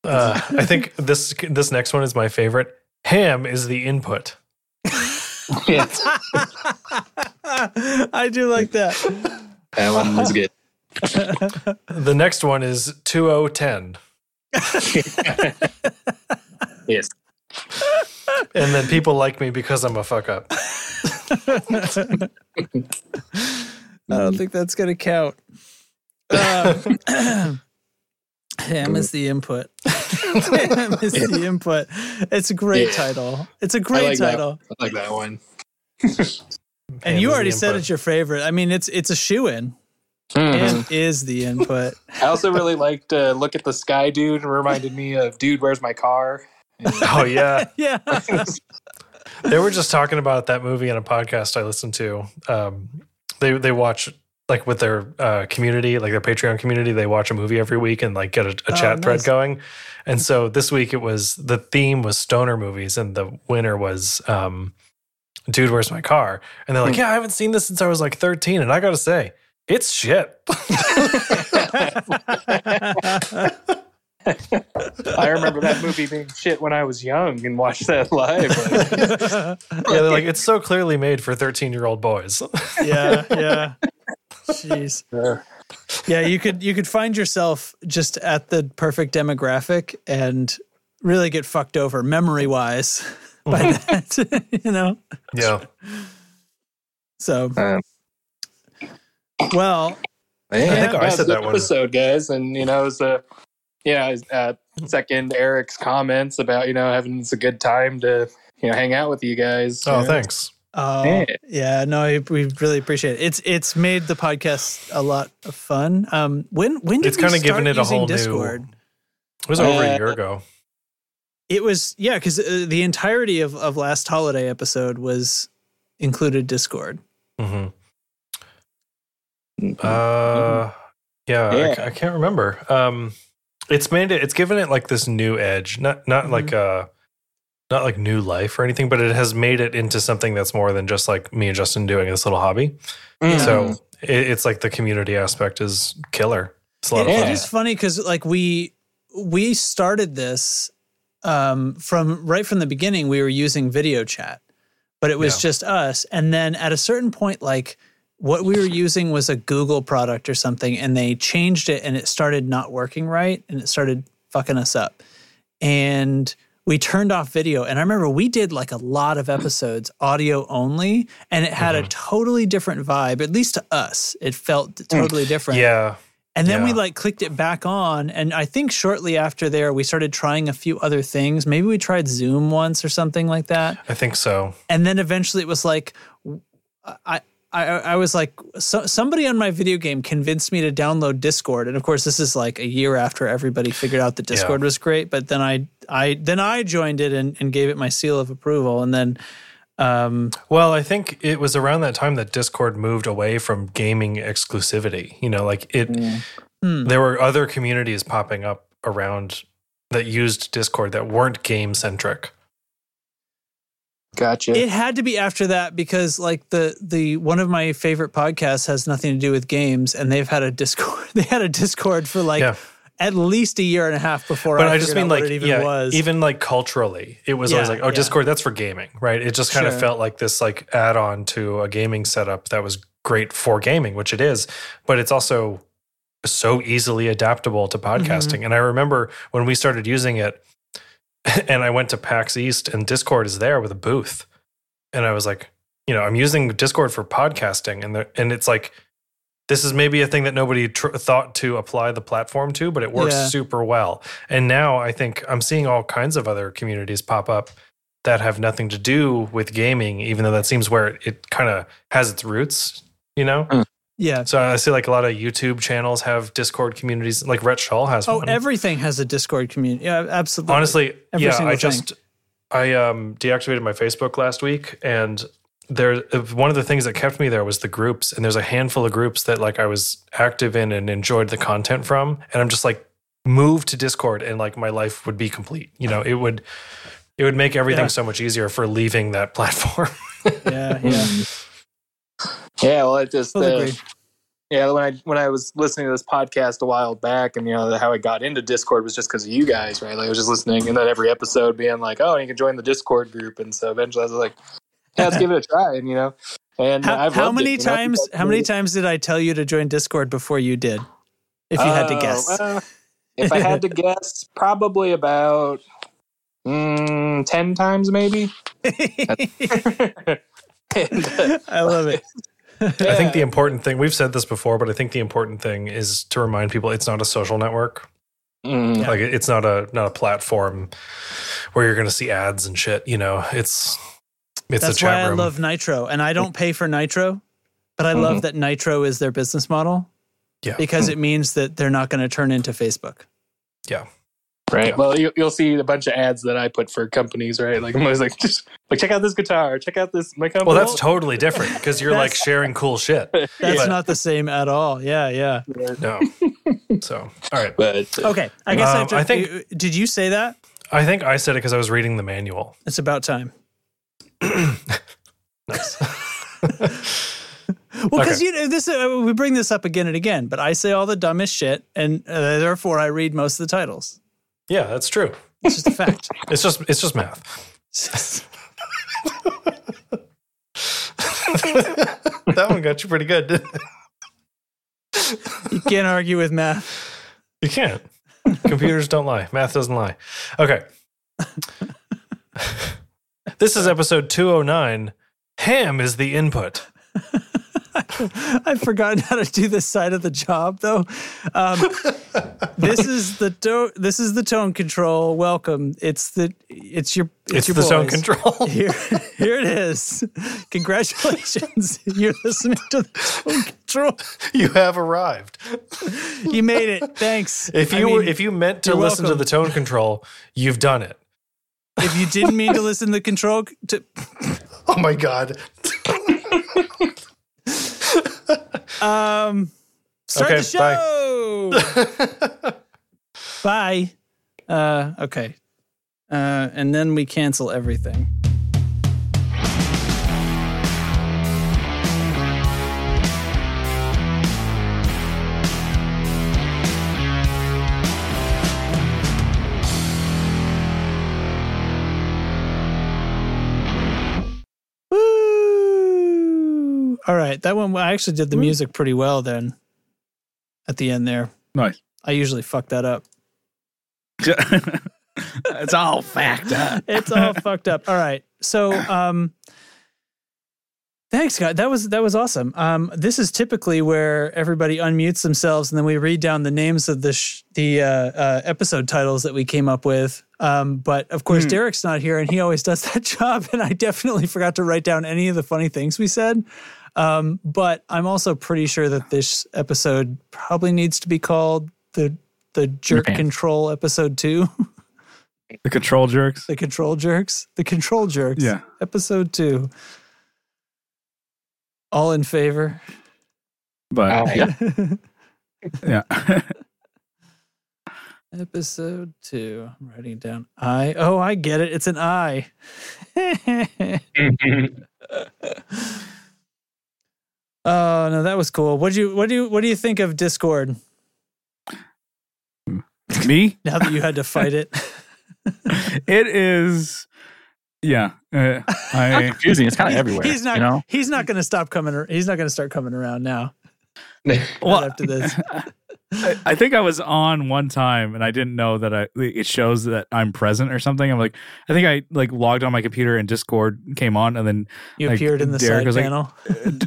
Speaker 1: Uh, I think this this next one is my favorite. Ham is the input.
Speaker 5: Yes.
Speaker 2: (laughs) I do like that.
Speaker 5: that one was good.
Speaker 1: The next one is 2010.
Speaker 5: (laughs) Yes.
Speaker 1: And then people like me because I'm a fuck up.
Speaker 2: I don't think that's gonna count. Uh, (coughs) ham is the input. (laughs) ham is the input. It's a great
Speaker 5: Yeah.
Speaker 2: title. It's a
Speaker 5: I
Speaker 2: great
Speaker 5: like that.
Speaker 2: title.
Speaker 5: I like that one.
Speaker 2: And
Speaker 1: Ham
Speaker 2: you
Speaker 1: is the
Speaker 2: already said
Speaker 1: input.
Speaker 2: it's your favorite. I mean, it's it's a shoe in.
Speaker 5: Mhm.
Speaker 1: Mm-hmm.
Speaker 2: Ham is the
Speaker 1: (laughs)
Speaker 2: input.
Speaker 5: I also
Speaker 2: (laughs)
Speaker 5: really liked uh, Look at the Sky Dude. It reminded me of Dude, Where's My Car?
Speaker 1: Oh yeah,
Speaker 5: (laughs)
Speaker 2: Yeah.
Speaker 1: they were just talking about that movie on a podcast I listened to. Um, they they watch like with their uh, community, like their Patreon community, they watch a movie every week and like get a, a
Speaker 2: Oh,
Speaker 1: chat thread
Speaker 2: nice.
Speaker 1: going. And so this week it was the theme was stoner movies, and the winner was um, Dude, Where's My Car? And they're
Speaker 2: Hmm.
Speaker 1: like, Yeah, I haven't seen this since I was like 13, and I gotta say, it's shit.
Speaker 5: I remember that movie being shit when I was young and watched that live.
Speaker 1: yeah, they're like, it's so clearly made for 13 year old boys. (laughs)
Speaker 2: yeah, Uh, yeah. Jeez.
Speaker 5: Yeah.
Speaker 2: Yeah, you could you could find yourself just at the perfect demographic and really get fucked over memory wise (laughs) by
Speaker 1: Mm-hmm.
Speaker 2: that, (laughs) you know.
Speaker 1: yeah.
Speaker 2: So
Speaker 5: Um,
Speaker 2: (laughs) well,
Speaker 1: I think I
Speaker 5: was
Speaker 1: said
Speaker 5: the
Speaker 1: that one.
Speaker 5: episode, guys, and you know, it was a yeah. it was,
Speaker 2: (laughs)
Speaker 5: Uh, second, Eric's comments about you know having it's a good time to you know hang out with you guys.
Speaker 1: Oh,
Speaker 5: you know?
Speaker 1: thanks.
Speaker 2: uh, yeah, no, I- we really appreciate it. It's it's made the podcast a lot of fun. Um, when when did
Speaker 1: It's
Speaker 2: we
Speaker 1: kinda given
Speaker 2: start
Speaker 1: it a
Speaker 2: using
Speaker 1: whole new-
Speaker 2: Discord?
Speaker 1: It was over a
Speaker 5: Uh,
Speaker 1: year ago.
Speaker 2: It was yeah, because uh, the entirety of of last holiday episode was included Discord.
Speaker 1: hmm
Speaker 2: Mm-hmm.
Speaker 1: Uh, yeah, I c- I, can't remember. Um, it's made it. It's given it like this new edge. Not
Speaker 2: Mm-hmm.
Speaker 1: not like uh, not like new life or anything, but it has made it into something that's more than just like me and Justin doing this little hobby.
Speaker 5: Mm.
Speaker 1: So it, it's like the community aaspect is killer. It's a lot
Speaker 2: It-
Speaker 1: of
Speaker 2: it
Speaker 1: fun.
Speaker 2: is funny because like we we started this um, from right from the beginning. We were using video chat, but it was
Speaker 1: Yeah.
Speaker 2: just us. And then at a certain point, like what we were using was a Google product or something, and they changed it, and it started not working right, and it started fucking us up. And we turned off video. And I remember we did like a lot of episodes audio only, and it had
Speaker 1: Mm-hmm.
Speaker 2: a totally different vibe, at least to us. It felt totally different.
Speaker 1: Mm. Yeah,
Speaker 2: And then we
Speaker 1: Yeah.
Speaker 2: like clicked it back on. And I think shortly after there, we started trying a few other things. Maybe we tried Zoom once or something like that.
Speaker 1: I think so.
Speaker 2: And then eventually it was like, I, I, I was like, so, somebody on my video game convinced me to download Discord. And of course, this is like a year after everybody figured out that Discord was great. But then I, I, then I joined it and, and gave it my seal of approval. And then Um,
Speaker 1: Well, I think it was around that time that Discord moved away from gaming exclusivity. You know, like it,
Speaker 2: hmm.
Speaker 1: there were other communities popping up around that used Discord that weren't game centric.
Speaker 7: Gotcha.
Speaker 2: It had to be after that because like the the one of my favorite podcasts has nothing to do with games and they've had a Discord (laughs) they had a Discord for like
Speaker 1: Yeah.
Speaker 2: at least a year and a half before
Speaker 1: But
Speaker 2: I,
Speaker 1: I, just
Speaker 2: figured
Speaker 1: mean
Speaker 2: out what
Speaker 1: like,
Speaker 2: it even
Speaker 1: yeah,
Speaker 2: was.
Speaker 1: even like culturally, it was always
Speaker 2: Yeah,
Speaker 1: like, oh,
Speaker 2: yeah.
Speaker 1: Discord, that's for gaming, right? It just kind
Speaker 2: Sure.
Speaker 1: of felt like this like add on to a gaming setup that was great for gaming, which it is, but it's also so easily adaptable to podcasting.
Speaker 2: Mm-hmm.
Speaker 1: And I remember when we started using it, (laughs) and I went to PAX East, and Discord is there with a booth, and I was like, you know, I'm using Discord for podcasting, and the, and it's like. This is maybe a thing that nobody tr- thought to apply the platform to, but it works
Speaker 2: Yeah.
Speaker 1: super well. And now I think I'm seeing all kinds of other communities pop up that have nothing to do with gaming, even though that seems where it, it kind of has its roots, you know?
Speaker 2: yeah.
Speaker 1: So I see like a lot of YouTube channels have Discord communities, like Rhett Shaw has
Speaker 2: Oh,
Speaker 1: one.
Speaker 2: everything has a Discord community. Yeah, absolutely.
Speaker 1: Honestly,
Speaker 2: Every
Speaker 1: yeah,
Speaker 2: single
Speaker 1: I
Speaker 2: thing.
Speaker 1: just I um deactivated my Facebook last week and there if- one of the things that kept me there was the groups and there's a handful of groups that like I was active in and enjoyed the content from and I'm just like move to Discord and like my life would be complete. You know, it would it would make everything
Speaker 2: Yeah.
Speaker 1: so much easier for leaving that (laughs) platform.
Speaker 2: yeah, yeah.
Speaker 7: Yeah, well, it just
Speaker 2: Totally
Speaker 7: uh,
Speaker 2: agree.
Speaker 7: yeah. When I when I was listening to this podcast a while back, and you know how I got into Discord was just because of you guys, right? Like I was just listening, and then every episode being like, "Oh, you can join the Discord group," and so eventually I was like,
Speaker 2: (laughs)
Speaker 7: yeah, "Let's give it a try," and you know. And
Speaker 2: How,
Speaker 7: I've
Speaker 2: how
Speaker 7: loved it,
Speaker 2: many
Speaker 7: you know? I think
Speaker 2: times?
Speaker 7: that's
Speaker 2: How many
Speaker 7: really-
Speaker 2: times did I tell you to join Discord before you did? If you had to
Speaker 7: Oh,
Speaker 2: guess,
Speaker 7: well, if
Speaker 2: (laughs)
Speaker 7: I had to guess, probably about mm, ten times, maybe. And, uh,
Speaker 2: (laughs) I love it.
Speaker 1: (laughs) I think the
Speaker 7: yeah.
Speaker 1: important thing we've said this before, but I think the important thing is to remind people it's not a social network.
Speaker 7: Mm.
Speaker 1: Like it- it's not a not a platform where you're going to see ads and shit. You know, it's it's
Speaker 2: That's
Speaker 1: a chat
Speaker 2: why
Speaker 1: room.
Speaker 2: I love Nitro, and I don't pay for Nitro, but I
Speaker 7: Mm-hmm.
Speaker 2: love that Nitro is their business model.
Speaker 1: Yeah.
Speaker 2: because it means that they're not going to turn into Facebook.
Speaker 7: Right.
Speaker 1: Yeah.
Speaker 7: Well, you, you'll see a bunch of ads that I put for companies, right? Like I'm always like, (laughs) just like check out this guitar, check out this my company.
Speaker 1: well, that's totally different because
Speaker 2: (laughs)
Speaker 1: you're like sharing cool shit.
Speaker 2: That's
Speaker 1: But-
Speaker 2: not the same at all. Yeah, yeah.
Speaker 1: No, so all right.
Speaker 7: but uh,
Speaker 2: Okay, I guess I, have
Speaker 1: Um,
Speaker 2: to,
Speaker 1: I think-
Speaker 2: Did you say that?
Speaker 1: I think I said it because I was reading the manual.
Speaker 2: It's about time.
Speaker 1: Nice.
Speaker 2: Well, because
Speaker 1: Okay.
Speaker 2: you know this, uh, we bring this up again and again, but I say all the dumbest shit, and uh, therefore I read most of the titles.
Speaker 1: yeah, that's true.
Speaker 2: It's just a fact.
Speaker 1: It's just it's just math. (laughs) that one got you pretty
Speaker 2: (laughs)
Speaker 1: good. Didn't it?
Speaker 2: you can't argue with math.
Speaker 1: You can't. Computers don't lie. Math doesn't lie. Okay. this is episode 209. Ham is the input.
Speaker 2: (laughs) I've forgotten how to do this side of the job though.
Speaker 1: (laughs)
Speaker 2: Um, this is the to- this is the tone control. Welcome. It's the it's your
Speaker 1: It's,
Speaker 2: your
Speaker 1: the zone
Speaker 2: boys. (laughs)
Speaker 1: control.
Speaker 2: Here, here it is. (laughs) Congratulations. (laughs) You're listening to the tone control.
Speaker 1: (laughs) you have arrived.
Speaker 2: You made it. Thanks.
Speaker 1: If
Speaker 2: I
Speaker 1: you were,
Speaker 2: mean,
Speaker 1: if you meant to
Speaker 2: you're
Speaker 1: listen
Speaker 2: welcome.
Speaker 1: to the tone control, you've done it.
Speaker 2: if you didn't mean to listen to the control c- to
Speaker 1: (laughs) Oh my god.
Speaker 2: (laughs) Um, start
Speaker 1: Okay,
Speaker 2: the (laughs) show. Bye. Uh, okay. Uh, and then we cancel everything. Woo! All right, that one. I actually did the music pretty well then. At the end there,
Speaker 8: Nice.
Speaker 2: I usually fuck that up.
Speaker 8: it's all fact. Huh?
Speaker 2: (laughs) It's all fucked up. All right, so um, thanks, Scott. That was that was awesome. Um, this is typically where everybody unmutes themselves and then we read down the names of the sh- the uh, uh, episode titles that we came up with. Um, but of course, Derek's not here, and he always does (laughs) that job. And I definitely forgot to write down any of the funny things we said. Um, but I'm also pretty sure that this episode probably needs to be called the the jerk
Speaker 8: pants.
Speaker 2: (laughs) control episode two.
Speaker 8: The control jerks.
Speaker 2: The control jerks. The control jerks.
Speaker 8: Yeah.
Speaker 2: Episode two. All in favor.
Speaker 8: But
Speaker 5: yeah.
Speaker 2: (laughs)
Speaker 8: yeah. (laughs)
Speaker 2: Episode two. I'm
Speaker 9: (laughs)
Speaker 2: writing down (laughs) I. Oh, I get it. It's an I.
Speaker 8: Mm-hmm.
Speaker 2: Oh no, that was cool. What do you what do you what do you think of Discord
Speaker 8: (laughs) Me?
Speaker 2: (laughs) now that you had to fight it?
Speaker 8: (laughs) It is. Yeah.
Speaker 9: (laughs)
Speaker 8: Uh, I.
Speaker 9: confusing. It's kind of everywhere.
Speaker 2: He's not
Speaker 9: You know?
Speaker 2: he's not gonna stop coming ar- he's not gonna start coming around now.
Speaker 8: Well,
Speaker 2: right after this.
Speaker 8: I, I think I was on one time and I didn't know that I it shows that I'm present or something. I'm like, I think I like logged on my computer and Discord came on and then
Speaker 2: You
Speaker 8: like,
Speaker 2: appeared in the
Speaker 8: Derek
Speaker 2: side
Speaker 8: was like,
Speaker 2: panel.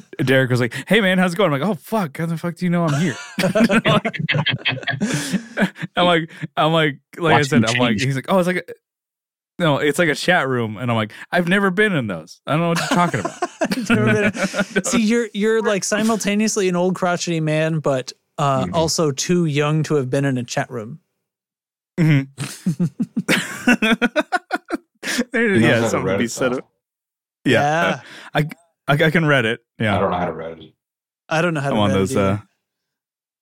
Speaker 8: (laughs) D- Derek was like, "Hey man, how's it going?" I'm like, "Oh fuck, how the fuck do you know
Speaker 2: (laughs)
Speaker 8: I'm here?" (laughs) I'm like, I'm like, like I
Speaker 9: Watch
Speaker 8: said,
Speaker 9: him
Speaker 8: I'm like,
Speaker 9: change.
Speaker 8: he's like, "Oh, it's like, a, no, it's like a chat room," and I'm like, "I've never been in those. I don't know what you're talking about."
Speaker 2: I've never
Speaker 8: (laughs)
Speaker 2: been- See, you're you're like simultaneously an old crotchety man, but uh,
Speaker 9: Mhm.
Speaker 2: also too young to have been in a chat room. (laughs)
Speaker 8: Mhm. Mm-hmm. (laughs) There-
Speaker 9: He knows how
Speaker 8: (laughs) yeah,
Speaker 9: to
Speaker 8: something to be
Speaker 9: Reddit,
Speaker 8: said.
Speaker 9: though.
Speaker 8: up. Yeah,
Speaker 2: Yeah.
Speaker 8: I, I can read it.
Speaker 9: I
Speaker 8: Yeah,
Speaker 9: don't know how to
Speaker 2: (laughs)
Speaker 9: Reddit.
Speaker 2: I don't know how
Speaker 8: I'm
Speaker 2: to
Speaker 8: on
Speaker 2: Reddit
Speaker 8: those,
Speaker 2: either.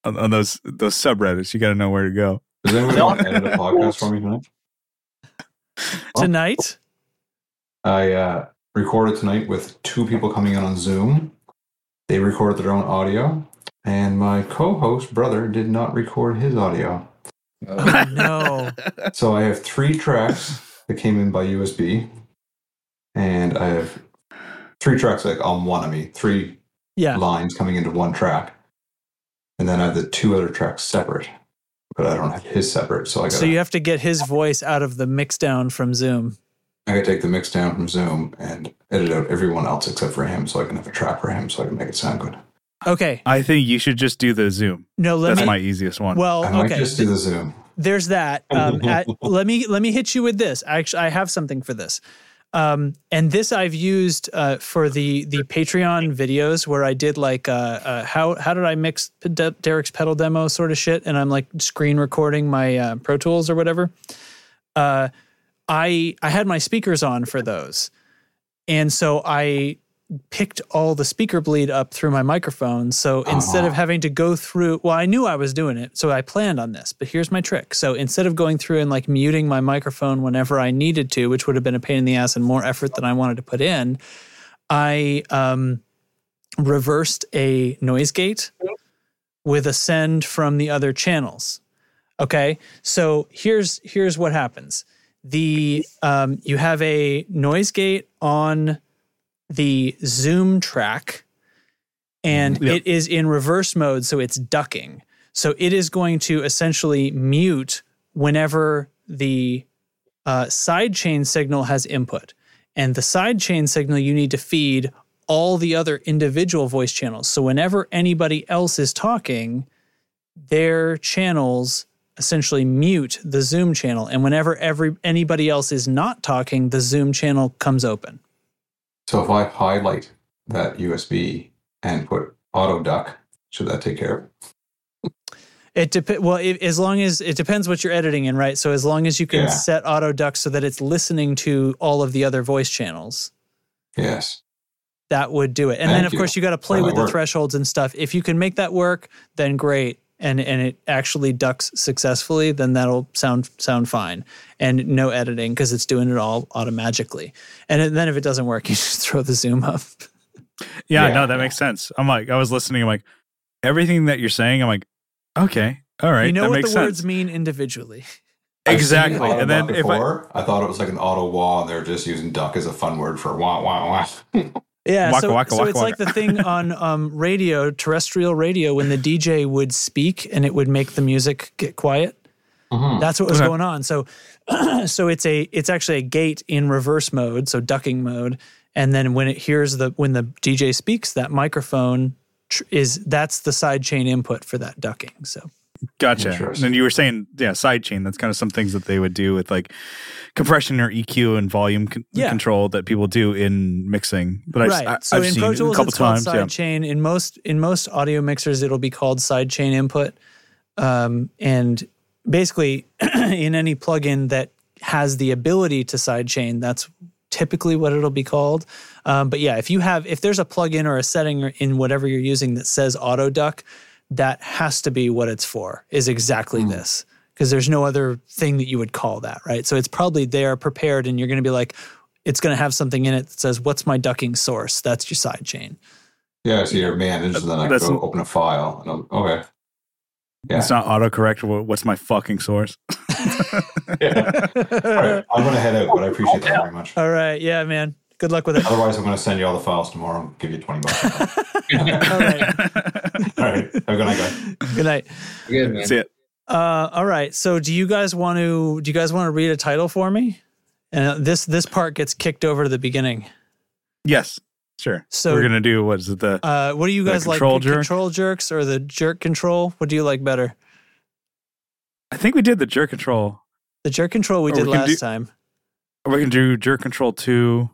Speaker 8: uh, on, on those those subreddits. You got to know where to go.
Speaker 9: Does
Speaker 8: (laughs)
Speaker 9: anyone want to edit a podcast for me tonight? oh.
Speaker 2: tonight.
Speaker 9: I uh, recorded tonight with two people coming in on Zoom. They recorded their own audio, and my co-host brother did not record his audio.
Speaker 2: (laughs) Oh, no.
Speaker 9: So I have three tracks that came in by USB, and I have three tracks like on one of me, three
Speaker 2: Yeah.
Speaker 9: lines coming into one track, and then I have the two other tracks separate, but I don't have his separate. So I got
Speaker 2: So you have to get his voice out of the mix down from Zoom.
Speaker 9: I could take the mix down from Zoom and edit out everyone else except for him, so I can have a track for him, so I can make it sound good.
Speaker 2: Okay.
Speaker 8: I think you should just do the Zoom.
Speaker 2: No, let
Speaker 8: That's
Speaker 2: me
Speaker 8: my easiest one.
Speaker 9: I
Speaker 2: Well,
Speaker 9: might
Speaker 2: okay.
Speaker 9: just do the Zoom.
Speaker 2: there's that. Um, at, let me let me hit you with this. Actually, I have something for this, um, and this I've used uh, for the the Patreon videos where I did like uh, uh, how how did I mix P- De- Derek's pedal demo sort of shit, and I'm like screen recording my uh, Pro Tools or whatever. Uh, I I had my speakers on for those, and so I picked all the speaker bleed up through my microphone. So instead of having to go through, well, I knew I was doing it, so I planned on this. But here's my trick: so instead of going through and like muting my microphone whenever I needed to, which would have been a pain in the ass and more effort than I wanted to put in, I um, reversed a noise gate with a send from the other channels. Okay, so here's here's what happens: the um, you have a noise gate on the Zoom track, and
Speaker 8: Yep.
Speaker 2: it is in reverse mode, so it's ducking. So it is going to essentially mute whenever the uh, sidechain signal has input, and the sidechain signal you need to feed all the other individual voice channels. So whenever anybody else is talking, their channels essentially mute the Zoom channel, and whenever every anybody else is not talking, the Zoom channel comes open.
Speaker 9: So if I highlight that USB and put auto duck, should that take care of it?
Speaker 2: It dep- well, it, as long as it depends what you're editing in, right? So as long as you can
Speaker 9: Yeah.
Speaker 2: set auto duck so that it's listening to all of the other voice channels,
Speaker 9: Yes.
Speaker 2: that would do it. And then
Speaker 9: Thank
Speaker 2: of
Speaker 9: you.
Speaker 2: course you got to play
Speaker 9: Well,
Speaker 2: with
Speaker 9: that
Speaker 2: the
Speaker 9: worked.
Speaker 2: thresholds and stuff. If you can make that work, then great. And and it actually ducks successfully, then that'll sound sound fine. And no editing because it's doing it all automatically. And then if it doesn't work, (laughs) you just throw the zoom up.
Speaker 8: Yeah,
Speaker 9: Yeah.
Speaker 8: no, that makes sense. I'm like, I was listening. I'm like, everything that you're saying, I'm like, okay, all right,
Speaker 2: you know
Speaker 8: that
Speaker 2: what the
Speaker 8: makes
Speaker 2: words
Speaker 8: sense.
Speaker 2: mean individually.
Speaker 9: I've seen
Speaker 8: exactly.
Speaker 9: auto
Speaker 8: And then
Speaker 9: duck
Speaker 8: if I,
Speaker 9: before, I, thought it was like an auto wall, and they're just using duck as a fun word for wah wah wah.
Speaker 2: Yeah,
Speaker 8: Waka,
Speaker 2: so,
Speaker 8: waka,
Speaker 2: so
Speaker 8: waka,
Speaker 2: it's like the
Speaker 8: waka. (laughs)
Speaker 2: thing on um, radio, terrestrial radio, when the DJ would speak and it would make the music get quiet.
Speaker 9: Mhm.
Speaker 2: That's what was
Speaker 8: Okay.
Speaker 2: going on. So, (clears throat) so it's a it's actually a gate in reverse mode, so ducking mode, and then when it hears the when the DJ speaks, that microphone tr- is that's the sidechain input for that ducking. So
Speaker 8: gotcha. And
Speaker 9: Interesting.
Speaker 8: then you were saying, yeah, sidechain. That's kind of some things that they would do with like compression or EQ and volume con-
Speaker 2: Yeah.
Speaker 8: control that people do in mixing. But I've,
Speaker 2: right.
Speaker 8: I,
Speaker 2: so
Speaker 8: have
Speaker 2: in
Speaker 8: seen
Speaker 2: Pro
Speaker 8: it a
Speaker 2: Tools,
Speaker 8: couple
Speaker 2: it's called
Speaker 8: times. Yeah.
Speaker 2: sidechain. In most in most audio mixers, it'll be called (clears throat) sidechain input. Um, and basically, in any plugin that has the ability to sidechain, that's typically what it'll be called. Um, but yeah, if you have if there's a plugin or a setting or- in whatever you're using that says auto duck, that has to be what it's for. Is exactly
Speaker 8: Hmm.
Speaker 2: this because there's no other thing that you would call that, right? So it's probably there prepared, and you're going to be like, it's going to have something in it that says, "What's my ducking source?" That's your sidechain.
Speaker 9: (laughs) Yeah, I see your managed, and then I
Speaker 8: That's-
Speaker 9: go open a file. And I'm, okay. Yeah.
Speaker 8: It's not autocorrect. Wha- What's my fucking source? (laughs)
Speaker 9: Yeah. All right. I'm going to head out, but I appreciate that very much.
Speaker 2: All right, Uh, yeah,
Speaker 8: (laughs)
Speaker 2: man. Good luck with it.
Speaker 9: Otherwise, I'm going to send you all the files tomorrow and give you 20
Speaker 2: (laughs)
Speaker 9: bucks. (laughs) all
Speaker 2: All right.
Speaker 9: right. Have a good night, guys.
Speaker 2: (laughs) Good night.
Speaker 4: Good man.
Speaker 8: That's it.
Speaker 2: Uh, all right. So, do you guys want to? Do you guys want to read a title for me? And uh, this this part gets kicked over to the beginning.
Speaker 8: Yes, sure.
Speaker 2: So-
Speaker 8: we're gonna do what is it? The
Speaker 2: Uh, what do you
Speaker 8: The
Speaker 2: guys like?
Speaker 8: control
Speaker 2: the
Speaker 8: jerk?
Speaker 2: Control jerks or the jerk control? What do you like better?
Speaker 8: I think we did the jerk control.
Speaker 2: The jerk control we
Speaker 8: Or
Speaker 2: did
Speaker 8: we can
Speaker 2: last
Speaker 8: do-
Speaker 2: time.
Speaker 8: Or we can do jerk control two,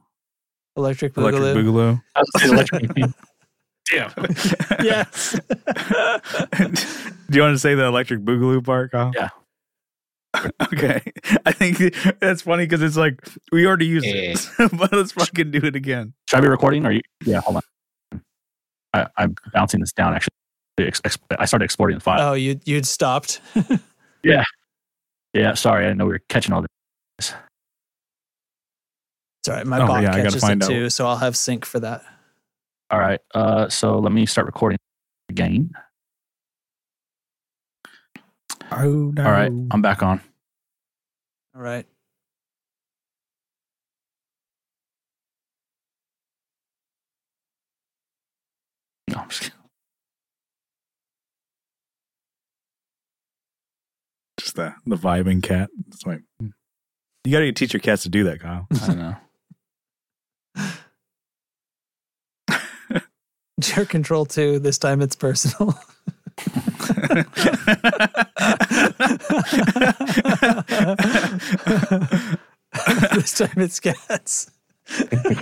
Speaker 2: Electric Boogaloo.
Speaker 8: electric boogaloo.
Speaker 2: (laughs)
Speaker 10: Damn.
Speaker 2: Yes.
Speaker 8: do you want to say the electric boogaloo part, Kyle?
Speaker 10: Yeah.
Speaker 8: (laughs) okay. I think that's funny because it's like we already used
Speaker 4: Yeah.
Speaker 8: it, (laughs) but let's fucking do it again.
Speaker 10: Should I be recording? Are you? Yeah, hold on. I, I'm bouncing this down. Actually, Ex- ex- I started exporting the file.
Speaker 2: oh, you you'd stopped. (laughs)
Speaker 10: yeah, sorry, I didn't know we were catching all this.
Speaker 2: Sorry, my
Speaker 8: Oh,
Speaker 2: bot
Speaker 8: yeah, I gotta
Speaker 2: catches it
Speaker 8: find out.
Speaker 2: too, so I'll have sync for that.
Speaker 10: All right, uh, so let me start recording again.
Speaker 8: Oh no!
Speaker 10: All right, I'm back on.
Speaker 2: All right. (laughs)
Speaker 10: No, I'm just kidding.
Speaker 8: Just the the vibing cat. It's like you got to teach your cats to do that, Kyle. (laughs)
Speaker 10: I don't
Speaker 1: (laughs)
Speaker 10: know.
Speaker 2: Jerk control two. This time it's personal. (laughs) this time it's cats.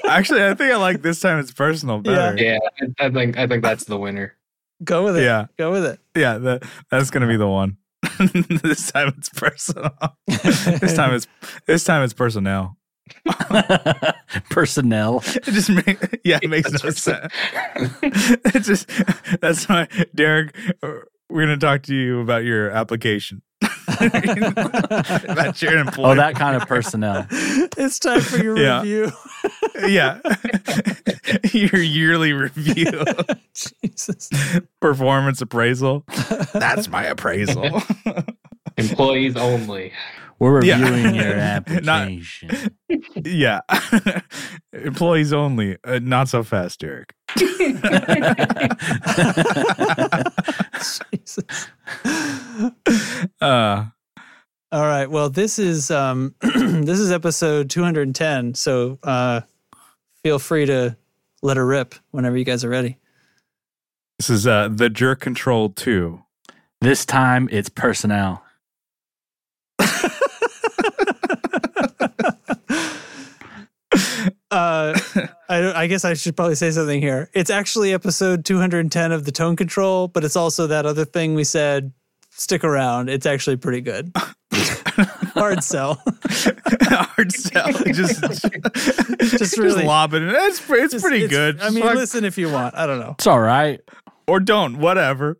Speaker 8: Actually, I think I like this time. It's personal better.
Speaker 4: Yeah, I, I think I think that's the winner.
Speaker 2: Go with it.
Speaker 8: yeah,
Speaker 2: Go with it.
Speaker 8: yeah. that- that's gonna be the one. (laughs) this time it's personal. this time it's this time it's personnel.
Speaker 10: (laughs) Personnel.
Speaker 8: It just makes yeah, it makes no sense. (laughs) it's just that's why Derek. We're gonna talk to you about your
Speaker 10: (laughs)
Speaker 8: application. (laughs) about your employer.
Speaker 10: Oh, that kind of personnel.
Speaker 2: it's time for your
Speaker 8: Yeah.
Speaker 2: review.
Speaker 8: yeah. (laughs) Your
Speaker 10: (laughs)
Speaker 8: yearly review
Speaker 2: Jesus.
Speaker 8: performance appraisal. That's my appraisal.
Speaker 4: Employees only.
Speaker 10: (laughs) We're
Speaker 8: Yeah.
Speaker 10: reviewing
Speaker 11: (laughs)
Speaker 8: (laughs)
Speaker 10: your
Speaker 8: Not-
Speaker 10: application.
Speaker 8: yeah. (laughs) Employees only. Uh, not so fast, Derek.
Speaker 2: Jesus.
Speaker 8: Uh,
Speaker 2: All right. Well, this is um (clears throat) this is episode 210, so uh feel free to let her rip whenever you guys are ready.
Speaker 8: this is uh, the jerk control two.
Speaker 10: this time it's
Speaker 8: (laughs)
Speaker 10: personnel.
Speaker 1: (laughs)
Speaker 2: Uh, I, I guess I should probably say something here. It's actually episode 210 of the tone control, but it's also that other thing we said. Stick around; it's actually pretty
Speaker 1: (laughs)
Speaker 2: good. Hard sell.
Speaker 8: Hard sell.
Speaker 2: (laughs)
Speaker 8: Just, just
Speaker 2: really-
Speaker 8: lobbing it. It's, pre- it's
Speaker 2: Just-
Speaker 8: pretty
Speaker 2: it's-
Speaker 8: good.
Speaker 2: I mean,
Speaker 8: Fuck.
Speaker 2: listen if you want. I don't know.
Speaker 10: It's all right.
Speaker 8: or don't,
Speaker 10: (laughs)
Speaker 8: whatever.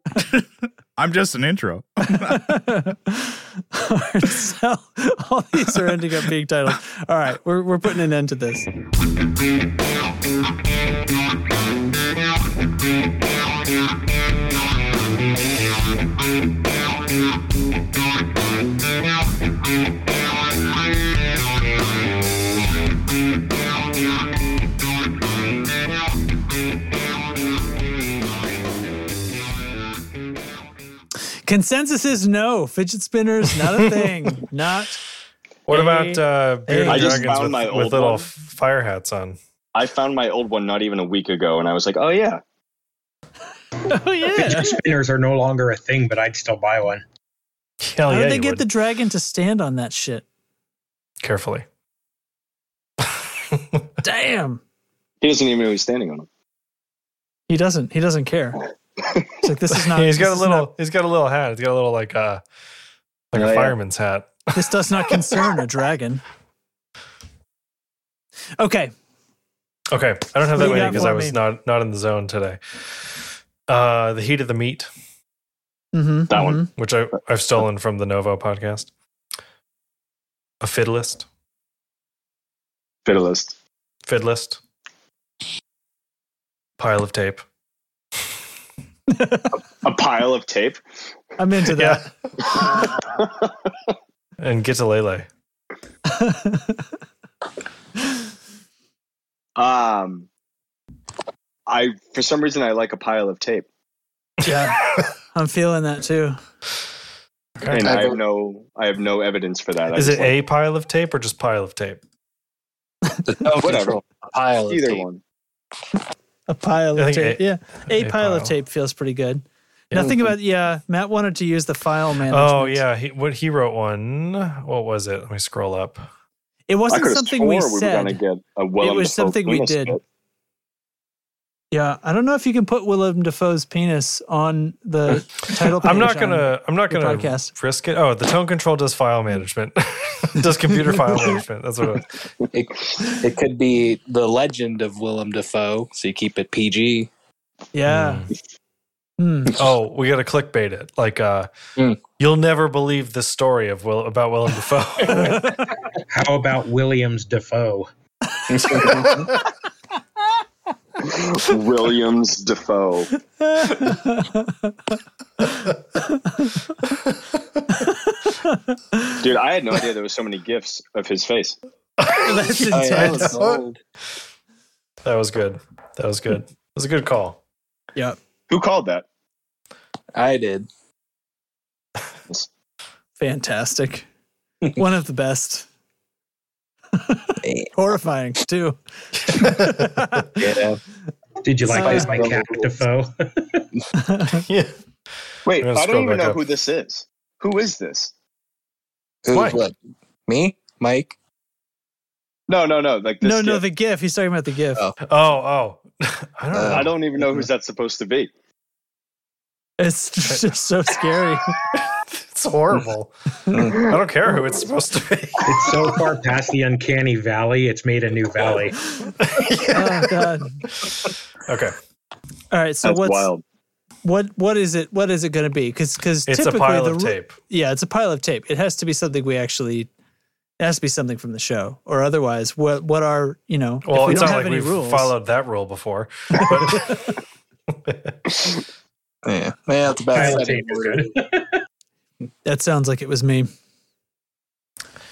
Speaker 8: I'm just an intro.
Speaker 2: Hard sell. All these are ending up being titled. All right, we're we're putting an end to this. Mm-hmm. Consensus is no. Fidget spinners, not a
Speaker 1: (laughs)
Speaker 2: thing. not.
Speaker 1: What
Speaker 2: Hey,
Speaker 1: about uh, bearded
Speaker 2: I just
Speaker 1: dragons
Speaker 3: found
Speaker 1: with,
Speaker 3: my
Speaker 1: with
Speaker 3: old
Speaker 1: little
Speaker 3: one.
Speaker 1: fire hats on?
Speaker 3: I found my old one not even a week ago, and I was like, oh yeah,
Speaker 2: Oh yeah.
Speaker 12: spinners are no longer a thing, but I'd still buy one.
Speaker 1: Hell
Speaker 2: How
Speaker 1: yeah,
Speaker 2: did they
Speaker 1: you
Speaker 2: get
Speaker 1: would.
Speaker 2: the dragon to stand on that shit?
Speaker 1: carefully. (laughs)
Speaker 2: Damn.
Speaker 3: he doesn't even know he's standing on him.
Speaker 2: He doesn't. He doesn't care. It's like this is not.
Speaker 1: (laughs) he's got
Speaker 2: this
Speaker 1: a
Speaker 2: is
Speaker 1: little.
Speaker 2: not-
Speaker 1: he's got a little hat. He's got a little uh, like a like
Speaker 3: Oh,
Speaker 1: a
Speaker 3: yeah.
Speaker 1: fireman's hat.
Speaker 2: This does not concern a dragon. Okay.
Speaker 1: Okay, I don't
Speaker 2: What
Speaker 1: have that
Speaker 2: do you
Speaker 1: many
Speaker 2: got
Speaker 1: because I
Speaker 2: for
Speaker 1: was
Speaker 2: me?
Speaker 1: not not in the zone today. Uh, the heat of the meat,
Speaker 2: Mm-hmm.
Speaker 5: That one.
Speaker 1: which I I've stolen from the Novo podcast. A fiddlist,
Speaker 3: Fiddlist.
Speaker 1: fiddlist, pile
Speaker 2: (laughs)
Speaker 1: of tape.
Speaker 3: A pile of tape.
Speaker 2: I'm into that.
Speaker 1: and get to Lele.
Speaker 3: Um, I for some reason I like a pile of tape,
Speaker 1: (laughs)
Speaker 2: Yeah. I'm feeling that too.
Speaker 3: and I have no I have no evidence for that. I
Speaker 1: Is
Speaker 3: just
Speaker 1: it
Speaker 3: like-
Speaker 1: a pile of tape or just pile of tape?
Speaker 7: No
Speaker 3: (laughs) Whatever.
Speaker 7: control. A pile of
Speaker 3: Either
Speaker 7: tape.
Speaker 3: one. (laughs)
Speaker 2: A pile
Speaker 1: I
Speaker 2: of
Speaker 1: think
Speaker 2: tape.
Speaker 1: a-
Speaker 2: yeah. A,
Speaker 1: a
Speaker 2: pile, of
Speaker 1: pile.
Speaker 2: tape feels pretty good.
Speaker 1: Yeah.
Speaker 2: Nothing about yeah, Matt wanted to use the file management.
Speaker 1: Oh yeah, he, what he wrote one. What was it? Let me scroll up.
Speaker 2: It
Speaker 3: I
Speaker 2: wasn't
Speaker 3: could have
Speaker 2: something we
Speaker 3: swore were
Speaker 2: said.
Speaker 3: gonna get a well
Speaker 2: It was something we did. yeah, I don't know if you can put Willem Dafoe's penis on
Speaker 1: (laughs)
Speaker 2: the title page.
Speaker 1: I'm not
Speaker 2: on-
Speaker 1: gonna. I'm not
Speaker 2: your
Speaker 1: gonna
Speaker 2: podcast.
Speaker 1: risk it. Oh, the tone control does file management. (laughs) does
Speaker 2: (laughs)
Speaker 1: computer file management? That's what. It
Speaker 7: It,
Speaker 1: was.
Speaker 7: it could be the legend of Willem Dafoe, so you keep it PG.
Speaker 2: Yeah. Hmm.
Speaker 1: Oh, we gotta clickbait it. Like, uh,
Speaker 7: Mm.
Speaker 2: (laughs)
Speaker 1: you'll never believe the story of Will about Willem Dafoe.
Speaker 2: (laughs)
Speaker 12: How about Williams
Speaker 3: (laughs)
Speaker 12: Defoe?
Speaker 3: Williams Defoe. Dude, I had no idea there was so many gifs of his face.
Speaker 7: (laughs)
Speaker 1: That's
Speaker 7: Oh, yeah, that
Speaker 1: intense.
Speaker 7: was old.
Speaker 1: That was good. That was good. That was a good call.
Speaker 2: yeah.
Speaker 3: Who called that?
Speaker 7: I did.
Speaker 1: (laughs)
Speaker 2: Fantastic. One of the (laughs) best. Horrifying
Speaker 1: (laughs)
Speaker 2: too. (laughs)
Speaker 7: Yeah.
Speaker 12: Did you like
Speaker 2: Uh,
Speaker 12: this, my cat
Speaker 2: (laughs)
Speaker 12: Defoe?
Speaker 1: Yeah.
Speaker 3: Wait,
Speaker 1: I'm gonna
Speaker 3: I
Speaker 1: scroll
Speaker 3: don't even
Speaker 1: back
Speaker 3: know
Speaker 1: up.
Speaker 3: who this is. Who is this?
Speaker 7: Who,
Speaker 1: Mike.
Speaker 7: what? Me? Mike?
Speaker 3: No, no, no. Like this
Speaker 2: no, no,
Speaker 3: gif.
Speaker 2: the GIF. He's talking about the GIF. (laughs)
Speaker 7: Oh.
Speaker 1: Oh, oh. I don't know.
Speaker 7: Uh,
Speaker 3: I don't even know who's that supposed to be.
Speaker 2: It's just so (laughs) scary.
Speaker 1: It's horrible.
Speaker 7: Hmm.
Speaker 1: I don't care who it's supposed to be.
Speaker 12: it's so far past the uncanny valley, it's made a new valley.
Speaker 2: oh god.
Speaker 1: Okay.
Speaker 2: All right. So
Speaker 3: That's
Speaker 2: what's
Speaker 3: wild.
Speaker 2: what what is it? What is it going to be? Because
Speaker 1: It's a
Speaker 2: typically
Speaker 1: pile
Speaker 2: the
Speaker 1: of
Speaker 2: ru-
Speaker 1: tape.
Speaker 2: Yeah, it's a pile of tape. It has to be something we actually. It has to be something from the show, or otherwise, what what are you know?
Speaker 1: Well,
Speaker 2: if we
Speaker 1: it's
Speaker 2: don't
Speaker 1: not
Speaker 2: have
Speaker 1: like
Speaker 2: any
Speaker 1: we've
Speaker 2: rules.
Speaker 1: followed that rule before. But
Speaker 7: (laughs) Yeah. Yeah, that's about
Speaker 12: Pile of
Speaker 7: seven
Speaker 12: tape is good.
Speaker 7: words.
Speaker 2: That sounds like it was me.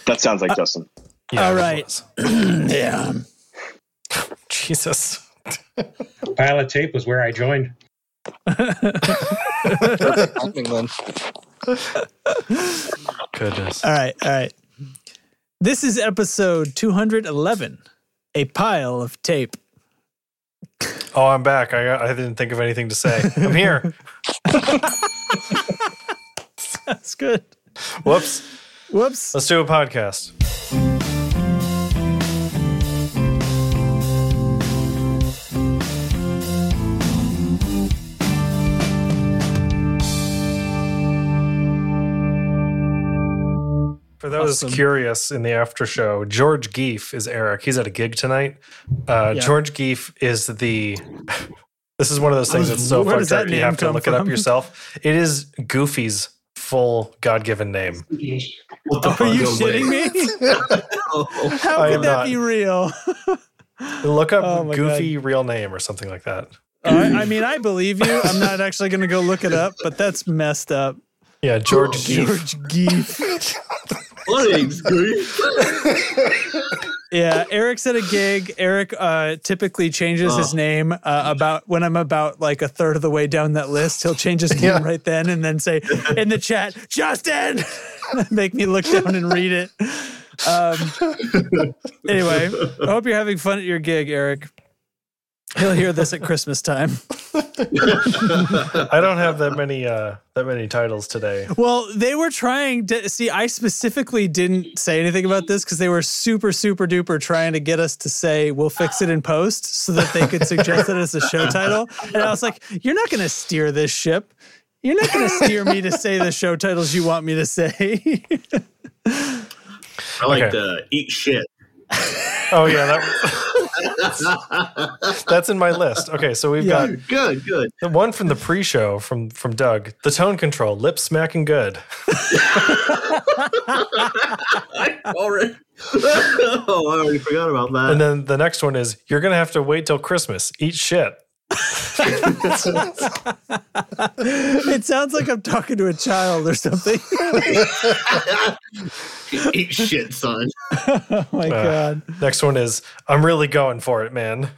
Speaker 3: That sounds like Justin.
Speaker 1: yeah,
Speaker 2: All
Speaker 1: it
Speaker 2: right.
Speaker 1: was.
Speaker 2: (clears throat) yeah.
Speaker 1: (laughs) Jesus.
Speaker 12: Pile of tape was where I joined.
Speaker 7: Something then.
Speaker 1: (laughs) Goodness.
Speaker 2: All right, all right. This is episode 211, a pile of tape.
Speaker 1: Oh, I'm back. I got, I didn't think of anything to say. I'm here.
Speaker 2: That's good.
Speaker 1: Whoops.
Speaker 2: Whoops.
Speaker 1: Let's do a podcast. For those
Speaker 2: Awesome.
Speaker 1: curious in the after show, George Geef is Eric. He's at a gig tonight. Uh,
Speaker 2: Yeah.
Speaker 1: George Geef is the. (laughs) This is one of those things that's so
Speaker 2: Where
Speaker 1: fucked
Speaker 2: does that
Speaker 1: up. You
Speaker 2: name
Speaker 1: have to
Speaker 2: come
Speaker 1: look it up
Speaker 2: from?
Speaker 1: yourself. It is Goofy's full God given name.
Speaker 4: What
Speaker 2: (laughs) Are you
Speaker 4: (laughs)
Speaker 2: shitting me?
Speaker 1: (laughs)
Speaker 4: me?
Speaker 2: How
Speaker 1: I
Speaker 2: could
Speaker 1: am
Speaker 2: that
Speaker 1: not.
Speaker 2: be
Speaker 1: (laughs)
Speaker 2: real?
Speaker 1: Look up
Speaker 2: Oh my
Speaker 1: Goofy real name or something like that.
Speaker 2: I, I mean, I believe you. I'm not actually going to go look it up, but that's messed up.
Speaker 1: Yeah, George Geef.
Speaker 2: George
Speaker 1: (laughs)
Speaker 2: Geef.
Speaker 4: (laughs) what an
Speaker 2: (laughs)
Speaker 4: excuse.
Speaker 2: Yeah, Eric's at a gig. Eric uh, typically changes his name uh, about when I'm about like a third of the way down that list. He'll change his name right then and then say in the chat, Justin, (laughs) make me look down and read it. (laughs) Um, anyway, I hope you're having fun at your gig, Eric. He'll hear this at Christmas time.
Speaker 1: (laughs) I don't have that many uh that many titles today.
Speaker 2: Well, they were trying to see. I specifically didn't say anything about this because they were super, super duper trying to get us to say we'll fix it in post (laughs) so that they could suggest it as a show title. And I was like, "You're not going to steer this ship. You're not going to steer me to say the show titles you want me to say. (laughs)
Speaker 4: I like
Speaker 1: Okay.
Speaker 4: to eat shit. (laughs) Oh,
Speaker 1: Oh yeah, that, that's in my list. Okay, so we've
Speaker 4: Yeah.
Speaker 1: got
Speaker 4: Good, good.
Speaker 1: the one from the pre-show from from Doug. The tone control, lip smacking good.
Speaker 4: I already, oh, I already forgot about that.
Speaker 1: And then the next one is you're gonna have to wait till Christmas. Eat shit.
Speaker 2: Oh, it sounds like I'm talking to a child or
Speaker 4: (laughs)
Speaker 2: something.
Speaker 4: eat shit, son.
Speaker 2: oh (laughs) my
Speaker 1: Uh,
Speaker 2: god.
Speaker 1: Next one is I'm really going for it, man.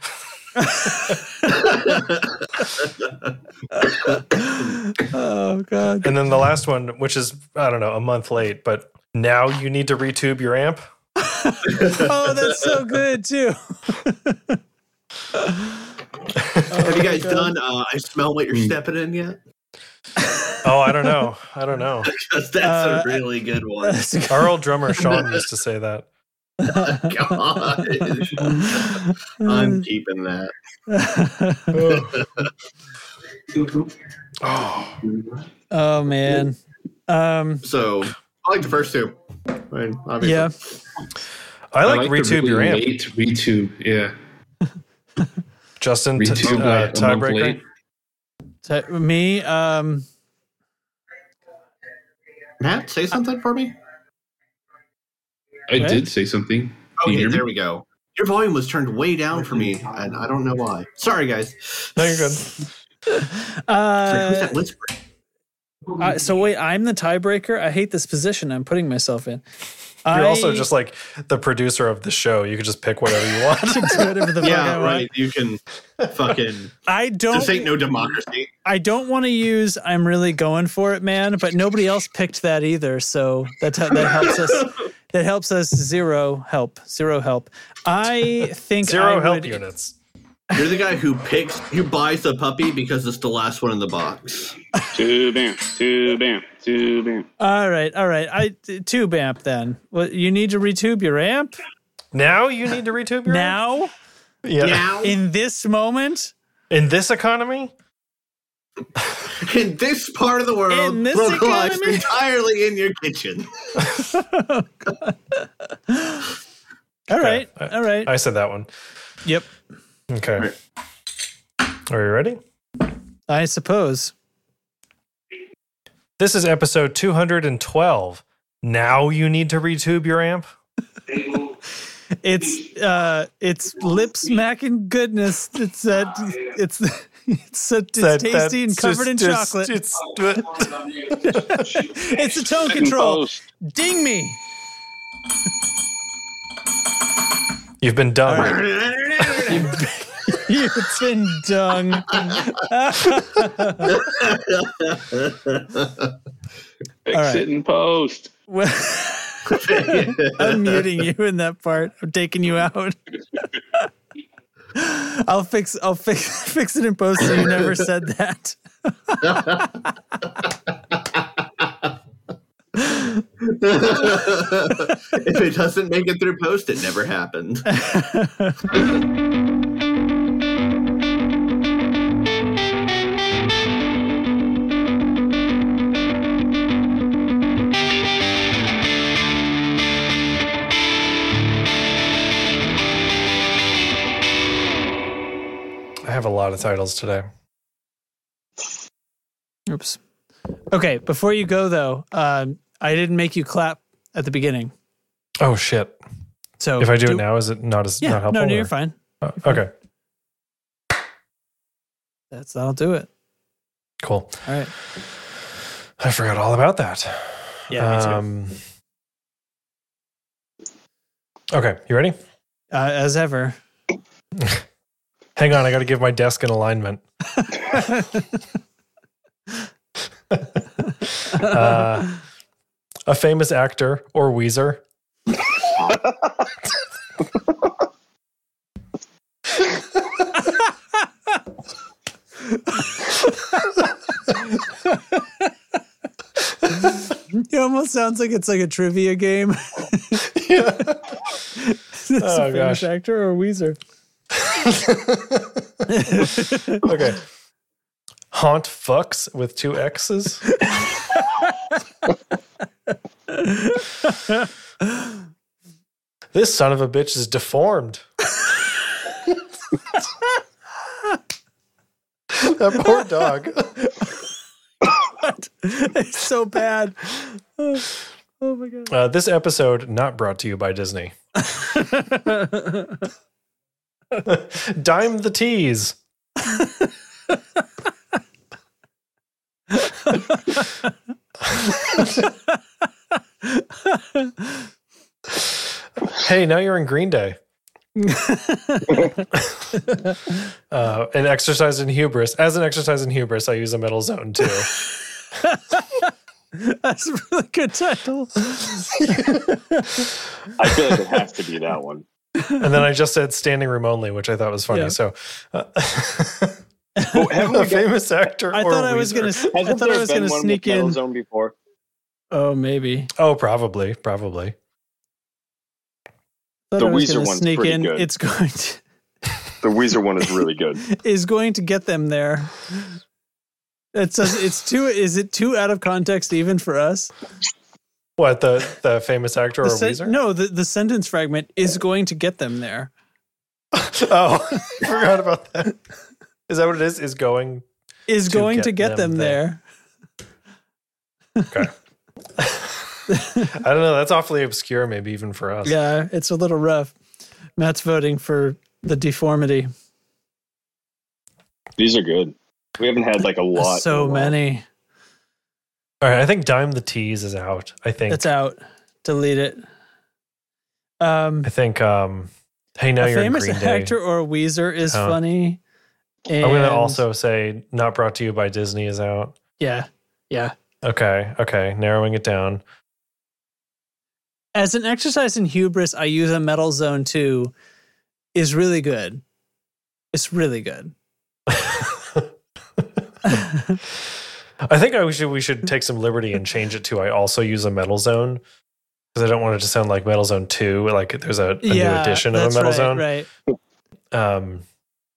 Speaker 1: (laughs)
Speaker 2: Oh god.
Speaker 1: And then the last one, which is I don't know, a month late, but now you need to retube your amp.
Speaker 2: Oh, that's so good too.
Speaker 4: Have you guys
Speaker 2: Oh, God.
Speaker 4: done uh, I Smell What You're
Speaker 6: Hmm.
Speaker 4: Stepping In yet?
Speaker 1: Oh, I don't know. I don't know.
Speaker 4: (laughs) 'Cause that's
Speaker 2: Uh,
Speaker 4: a really good one.
Speaker 2: That's good.
Speaker 1: Our old drummer Sean used to
Speaker 4: (laughs)
Speaker 1: say that.
Speaker 4: God. Oh,
Speaker 2: (laughs) Uh,
Speaker 4: I'm keeping that.
Speaker 2: oh man. Um
Speaker 6: So
Speaker 3: I like the first two. I mean, obviously.
Speaker 2: yeah.
Speaker 1: I like,
Speaker 13: I like the
Speaker 1: retube
Speaker 13: really
Speaker 1: your amp.
Speaker 13: late retube. Yeah,
Speaker 1: (laughs) Justin t-
Speaker 13: retube
Speaker 1: uh,
Speaker 13: like a month
Speaker 1: tiebreaker.
Speaker 13: late.
Speaker 2: So, me um
Speaker 3: Matt,
Speaker 2: Uh,
Speaker 3: say something for me.
Speaker 13: I
Speaker 2: What?
Speaker 13: did say something.
Speaker 1: (laughs)
Speaker 13: Can you
Speaker 3: Okay,
Speaker 13: hear me?
Speaker 3: there we go.
Speaker 4: Your volume was turned way down for me, and I don't know why. Sorry, guys.
Speaker 1: No, you're good.
Speaker 3: (laughs)
Speaker 4: Like, who's
Speaker 2: uh,
Speaker 4: that whispering?
Speaker 2: uh, so wait, I'm the tiebreaker. I hate this position I'm putting myself in.
Speaker 1: You're
Speaker 2: I
Speaker 1: also just like the producer of the show. You can just pick whatever you
Speaker 2: (laughs)
Speaker 1: want.
Speaker 2: can do whatever the fuck I
Speaker 3: Yeah,
Speaker 2: want.
Speaker 3: right. You can fucking.
Speaker 2: I don't
Speaker 3: This ain't no democracy.
Speaker 2: I don't want to use I'm really going for it, man, but nobody else picked that either. So that that helps
Speaker 1: (laughs)
Speaker 2: us that helps us zero help. Zero help. I think
Speaker 1: Zero
Speaker 2: I
Speaker 1: help
Speaker 2: would-
Speaker 1: units.
Speaker 6: you're the guy who picks, who buys the puppy because it's the last one in the box.
Speaker 5: Two bam, two bam, two bam.
Speaker 2: All right, all right. I tube amp then. Well, you need to retube your amp
Speaker 1: Now you need to retube your amp.
Speaker 2: now
Speaker 1: Yeah.
Speaker 4: Now,
Speaker 2: in this moment.
Speaker 1: In this economy,
Speaker 4: in this part of the world,
Speaker 2: In this
Speaker 4: localized
Speaker 2: economy?
Speaker 4: entirely in your
Speaker 2: (laughs)
Speaker 4: kitchen.
Speaker 2: All right,
Speaker 1: Yeah,
Speaker 2: all right.
Speaker 1: I said that one.
Speaker 2: yep,
Speaker 1: Okay. Are you ready?
Speaker 2: I suppose.
Speaker 1: This is episode 212. Now you need to retube your amp.
Speaker 2: (laughs) It's uh, it's lip smacking goodness. It's that it's it's, it's,
Speaker 1: That-
Speaker 2: it's tasty and
Speaker 1: that's
Speaker 2: covered in
Speaker 1: just- just-
Speaker 2: chocolate.
Speaker 1: It's,
Speaker 2: (laughs) It's a tone control. (laughs) Ding me.
Speaker 1: you've been dumb.
Speaker 2: You've been
Speaker 4: (laughs)
Speaker 2: dung. (laughs)
Speaker 5: Fix
Speaker 2: All right.
Speaker 5: it in post.
Speaker 2: Well, I'm muting you in that part. I'm taking you out. I'll fix. I'll fix. (laughs) Fix it in post. So you never said that.
Speaker 6: if it doesn't make it through post, it never happened.
Speaker 2: (laughs)
Speaker 1: I have a lot of titles today.
Speaker 2: (laughs) Oops. Okay. Before you go though, um, I didn't make you clap at the beginning.
Speaker 1: Oh shit.
Speaker 2: So
Speaker 1: If I do, it now, is it not as
Speaker 2: Oh, yeah,
Speaker 1: not helpful?
Speaker 2: no, no,
Speaker 1: or-
Speaker 2: you're fine.
Speaker 1: Oh, okay.
Speaker 2: That's that'll do it.
Speaker 1: Cool.
Speaker 2: All right.
Speaker 1: I forgot all about that.
Speaker 2: Yeah. me too.
Speaker 1: Um, okay, you ready?
Speaker 2: Uh, as ever.
Speaker 1: (laughs) Hang on, I got to give my desk
Speaker 2: (laughs)
Speaker 1: an alignment. (laughs) Uh, a famous actor or Weezer.
Speaker 2: It almost sounds like it's like a trivia game. (laughs) Is this
Speaker 1: Oh,
Speaker 2: a famous
Speaker 1: gosh.
Speaker 2: actor or Weezer?
Speaker 1: okay. Haunt fucks with
Speaker 2: (laughs)
Speaker 1: two X's. this son of a bitch is deformed. (laughs) that poor dog.
Speaker 2: it's so bad. Oh, (laughs) oh my god.
Speaker 1: Uh, this episode not brought to you by Disney. (laughs) Dime the tease. hey, now you're in Green Day. uh, an exercise in hubris. As an exercise in hubris, I use a metal zone too.
Speaker 2: That's a really good
Speaker 1: (laughs)
Speaker 2: title.
Speaker 3: I feel like it has to be that one.
Speaker 1: and then I just said standing room only, which I thought was funny.
Speaker 2: Yeah.
Speaker 1: So, uh,
Speaker 3: Oh, haven't we
Speaker 1: a
Speaker 3: got-
Speaker 1: famous actor.
Speaker 2: I
Speaker 1: (laughs) or
Speaker 2: thought I was
Speaker 1: Weezer.
Speaker 2: gonna. s- I
Speaker 3: Hasn't
Speaker 2: thought I
Speaker 3: there
Speaker 2: was
Speaker 3: been
Speaker 2: gonna
Speaker 3: one with
Speaker 2: sneak in.
Speaker 3: Metal Zone before.
Speaker 2: Oh, maybe.
Speaker 1: Oh, probably, probably.
Speaker 2: Thought
Speaker 3: The
Speaker 2: I was
Speaker 3: Weezer
Speaker 2: gonna
Speaker 3: one's
Speaker 2: sneak
Speaker 3: pretty
Speaker 2: in.
Speaker 3: good.
Speaker 2: It's (laughs) going to
Speaker 3: The Weezer one is really
Speaker 2: (laughs)
Speaker 3: good.
Speaker 2: is going to get them there. It says it's too. Is it too out of context even for us?
Speaker 1: What the the famous actor
Speaker 2: The
Speaker 1: or
Speaker 2: sen-
Speaker 1: Weezer?
Speaker 2: no, the, the sentence fragment is going to get them
Speaker 1: (laughs)
Speaker 2: there.
Speaker 1: Oh, (laughs) I forgot about that. Is that what it is? Is going?
Speaker 2: Is
Speaker 1: To
Speaker 2: going
Speaker 1: get
Speaker 2: to get
Speaker 1: them
Speaker 2: them, there.
Speaker 1: I don't know. That's awfully obscure, maybe even for us.
Speaker 2: Yeah, it's a little rough. Matt's voting for the deformity.
Speaker 3: These are good. We haven't had like a lot. in a
Speaker 2: so
Speaker 3: while.
Speaker 2: many.
Speaker 1: All right. I think dime the tease is out. I think.
Speaker 2: It's out. Delete it. Um,
Speaker 1: I think. Um. Hey, now
Speaker 2: a
Speaker 1: you're in
Speaker 2: famous
Speaker 1: Green Day.
Speaker 2: actor or Weezer is
Speaker 1: Oh.
Speaker 2: funny. And
Speaker 1: I'm gonna also say not brought to you by Disney is out.
Speaker 2: yeah, yeah.
Speaker 1: Okay. Okay. Narrowing it down.
Speaker 2: As an exercise in hubris, I use a metal zone too. Is really good. It's really good.
Speaker 1: I think I should we should take some liberty and change it to I also use a metal zone because I don't want it to sound like Metal Zone Two. Like there's a, a new
Speaker 2: yeah,
Speaker 1: edition of a
Speaker 2: that's
Speaker 1: metal
Speaker 2: right,
Speaker 1: zone.
Speaker 2: Right.
Speaker 1: Um,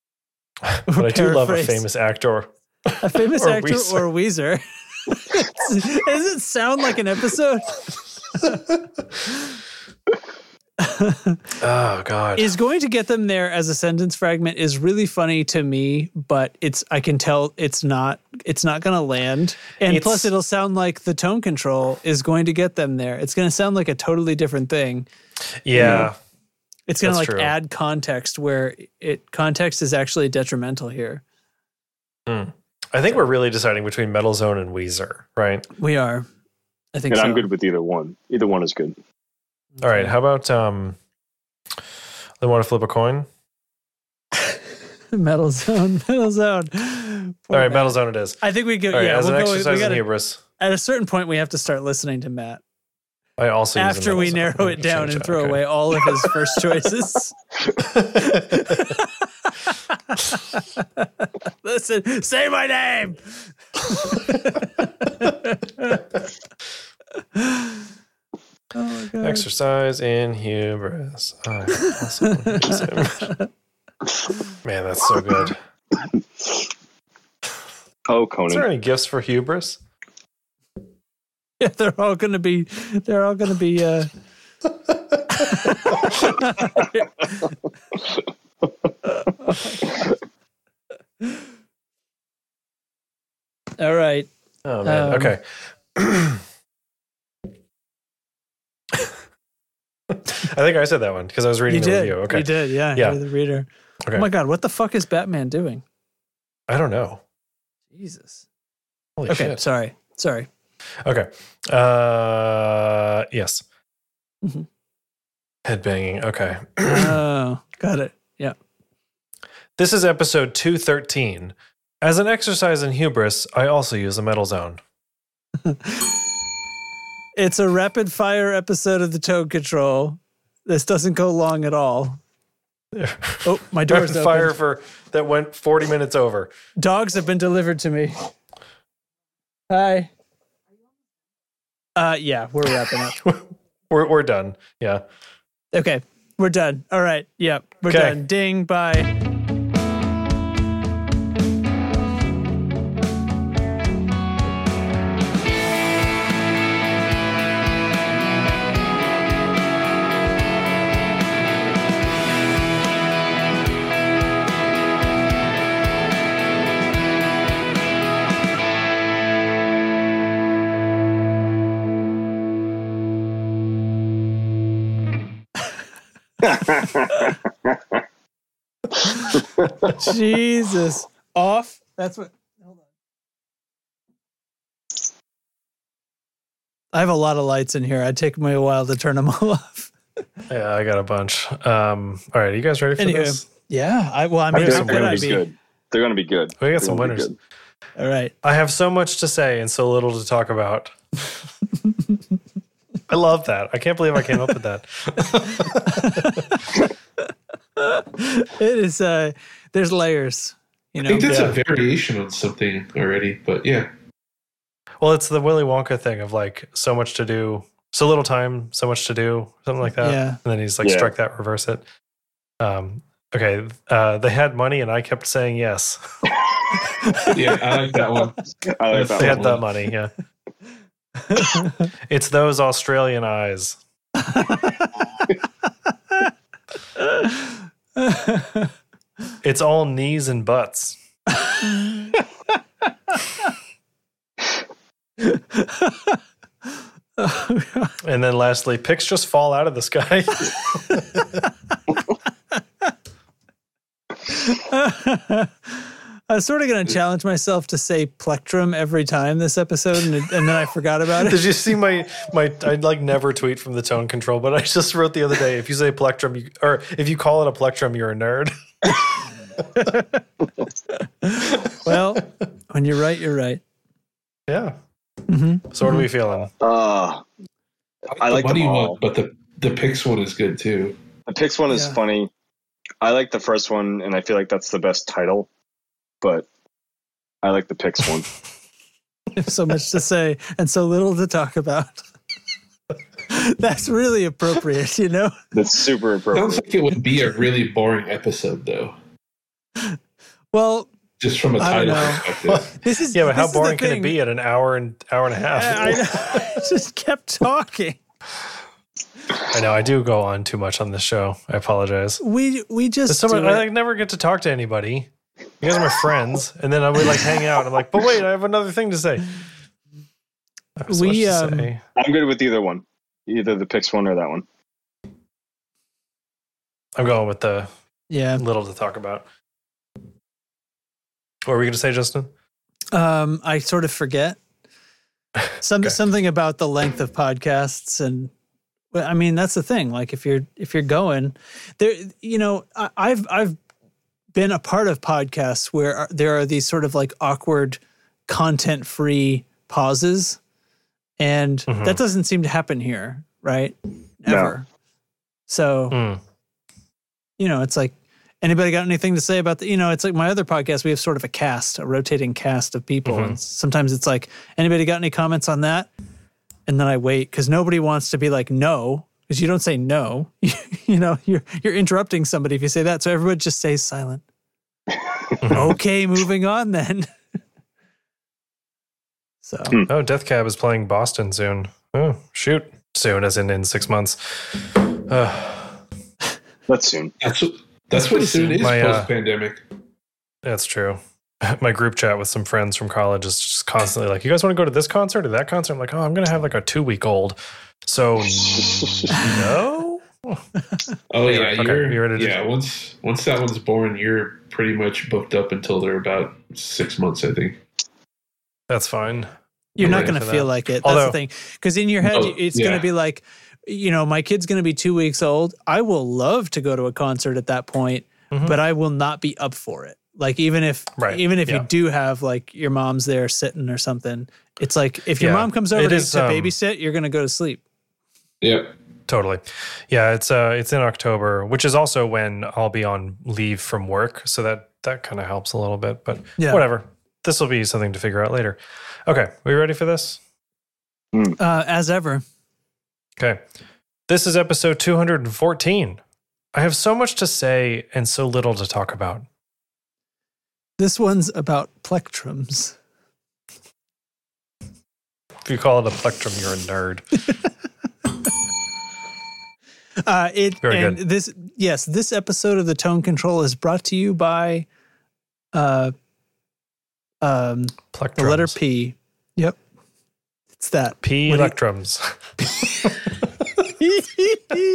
Speaker 1: (laughs) but I do love a
Speaker 2: Paraphrase.
Speaker 1: famous actor.
Speaker 2: A famous
Speaker 1: Or
Speaker 2: actor
Speaker 1: Weezer.
Speaker 2: or Weezer. (laughs) Does it sound like an episode?
Speaker 1: (laughs) Oh God,
Speaker 2: is going to get them there as a sentence fragment is really funny to me, but it's I can tell it's not it's not going to land. And
Speaker 1: It's-
Speaker 2: plus, it'll sound like the tone control is going to get them there. It's going to sound like a totally different thing.
Speaker 1: yeah,
Speaker 2: It's going to
Speaker 1: That's
Speaker 2: like
Speaker 1: true.
Speaker 2: add context where it context is actually detrimental here. Hmm.
Speaker 1: I think we're really deciding between Metal Zone and Weezer, right?
Speaker 2: We are, I think.
Speaker 3: And
Speaker 2: so.
Speaker 3: I'm good with either one. Either one is good.
Speaker 1: All right, how about um, they want to flip a coin?
Speaker 2: Metal zone,
Speaker 3: (laughs)
Speaker 2: metal zone.
Speaker 1: All right, Metal Zone it is.
Speaker 2: I think we go.
Speaker 1: All right,
Speaker 2: yeah,
Speaker 1: as
Speaker 2: we'll
Speaker 1: an
Speaker 2: go.
Speaker 1: exercise
Speaker 2: We
Speaker 1: in
Speaker 2: gotta,
Speaker 1: hubris,
Speaker 2: at a certain point, we have to start listening to Matt.
Speaker 1: I also use a
Speaker 2: after
Speaker 1: metal
Speaker 2: we
Speaker 1: zone.
Speaker 2: narrow it down
Speaker 1: Change
Speaker 2: and
Speaker 1: it,
Speaker 2: throw
Speaker 1: okay.
Speaker 2: away all of his
Speaker 1: (laughs)
Speaker 2: first choices. Listen, say my name. (laughs) oh my god.
Speaker 1: Exercise in hubris. I also use
Speaker 3: (laughs)
Speaker 1: it. Man, that's so good.
Speaker 3: Oh,
Speaker 1: Is
Speaker 3: Conan.
Speaker 1: there any gifts for hubris?
Speaker 2: Yeah, they're all gonna be they're all gonna be
Speaker 3: (laughs)
Speaker 2: uh all right.
Speaker 1: Oh man.
Speaker 2: Um,
Speaker 1: okay. (clears throat) I think I said that one because I was reading
Speaker 2: You
Speaker 1: the
Speaker 2: did.
Speaker 1: review. Okay.
Speaker 2: You did, yeah.
Speaker 1: Yeah.
Speaker 2: You're the reader.
Speaker 1: Okay.
Speaker 2: Oh my god, what the fuck is Batman doing?
Speaker 1: I don't know.
Speaker 2: Jesus.
Speaker 1: Holy
Speaker 2: okay,
Speaker 1: shit. (clears throat)
Speaker 2: sorry. Sorry.
Speaker 1: Okay. Uh, yes.
Speaker 2: Mhm.
Speaker 1: Headbanging. Okay.
Speaker 2: oh, got it. Yeah.
Speaker 1: This is episode 213. As an exercise in hubris, I also use a metal zone.
Speaker 2: It's a rapid fire episode of the Toad Control. This doesn't go long at
Speaker 1: (laughs)
Speaker 2: all. Oh, my door's
Speaker 1: Rapid
Speaker 2: open.
Speaker 1: (laughs) fire for that went 40 minutes over.
Speaker 2: Dogs have been delivered to me. Hi. Uh, yeah, we're wrapping up.
Speaker 1: (laughs) We're, we're done. Yeah.
Speaker 2: Okay, we're done. All right. Yeah, we're
Speaker 1: Okay. (laughs)
Speaker 2: done. Ding. Bye. Jesus. Off. That's what. Hold on. I have a lot of lights in here. I'd take me a while to turn them (laughs) all off.
Speaker 1: Yeah, I got a bunch. Um, all right, are you guys ready for
Speaker 2: Anyway,
Speaker 1: this?
Speaker 2: yeah. I well, I mean,
Speaker 1: There's
Speaker 2: how
Speaker 1: some
Speaker 2: could I
Speaker 1: winners.
Speaker 2: be?
Speaker 1: Good.
Speaker 3: They're going to be good.
Speaker 1: We
Speaker 3: They're
Speaker 1: got some
Speaker 3: gonna be
Speaker 1: winners.
Speaker 3: good.
Speaker 2: All right.
Speaker 1: I have so much to say and so little to
Speaker 2: (laughs)
Speaker 1: talk about. I love that. I can't believe I came up with that.
Speaker 2: It is. Uh, there's layers. You
Speaker 13: I
Speaker 2: know.
Speaker 13: think that's
Speaker 1: yeah.
Speaker 13: a variation on something already, but yeah.
Speaker 1: Well, it's the Willy Wonka thing of like so much to do, so little time, so much to do, something like that.
Speaker 2: Yeah.
Speaker 1: And then he's like
Speaker 13: Yeah.
Speaker 1: strike that, reverse it. Um, okay. Uh, they had money and I kept
Speaker 3: (laughs)
Speaker 1: saying yes.
Speaker 13: Yeah, I like that one.
Speaker 3: I like that
Speaker 1: they had
Speaker 3: one.
Speaker 1: that money, yeah. (laughs) it's those Australian eyes. it's all knees and butts. and then lastly, picks just fall out of the sky. (laughs)
Speaker 2: I was sort of going to challenge myself to say plectrum every time this episode, and, and then I forgot
Speaker 1: (laughs)
Speaker 2: about it.
Speaker 1: Did you see my my? I like never tweet from the tone control, but I just wrote the other day. If you say plectrum, you, or if you call it a plectrum, you're a nerd.
Speaker 2: (laughs) well, when you're right, you're right.
Speaker 1: Yeah.
Speaker 2: (laughs) Mm-hmm.
Speaker 1: So what are we feeling?
Speaker 3: Uh, I like
Speaker 13: the money
Speaker 3: them all.
Speaker 13: one, but the the picks one is good too.
Speaker 3: The Pix one is
Speaker 2: Yeah.
Speaker 3: funny. I like the first one, and I feel like that's the best title. But I like the Pix
Speaker 14: (laughs)
Speaker 3: one.
Speaker 2: so much to say and so little to talk about. (laughs) (laughs) That's really appropriate, you know.
Speaker 3: That's super
Speaker 13: Sounds
Speaker 3: appropriate.
Speaker 13: like it would be a really boring episode though,
Speaker 2: Well,
Speaker 13: just from a
Speaker 2: I
Speaker 13: title
Speaker 2: don't know.
Speaker 13: perspective.
Speaker 2: (laughs) this is
Speaker 1: Yeah, but
Speaker 2: this
Speaker 1: how
Speaker 2: is the
Speaker 1: boring can
Speaker 2: thing.
Speaker 1: it be at an hour and hour and a half?
Speaker 2: I, I know. I just kept talking.
Speaker 1: I know I do go on too much on this show. I apologize.
Speaker 2: We we just
Speaker 1: There's so much,
Speaker 2: do it.
Speaker 1: I like never get to talk to anybody. You guys are my friends, and then I would like hang out. I'm like, but wait, I have another thing to say. I have so
Speaker 2: We,
Speaker 1: much to
Speaker 14: uh,
Speaker 2: um,
Speaker 1: say.
Speaker 3: I'm good with either one, either the Pix one or that one.
Speaker 1: I'm going with the
Speaker 2: yeah.
Speaker 1: little to talk about. What were we going to say, Justin?
Speaker 2: Um, I sort of forget some
Speaker 1: Okay.
Speaker 2: something about the length of podcasts, and well, I mean that's the thing. Like if you're if you're going there, you know, I, I've I've been a part of podcasts where are- there are these sort of like awkward content free pauses, and
Speaker 1: Mhm.
Speaker 2: that doesn't seem to happen here, right? Mm-hmm. (laughs) Ever. So
Speaker 1: Mm.
Speaker 2: you know, it's like anybody got anything to say about the, you know, it's like my other podcast, we have sort of a cast, a rotating cast of people.
Speaker 1: Mhm.
Speaker 2: And sometimes it's like, anybody got any comments on that? And then I wait because nobody wants to be like, no, because you don't say no. (laughs) you know, you're, you're interrupting somebody if you say that. So everybody just stays silent. okay, moving on then. so,
Speaker 3: Hmm.
Speaker 1: Oh, Death Cab is playing Boston soon. Oh, shoot. Soon, as in in six months. Uh,
Speaker 3: That's soon.
Speaker 13: That's what that's what soon is
Speaker 1: My, uh,
Speaker 13: post pandemic.
Speaker 1: that's true. (laughs) My group chat with some friends from college is just constantly like, you guys want to go to this concert or that concert? I'm like, oh, I'm going to have like a two week old.
Speaker 3: (laughs)
Speaker 1: So, no?
Speaker 13: Oh yeah,
Speaker 1: okay,
Speaker 13: you're,
Speaker 1: you're ready to-
Speaker 13: yeah. Once once that one's born, you're pretty much booked up until they're about six months, I think.
Speaker 1: That's fine.
Speaker 2: You're
Speaker 1: I'm
Speaker 2: not
Speaker 1: ready
Speaker 2: going to
Speaker 1: for
Speaker 2: feel
Speaker 1: that.
Speaker 2: like it. That's
Speaker 1: Although-
Speaker 2: the thing. Because in your head,
Speaker 13: No,
Speaker 2: it's going
Speaker 13: yeah.
Speaker 2: to be like, you know, my kid's going to be two weeks old. I will love to go to a concert at that point,
Speaker 1: Mhm.
Speaker 2: but I will not be up for it. Like even if,
Speaker 1: Right,
Speaker 2: even if
Speaker 1: yeah.
Speaker 2: you do have like your mom's there sitting or something, it's like if your
Speaker 1: Yeah,
Speaker 2: mom comes over
Speaker 1: it
Speaker 2: to,
Speaker 1: is,
Speaker 2: to
Speaker 1: um,
Speaker 2: babysit, you're going to go to sleep.
Speaker 13: Yep.
Speaker 1: Totally. Yeah, it's uh it's in October, which is also when I'll be on leave from work, so that that kind of helps a little bit, but
Speaker 2: Yeah.
Speaker 1: whatever. This will be something to figure out later. Okay, we ready for this?
Speaker 2: Uh, as ever,
Speaker 1: Okay. This is episode 214. I have so much to say and so little to talk about.
Speaker 2: this one's about plectrums.
Speaker 1: If you call it a plectrum, you're a nerd.
Speaker 2: Uh, it
Speaker 1: Very
Speaker 2: and
Speaker 1: good.
Speaker 2: this yes, this episode of the Tone Control is brought to you by, uh, um,
Speaker 1: Plectrums.
Speaker 2: the letter P. Yep, it's that.
Speaker 1: P (laughs)
Speaker 2: What do you-
Speaker 1: electrums.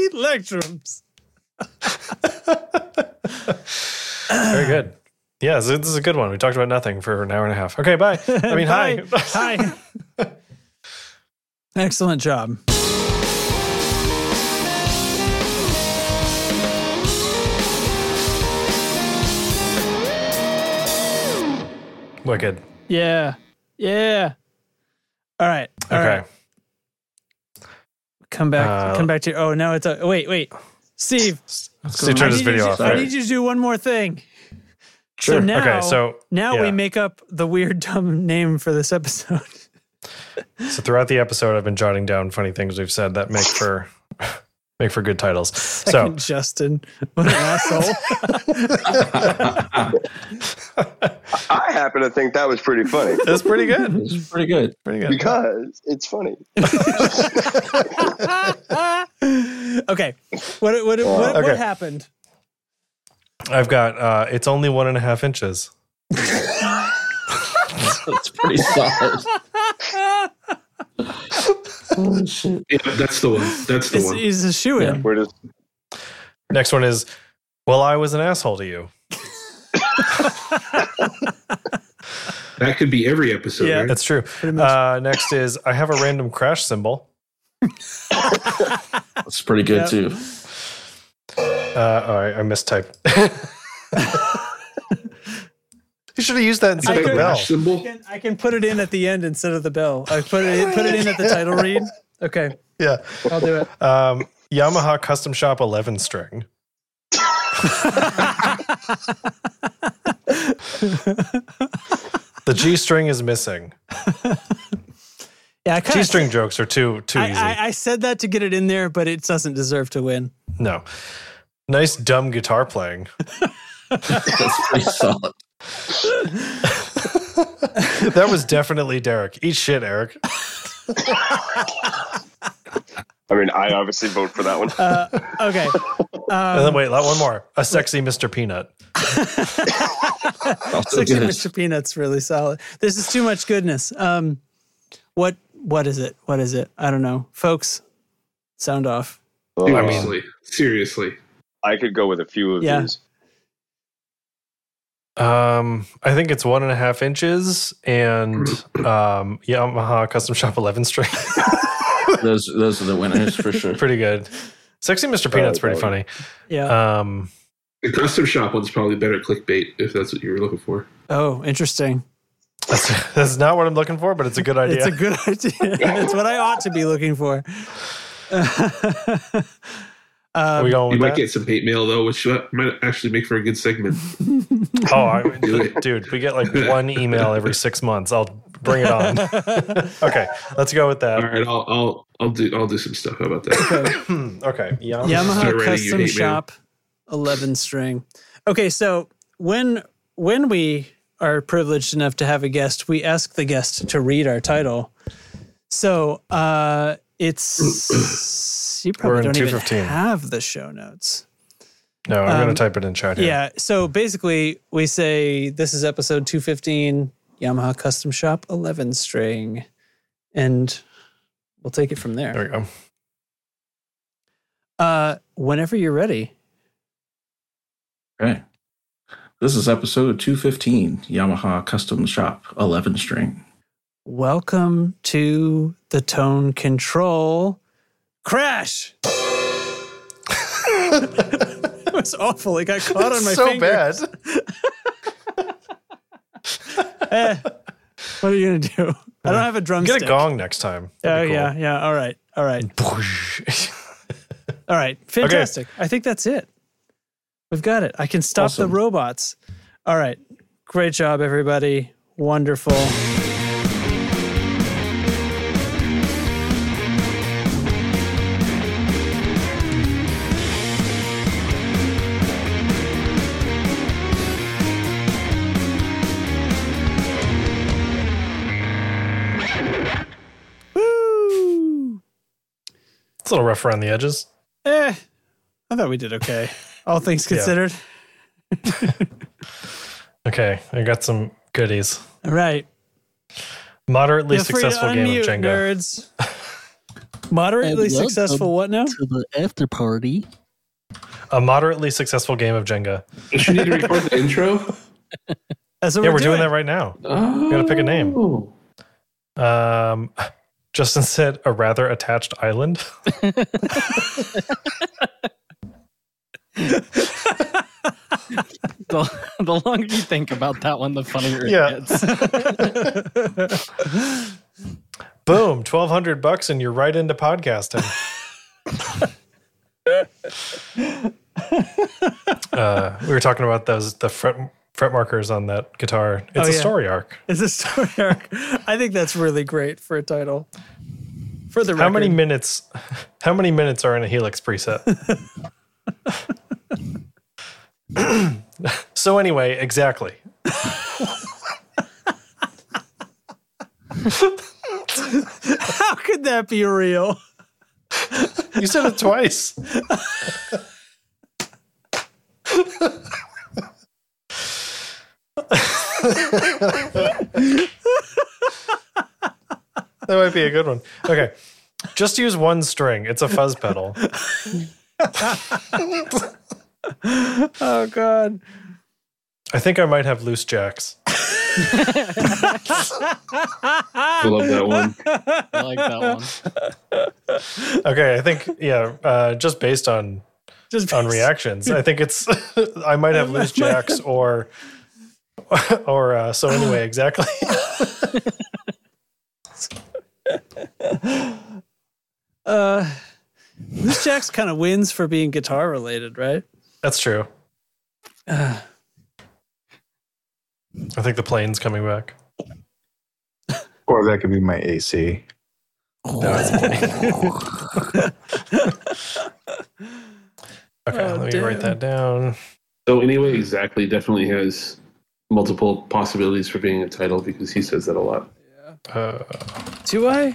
Speaker 2: Electrums.
Speaker 1: Very good. Yeah, so this is a good one. We talked about nothing for an hour and a half. Okay, bye. I
Speaker 2: (laughs)
Speaker 1: mean, (laughs) hi.
Speaker 2: hi. hi. (laughs) Excellent job.
Speaker 1: Wicked.
Speaker 2: Yeah. Yeah. All right. All right.
Speaker 1: Okay.
Speaker 2: Come back.
Speaker 1: Uh,
Speaker 2: come back to. Oh no! It's a wait. Wait. Steve.
Speaker 1: Steve, turn
Speaker 2: I
Speaker 1: this
Speaker 2: need you
Speaker 1: video
Speaker 2: to-
Speaker 1: off.
Speaker 2: I
Speaker 1: Right?
Speaker 2: need you to do one more thing. So
Speaker 1: Sure.
Speaker 2: now,
Speaker 1: Okay, so-
Speaker 2: now we
Speaker 1: yeah.
Speaker 2: make up the weird (laughs) dumb name for this episode.
Speaker 1: So throughout the episode, I've been jotting down funny things we've said that make for (laughs) make for good titles.
Speaker 2: Second Justin, what an asshole!
Speaker 14: (laughs) I happen to think that was pretty funny.
Speaker 1: (laughs) That's pretty good.
Speaker 10: It's pretty good.
Speaker 1: Pretty
Speaker 14: Because it's funny.
Speaker 2: (laughs) okay, what what what, what,
Speaker 1: Okay.
Speaker 2: happened?
Speaker 1: So (laughs) I've got uh, it's only one and a half
Speaker 13: (laughs)
Speaker 1: inches.
Speaker 10: That's pretty solid.
Speaker 13: that's the one. That's the
Speaker 2: It's,
Speaker 13: one.
Speaker 2: it's a shoe in.
Speaker 14: Where does
Speaker 1: Next one is, well, I was an asshole to you.
Speaker 13: That could be every episode.
Speaker 1: Yeah,
Speaker 13: right?
Speaker 1: that's true. Uh, next is I have a random crash symbol.
Speaker 10: That's pretty good
Speaker 1: Yep.
Speaker 10: too.
Speaker 1: Uh, oh, I, I mistyped. (laughs) you should have used that instead of the bell.
Speaker 2: I can, I can put it in at the end instead of the bell. I put it put it in at the title read. Okay,
Speaker 1: Yeah.
Speaker 2: I'll do it.
Speaker 1: Um, Yamaha Custom Shop
Speaker 2: (laughs)
Speaker 1: 11 string. the G string is missing.
Speaker 2: Yeah, I kind
Speaker 1: G
Speaker 2: of.
Speaker 1: string jokes are too too easy.
Speaker 2: I, I, I said that to get it in there, but it doesn't deserve to win.
Speaker 1: no. Nice dumb
Speaker 2: (laughs)
Speaker 1: guitar playing.
Speaker 10: That's pretty solid.
Speaker 1: (laughs) That was definitely Derek. Eat
Speaker 2: (laughs)
Speaker 1: shit, Eric.
Speaker 14: I mean, I obviously vote for that one.
Speaker 2: Uh,
Speaker 1: (laughs)
Speaker 2: okay.
Speaker 1: and then
Speaker 2: Um,
Speaker 1: wait, la- one more. A sexy Mr.
Speaker 14: (laughs)
Speaker 1: Peanut.
Speaker 2: (laughs)
Speaker 1: Oh,
Speaker 2: Six
Speaker 10: good.
Speaker 2: Mr. Peanut's really solid. This is too much goodness. Um, what what is it? What is it? I don't know, folks. Sound off.
Speaker 13: Seriously. Seriously.
Speaker 14: I could go with a few of
Speaker 2: Yeah.
Speaker 14: these.
Speaker 1: Um, I think it's one and a half inches
Speaker 2: (clears throat)
Speaker 1: and um, Yamaha Custom Shop 11 string.
Speaker 10: Those those are the winners for sure.
Speaker 1: (laughs) pretty good. Sexy Mr. Peanut's pretty funny.
Speaker 2: Yeah.
Speaker 1: Um,
Speaker 13: The custom shop one's probably better clickbait if that's what you were looking for.
Speaker 2: (laughs) oh, interesting.
Speaker 1: that's, that's not what I'm looking for, but it's a good idea.
Speaker 2: It's a good (laughs) idea. That's what I ought to be looking for. (laughs)
Speaker 1: Are
Speaker 2: Um,
Speaker 1: we
Speaker 13: You
Speaker 1: going with
Speaker 13: might
Speaker 1: that?
Speaker 13: get some hate mail though, which uh, might actually make for a good segment.
Speaker 1: oh, I,
Speaker 13: Do it.
Speaker 1: dude, we get like one email every six months. I'll bring
Speaker 13: (laughs)
Speaker 2: (laughs)
Speaker 1: it on. okay, let's go with
Speaker 13: All
Speaker 1: that.
Speaker 13: right, I'll I'll I'll do I'll do some stuff. How about that?
Speaker 1: okay, yeah.
Speaker 13: Start
Speaker 2: Yamaha
Speaker 13: writing, you hate
Speaker 2: Custom
Speaker 13: me.
Speaker 2: Shop 11 string. Okay, so when when we are privileged enough to have a guest, we ask the guest to read our title. So uh, it's you
Speaker 1: We're
Speaker 2: probably
Speaker 1: in
Speaker 2: don't even
Speaker 1: 215.
Speaker 2: have the show notes.
Speaker 1: No, I'm
Speaker 2: Um,
Speaker 1: gonna type it in chat
Speaker 2: Yeah.
Speaker 1: here.
Speaker 2: So basically, we say this is episode 215, Yamaha Custom Shop 11 string, and we'll take it from
Speaker 1: There
Speaker 2: there.
Speaker 1: we go.
Speaker 2: Uh, whenever you're ready.
Speaker 10: Okay. This is episode 215, Yamaha Custom Shop 11 string.
Speaker 2: Welcome to the tone control crash. it was awful. It
Speaker 1: (laughs)
Speaker 2: got caught on my
Speaker 1: so
Speaker 2: finger.
Speaker 1: bad.
Speaker 2: (laughs) Eh, what are you gonna do? I don't have a drum
Speaker 1: Get a
Speaker 2: stick.
Speaker 1: gong next time.
Speaker 2: Oh
Speaker 1: That'd be
Speaker 2: yeah, yeah. All right, all
Speaker 1: (laughs)
Speaker 2: right,
Speaker 1: cool.
Speaker 2: all right. Fantastic. I think that's it. We've got it. I can stop
Speaker 10: Awesome.
Speaker 2: the robots. All right. Great job, everybody. Wonderful.
Speaker 1: It's a little rough around the edges.
Speaker 2: Eh, I thought we did okay. All things
Speaker 1: Yeah.
Speaker 2: considered.
Speaker 1: Okay, I got some goodies.
Speaker 2: All right.
Speaker 1: Moderately
Speaker 2: Feel free to
Speaker 1: successful game of
Speaker 2: unmute,
Speaker 1: Jenga.
Speaker 2: Nerds. Moderately
Speaker 15: And welcome
Speaker 2: successful. What now?
Speaker 15: to the after party.
Speaker 1: a moderately successful game of Jenga.
Speaker 13: Don't you need to record the intro?
Speaker 2: That's what
Speaker 1: yeah,
Speaker 2: we're
Speaker 1: we're,
Speaker 2: doing.
Speaker 1: doing. that right now. We gotta pick a name. Um, (laughs) Justin said a rather attached island. (laughs)
Speaker 5: the, (laughs) the longer you think about that one, the funnier it
Speaker 1: Yeah.
Speaker 5: gets.
Speaker 1: Boom, twelve hundred bucks, and you're right into podcasting. uh, we were talking about those the fret fret markers on that guitar. It's
Speaker 2: Oh,
Speaker 1: a
Speaker 2: yeah.
Speaker 1: story arc.
Speaker 2: It's a (laughs) story arc. I think that's really great for a title. For the record,
Speaker 1: How many minutes? How many minutes are in a Helix preset? so anyway, exactly.
Speaker 2: How could that be real?
Speaker 1: You said it twice. That might be a good one. Okay, just use one string. It's a fuzz pedal.
Speaker 2: oh God.
Speaker 1: I think I might have loose jacks.
Speaker 2: I
Speaker 1: love that one.
Speaker 5: I like that one.
Speaker 1: Okay, I think yeah. Uh, just based on
Speaker 2: just
Speaker 1: on reactions, I think it's (laughs) I might
Speaker 2: (laughs)
Speaker 1: have loose jacks or (laughs) or uh,
Speaker 2: (laughs)
Speaker 1: so anyway. Exactly.
Speaker 2: (laughs) Uh, this Jack's kind of wins for being guitar related, right?
Speaker 1: That's true.
Speaker 2: Uh,
Speaker 1: I think the plane's coming back.
Speaker 15: Or that could be my AC.
Speaker 1: (laughs) Okay,
Speaker 13: Oh,
Speaker 1: let me
Speaker 13: damn.
Speaker 1: write that down.
Speaker 13: So anyway, exactly definitely has multiple possibilities for being a title because he says that a lot.
Speaker 1: Uh,
Speaker 2: do I?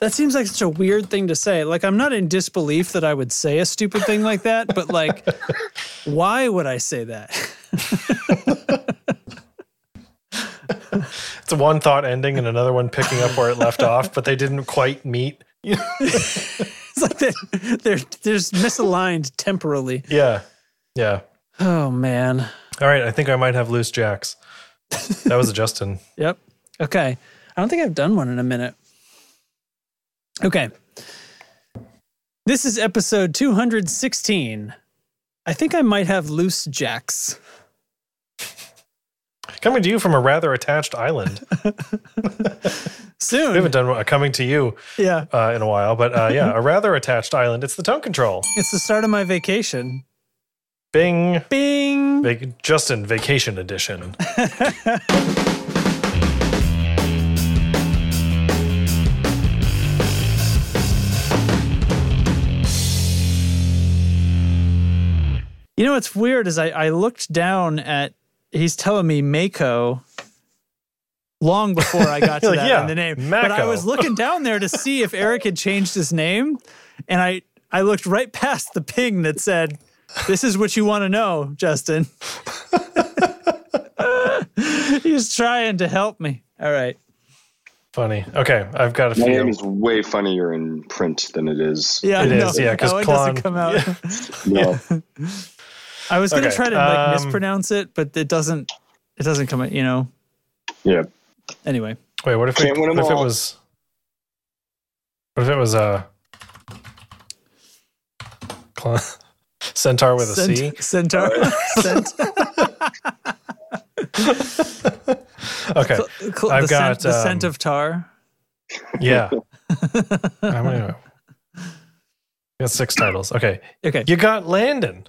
Speaker 2: That seems like such a weird thing to say. Like, I'm not in disbelief that I would say a stupid thing like that, but
Speaker 1: (laughs)
Speaker 2: like, why would I say that? (laughs)
Speaker 1: It's one thought ending and another one picking up where
Speaker 2: (laughs)
Speaker 1: it left off, but they didn't quite meet. (laughs)
Speaker 2: It's like they're, they're, they're just misaligned temporally.
Speaker 1: Yeah, yeah.
Speaker 2: Oh, man.
Speaker 1: All right, I think I might have loose jacks. That was a Justin.
Speaker 2: Yep. Okay. I don't think I've done one in a minute. Okay. This is episode 216. I think I might have loose jacks.
Speaker 1: Coming to you from a rather attached island.
Speaker 2: (laughs) Soon.
Speaker 1: We haven't done a coming to you
Speaker 2: Yeah.
Speaker 1: uh, in a while, but uh, yeah,
Speaker 2: (laughs)
Speaker 1: a rather attached island. It's the tone control.
Speaker 2: It's the start of my vacation.
Speaker 1: Bing.
Speaker 2: Bing.
Speaker 1: Vac- Justin, vacation edition.
Speaker 2: You know what's weird is I, I looked down at he's telling me Mako long before I got to
Speaker 1: (laughs) You're like,
Speaker 2: that
Speaker 1: "Yeah,
Speaker 2: in the name. But I
Speaker 1: Mako."
Speaker 2: was looking down there to see if Eric had changed his name, and I I looked right past the ping that said, "This is what you want to know, Justin." (laughs) he's trying to help me. All right.
Speaker 1: Funny. Okay, I've got a
Speaker 14: My
Speaker 1: few.
Speaker 14: name is way funnier in print than it is.
Speaker 2: Yeah,
Speaker 1: It
Speaker 2: no,
Speaker 1: is, yeah, 'cause
Speaker 2: no, it doesn't
Speaker 1: Klon-
Speaker 3: (laughs)
Speaker 2: come out. (laughs)
Speaker 14: No.
Speaker 2: I was gonna
Speaker 1: Okay,
Speaker 2: try to like,
Speaker 1: um,
Speaker 2: mispronounce it, but it doesn't. It doesn't come out. You know.
Speaker 14: Yeah.
Speaker 2: Anyway.
Speaker 1: Wait, what if, it,
Speaker 14: Can't win 'em
Speaker 1: what if it
Speaker 14: all.
Speaker 1: was. (laughs) What if it was uh, cl- (laughs) centaur with a C?
Speaker 2: Cent- Centaur.
Speaker 4: (laughs)
Speaker 2: (laughs) Cent- (laughs)
Speaker 1: Okay.
Speaker 2: Cl- cl-
Speaker 1: I've
Speaker 2: the scent,
Speaker 1: got.
Speaker 2: the scent
Speaker 1: um,
Speaker 2: of tar.
Speaker 1: (laughs) Yeah. How many? I got six titles. Okay.
Speaker 2: Okay.
Speaker 1: You got Landon.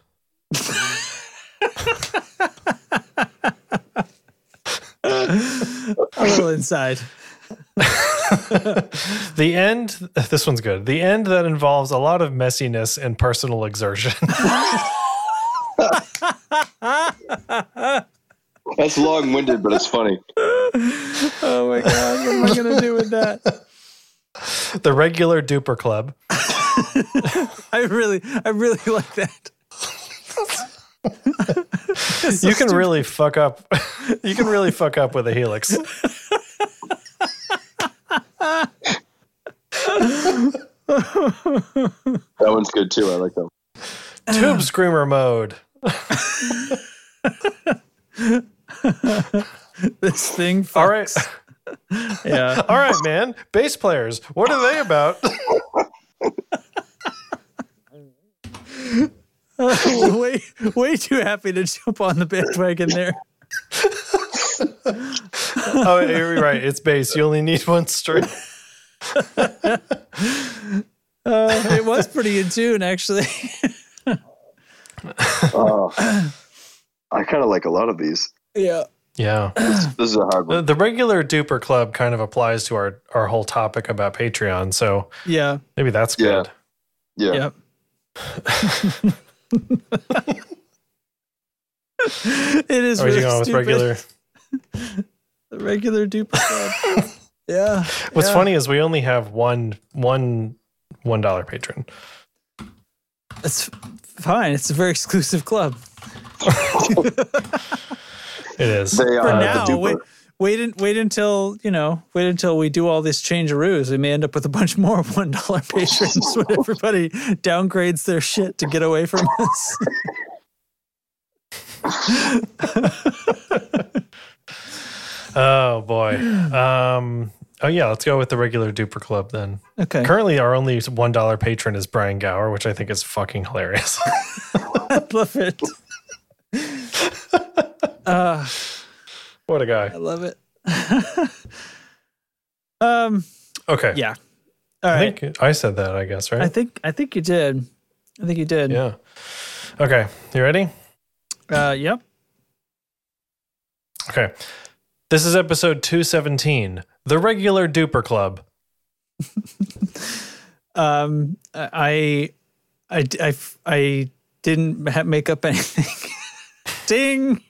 Speaker 2: A little inside.
Speaker 1: (laughs) The end. This one's good. The end that involves a lot of messiness and personal exertion.
Speaker 14: That's long winded, but it's funny.
Speaker 2: (laughs)
Speaker 1: (laughs)
Speaker 2: Oh my god! What am I gonna do with that?
Speaker 1: the regular duper club.
Speaker 2: I really, I really (laughs) like that. It's so
Speaker 1: you can
Speaker 2: stupid.
Speaker 1: really fuck up. (laughs) you can really fuck up with a helix.
Speaker 14: That one's good too. I like that.
Speaker 1: (sighs) Tube screamer mode.
Speaker 2: (laughs) this thing.
Speaker 1: (laughs) All right.
Speaker 2: (laughs) Yeah.
Speaker 1: All right, man. Bass players. What are they about? (laughs)
Speaker 2: way, way too happy to jump on the bandwagon there.
Speaker 1: oh, you're right. It's bass. You only need one string.
Speaker 2: Uh, it was pretty in tune, actually. (laughs)
Speaker 3: Uh,
Speaker 14: Oh, I kind of like a lot of these.
Speaker 2: (laughs) yeah.
Speaker 1: Yeah.
Speaker 14: This is a hard
Speaker 1: The
Speaker 14: one.
Speaker 1: the regular duper club kind of applies to our, our whole topic about Patreon. So
Speaker 2: Yeah.
Speaker 1: maybe that's good.
Speaker 14: Yeah.
Speaker 2: Yep. it is.
Speaker 1: Or is
Speaker 2: really
Speaker 1: he going with
Speaker 2: stupid.
Speaker 1: regular?
Speaker 2: (laughs) The regular duplicate. yeah.
Speaker 1: What's
Speaker 2: yeah.
Speaker 1: funny is we only have one one one dollar patron.
Speaker 2: It's fine. It's a very exclusive
Speaker 14: (laughs)
Speaker 2: club.
Speaker 1: It is.
Speaker 14: They
Speaker 2: For
Speaker 14: are uh, the
Speaker 2: now,
Speaker 14: duper.
Speaker 2: wait, wait, un- wait until you know. Wait until we do all these changearoos. We may end up with a bunch more one dollar patrons
Speaker 14: (laughs)
Speaker 2: when everybody downgrades their shit to get away from us.
Speaker 1: Oh boy. Um oh yeah, let's go with the regular duper club then.
Speaker 2: Okay.
Speaker 1: Currently our only one dollar patron is Brian Gower, which I think is fucking hilarious.
Speaker 2: (laughs) I love
Speaker 1: (laughs)
Speaker 2: it. uh,
Speaker 1: what a guy.
Speaker 2: I love it. (laughs) um.
Speaker 1: Okay.
Speaker 2: Yeah. All
Speaker 1: I
Speaker 2: right.
Speaker 1: think I said that, I guess, right?
Speaker 2: I think I think you did. I think you did.
Speaker 1: yeah. Okay. You ready?
Speaker 2: Uh, yep.
Speaker 1: Okay. This is episode 217, The Regular Duper
Speaker 2: (laughs)
Speaker 1: Club.
Speaker 2: Um, I, I, I, I didn't ha- make up (laughs) anything. Ding.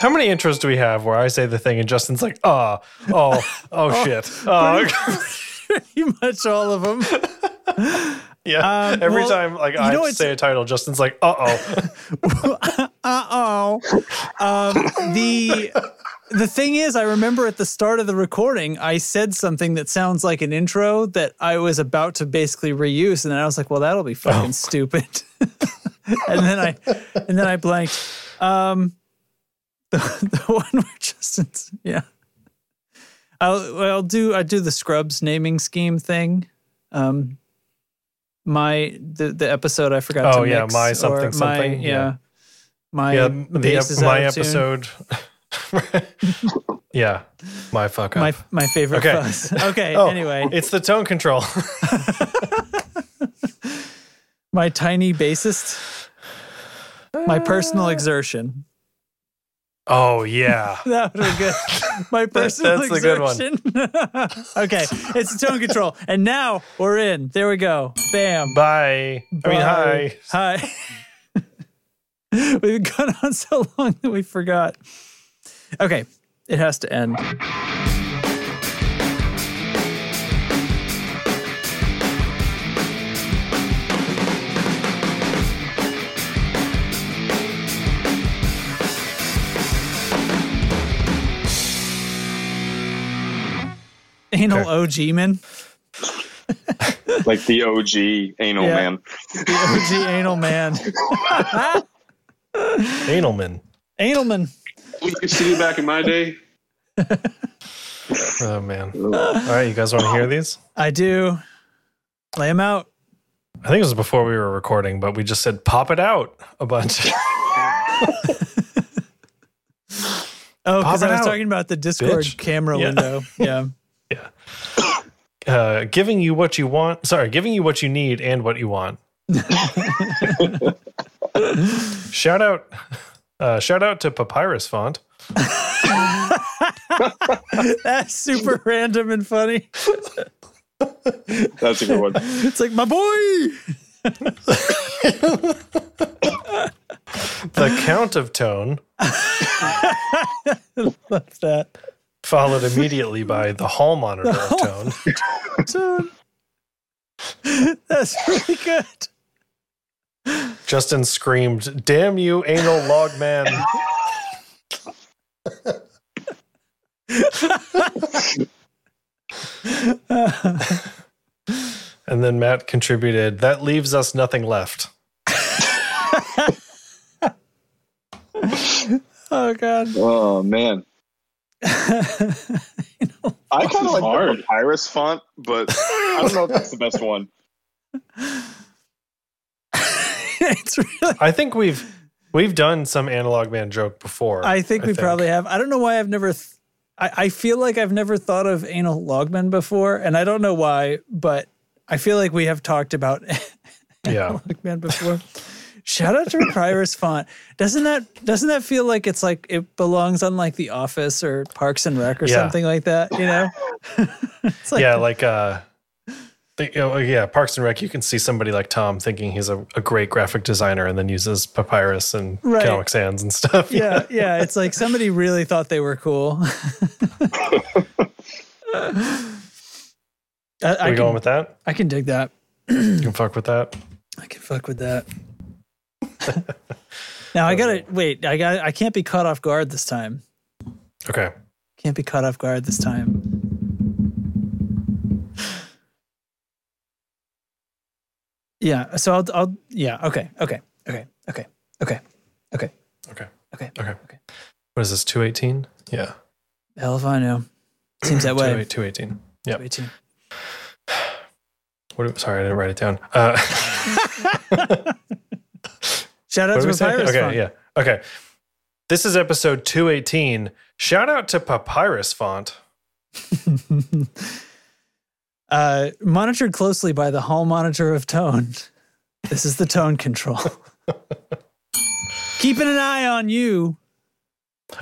Speaker 1: How many intros do we have where I say the thing and Justin's like, oh, oh,
Speaker 2: (laughs)
Speaker 1: (laughs) oh, shit. Oh,
Speaker 2: Pretty much all of them.
Speaker 1: (laughs) Oh, yeah.
Speaker 2: Um,
Speaker 1: Every
Speaker 2: well,
Speaker 1: time like
Speaker 2: you
Speaker 1: I
Speaker 2: know what's-
Speaker 1: say a title, Justin's like, uh oh.
Speaker 2: Uh oh. Um, the the thing is, I remember at the start of the recording, I said something that sounds like an intro that I was about to basically reuse, and then I was like, "Well, that'll
Speaker 14: Oh,
Speaker 2: be fucking stupid." and then I and then I blanked. Um, the, (laughs) the one where Justin's yeah. I'll I'll do I do the Scrubs naming scheme thing. Um, my the the episode I forgot.
Speaker 1: Oh,
Speaker 2: to
Speaker 1: yeah,
Speaker 2: mix,
Speaker 1: my
Speaker 2: or
Speaker 1: something something,
Speaker 2: My, yeah.
Speaker 1: yeah.
Speaker 2: My
Speaker 1: yeah,
Speaker 2: bass
Speaker 1: the,
Speaker 2: is
Speaker 1: ep- my
Speaker 2: out of tune.
Speaker 1: episode. (laughs) yeah, my fuck up.
Speaker 2: My my favorite
Speaker 1: Okay.
Speaker 2: fuzz. (laughs) Okay.
Speaker 1: Oh.
Speaker 2: Anyway,
Speaker 1: it's the tone control. (laughs)
Speaker 2: my tiny bassist. My personal (laughs)
Speaker 1: (laughs)
Speaker 2: exertion.
Speaker 1: oh yeah,
Speaker 2: That would be good.
Speaker 1: (laughs)
Speaker 2: My personal
Speaker 1: that's a good one.
Speaker 2: exertion. (laughs) okay, it's the tone control, and now we're in. There we go. Bam.
Speaker 1: bye. I mean, hi.
Speaker 2: hi. (laughs) Hi. We've gone on so long that we forgot. Okay, it has to end. Anal
Speaker 1: Okay.
Speaker 2: OG man. (laughs)
Speaker 3: like the OG anal
Speaker 2: Yeah.
Speaker 3: man.
Speaker 2: The OG anal man.
Speaker 1: Analman.
Speaker 2: Analman.
Speaker 13: We used to do back in my day.
Speaker 1: Oh man. All right, you guys want to hear these?
Speaker 2: I do. Lay him out.
Speaker 1: I think it was before we were recording, but we just said pop it out a bunch.
Speaker 2: (laughs)
Speaker 1: (laughs)
Speaker 2: Oh, because
Speaker 1: Pop it
Speaker 2: I was
Speaker 1: out,
Speaker 2: talking about the Discord
Speaker 1: bitch.
Speaker 2: camera
Speaker 1: Yeah. (laughs)
Speaker 2: window. Yeah.
Speaker 1: Uh, giving you what you want. Sorry, giving you what you need and what
Speaker 2: (laughs)
Speaker 1: you want. shout out, uh, shout out to
Speaker 2: (laughs)
Speaker 1: Papyrus Font.
Speaker 2: That's super random and funny.
Speaker 3: That's a good one.
Speaker 2: (laughs) It's like, my boy.
Speaker 1: The count of tone,
Speaker 2: (laughs) Love that.
Speaker 1: followed immediately by the hall
Speaker 2: (laughs)
Speaker 1: monitor of
Speaker 2: Oh,
Speaker 1: tone.
Speaker 2: Dude. That's really (laughs) good.
Speaker 1: Justin screamed, "Damn you, anal log man!" and then Matt contributed. That leaves us nothing left.
Speaker 2: Oh God.
Speaker 3: Oh
Speaker 2: (laughs)
Speaker 3: man. I kind of like the papyrus font, but I don't know if that's the best one.
Speaker 2: it's really.
Speaker 1: I think we've we've done some analog man joke before.
Speaker 2: I think we probably have. I don't know why I've never. Th- I, I feel like I've never thought of anal logmen before, and I don't know why, but I feel like we have talked about (laughs)
Speaker 1: yeah
Speaker 2: logmen before. Shout out to Papyrus Font. Doesn't that doesn't that feel like it's like it belongs on like The Office or Parks and Rec or
Speaker 1: Yeah.
Speaker 2: something like that? You know? (laughs) It's like-
Speaker 1: yeah, like uh, the, you know, yeah, Parks and Rec. You can see somebody like Tom thinking he's a, a great graphic designer, and then uses papyrus and
Speaker 2: Right.
Speaker 1: Comic Sans and (laughs) stuff.
Speaker 2: yeah, yeah. Uh, It's like somebody really thought they were cool. (laughs) I,
Speaker 1: Are we going with that?
Speaker 2: I can dig that.
Speaker 1: You can fuck with that.
Speaker 2: I can fuck with
Speaker 1: (laughs)
Speaker 2: that. now I gotta wait. I got. I can't be caught off guard this time.
Speaker 1: Okay.
Speaker 2: Can't be caught off guard this time. Yeah. So I'll. I'll. Yeah. Okay. Okay. Okay. Okay. Okay. Okay.
Speaker 1: Okay.
Speaker 2: Okay.
Speaker 1: Okay. What is this? Two eighteen. Yeah.
Speaker 2: Hell if I know. Seems that way.
Speaker 1: Two eighteen. Yeah. Two
Speaker 2: eighteen.
Speaker 1: What? do- Sorry, I didn't write it down. Uh, (laughs)
Speaker 2: Shout out to
Speaker 1: what did we say?
Speaker 2: Papyrus.
Speaker 1: Okay.
Speaker 2: Font.
Speaker 1: Yeah. Okay. This is episode two eighteen. Shout out to Papyrus Font.
Speaker 2: (laughs) Uh, monitored closely by the hall monitor of tone. This is the tone
Speaker 1: (laughs)
Speaker 2: control. Keeping an eye on you.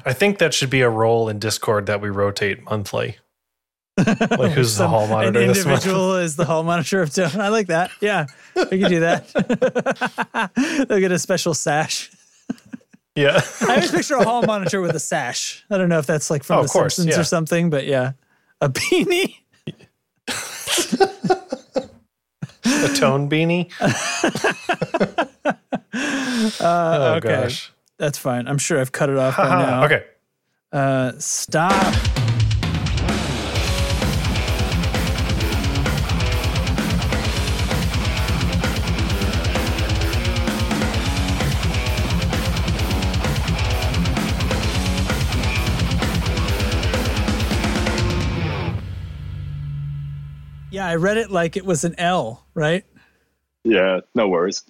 Speaker 1: I think that should be a role in Discord that we rotate monthly.
Speaker 2: (laughs)
Speaker 1: Like who's the
Speaker 2: Some-
Speaker 1: hall monitor
Speaker 2: An
Speaker 1: this month?
Speaker 2: individual is the hall monitor of tone. I like that. Yeah, we can do that. (laughs) They'll get a special sash.
Speaker 1: Yeah.
Speaker 2: (laughs) I always picture a hall monitor with a (laughs) sash. I don't know if that's like from
Speaker 1: Oh,
Speaker 2: The
Speaker 1: of course,
Speaker 2: Simpsons
Speaker 1: yeah.
Speaker 2: or (laughs) something, but yeah, a (laughs) beanie.
Speaker 1: a tone beanie.
Speaker 2: (laughs) Uh,
Speaker 1: Oh,
Speaker 2: okay.
Speaker 1: gosh.
Speaker 2: Uh, That's fine. I'm sure (laughs) I've cut it off by
Speaker 1: Haha,
Speaker 2: now.
Speaker 1: okay.
Speaker 2: Uh, stop. Yeah, I read it like it was an L, right? (laughs)
Speaker 3: Yeah, no worries.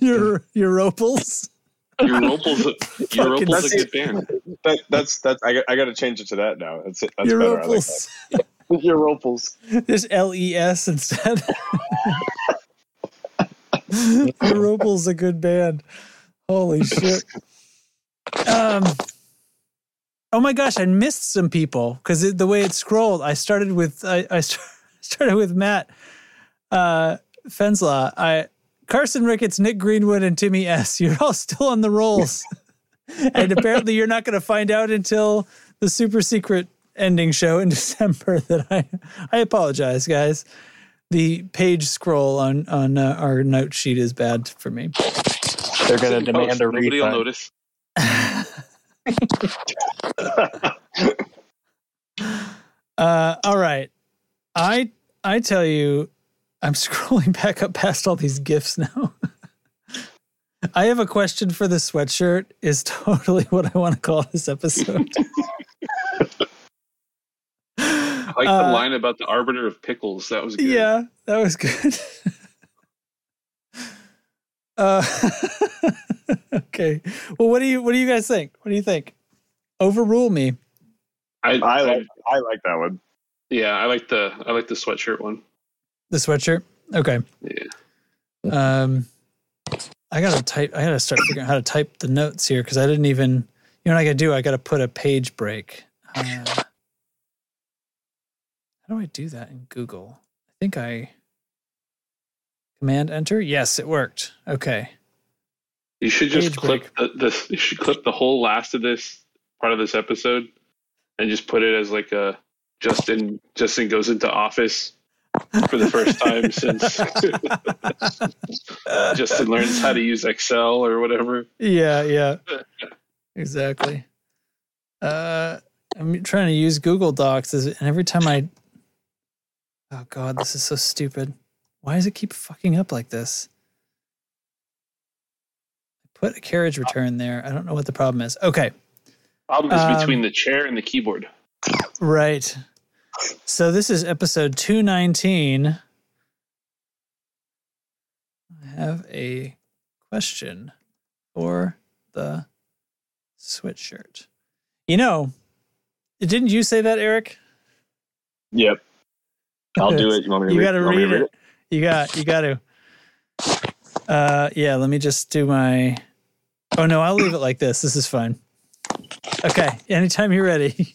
Speaker 2: Your Europals. (laughs)
Speaker 3: Europal's a,
Speaker 2: Europal's a good
Speaker 3: band. That, that's that's I, got- I got to change it to that now. That's that's better. I like
Speaker 2: Europals.
Speaker 3: that. (laughs) Europals.
Speaker 2: There's L E S
Speaker 1: (laughs)
Speaker 2: instead. (laughs) Europal's a good band. Holy shit. Um Oh my gosh, I missed some people because the way it scrolled, I started with I, I (laughs) st- started with Matt uh Fenslaw. I Carson Ricketts, Nick Greenwood, and Timmy S. You're all still on the rolls. and apparently you're not gonna find out until the super secret ending show in (laughs) December that I I apologize, guys. The page scroll on on uh, our note sheet is bad for me.
Speaker 7: They're going to demand a
Speaker 11: Nobody will
Speaker 7: refund.
Speaker 11: notice.
Speaker 2: (laughs) Uh, all right, I I tell you, I'm (laughs) scrolling back up past all these gifts now. (laughs) I have a question for the sweatshirt. Is (laughs) totally what I want to call this episode.
Speaker 11: I like
Speaker 2: Uh,
Speaker 11: the line about the arbiter of pickles. That was good.
Speaker 2: Yeah, that was good. (laughs) uh, (laughs) okay. Well, what do you what do you guys think? What do you think? Overrule me.
Speaker 11: I, I like
Speaker 3: I like that one.
Speaker 11: Yeah, I like the I like the sweatshirt one.
Speaker 2: The sweatshirt. Okay. Yeah. Um, I gotta type. I gotta start figuring out how to type the notes here because I didn't even. You know what I gotta do? I gotta put a page break. Uh, how do I do that in Google? I think I. Command Enter. Yes, it worked. Okay.
Speaker 11: You should just
Speaker 2: Page
Speaker 11: clip the, the you should clip the whole last of this part of this episode and just put it as like a Justin Justin goes into office for the first
Speaker 2: (laughs)
Speaker 11: time since Justin learns how to use Excel or whatever.
Speaker 2: Yeah, yeah. Exactly. Uh, I'm trying to use Google Docs, as- and every time I, oh god, this is so stupid. Why does it keep fucking up like this? I put a carriage return there. I don't know what the problem is. Okay.
Speaker 11: Problem is
Speaker 2: Um,
Speaker 11: between the chair and the keyboard.
Speaker 2: Right. So this is episode 219. I have a question for the sweatshirt. You know, didn't you say that, Eric?
Speaker 3: Yep. I'll
Speaker 2: (laughs)
Speaker 3: do it. You want me to
Speaker 2: You
Speaker 3: read,
Speaker 2: gotta
Speaker 3: you want me to
Speaker 2: read it. You got you got to. Uh yeah, let me just do my Oh no, I'll leave it like this. This is fine. Okay, anytime you're ready. (laughs)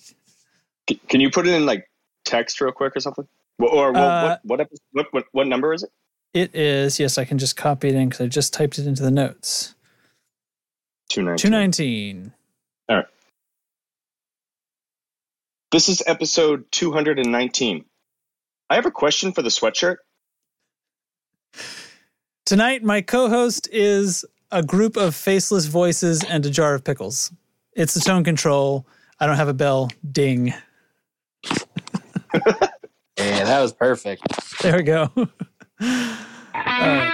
Speaker 3: C- Can you put it in like text real quick or something? Wh- Or, wh-
Speaker 2: Uh,
Speaker 3: what, what, epi- what, what, what number is it?
Speaker 2: It is, yes, I can just copy it in because I just typed it into the notes.
Speaker 3: 219.
Speaker 2: 219.
Speaker 3: All right. This is episode 219. I have a question for the sweatshirt.
Speaker 2: Tonight, my co host is a group of faceless voices and a jar of pickles. It's the tone control. I don't have a bell. Ding.
Speaker 7: Yeah, that was perfect.
Speaker 2: There we go. (laughs) All right.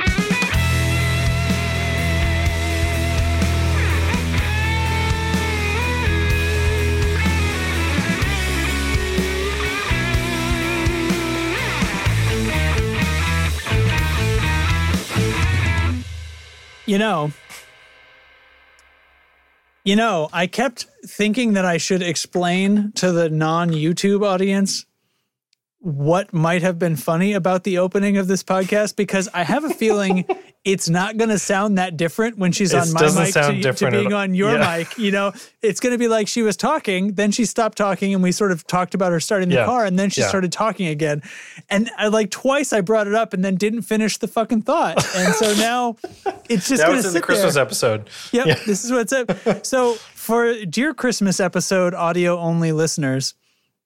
Speaker 2: You know, you know, I kept thinking that I should explain to the non YouTube audience what might have been funny about the opening of this podcast because I have a
Speaker 1: (laughs)
Speaker 2: feeling it's not going to sound that different when she's
Speaker 1: It
Speaker 2: on my
Speaker 1: doesn't
Speaker 2: mic
Speaker 1: sound
Speaker 2: to, to
Speaker 1: different at
Speaker 2: being
Speaker 1: all.
Speaker 2: on your
Speaker 1: Yeah.
Speaker 2: mic. You know, it's going to be like she was talking, then she stopped talking, and we sort of talked about her starting the
Speaker 1: Yeah.
Speaker 2: car, and then she
Speaker 1: Yeah.
Speaker 2: started talking again. And I like twice I brought it up and then didn't finish the fucking thought. And so now it's just
Speaker 1: that
Speaker 2: going
Speaker 1: was
Speaker 2: to
Speaker 1: in the Christmas episode.
Speaker 2: Yep,
Speaker 1: Yeah.
Speaker 2: this is what's up. So, for Dear Christmas episode audio only listeners,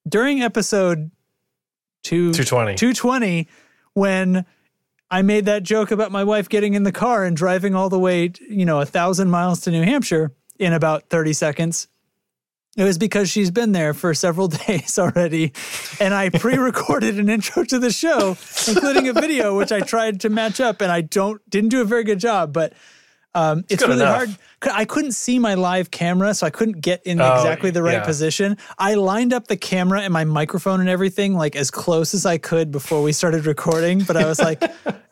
Speaker 2: during episode two,
Speaker 1: 220.
Speaker 2: 220, when I made that joke about my wife getting in the car and driving all the way, you know, a thousand miles to New Hampshire in about 30 seconds. It was because she's been there for several (laughs) days already. And I pre recorded an intro to the show, including a video, which I tried to match up. And I don't didn't do a very good job, but um, it's,
Speaker 1: good
Speaker 2: really
Speaker 1: enough.
Speaker 2: hard. C- I couldn't see my live camera, so I couldn't get in
Speaker 1: Oh,
Speaker 2: exactly the right
Speaker 1: yeah.
Speaker 2: position. I lined up the camera and my microphone and everything like as close as I could before we started recording. But I was
Speaker 1: (laughs)
Speaker 2: like,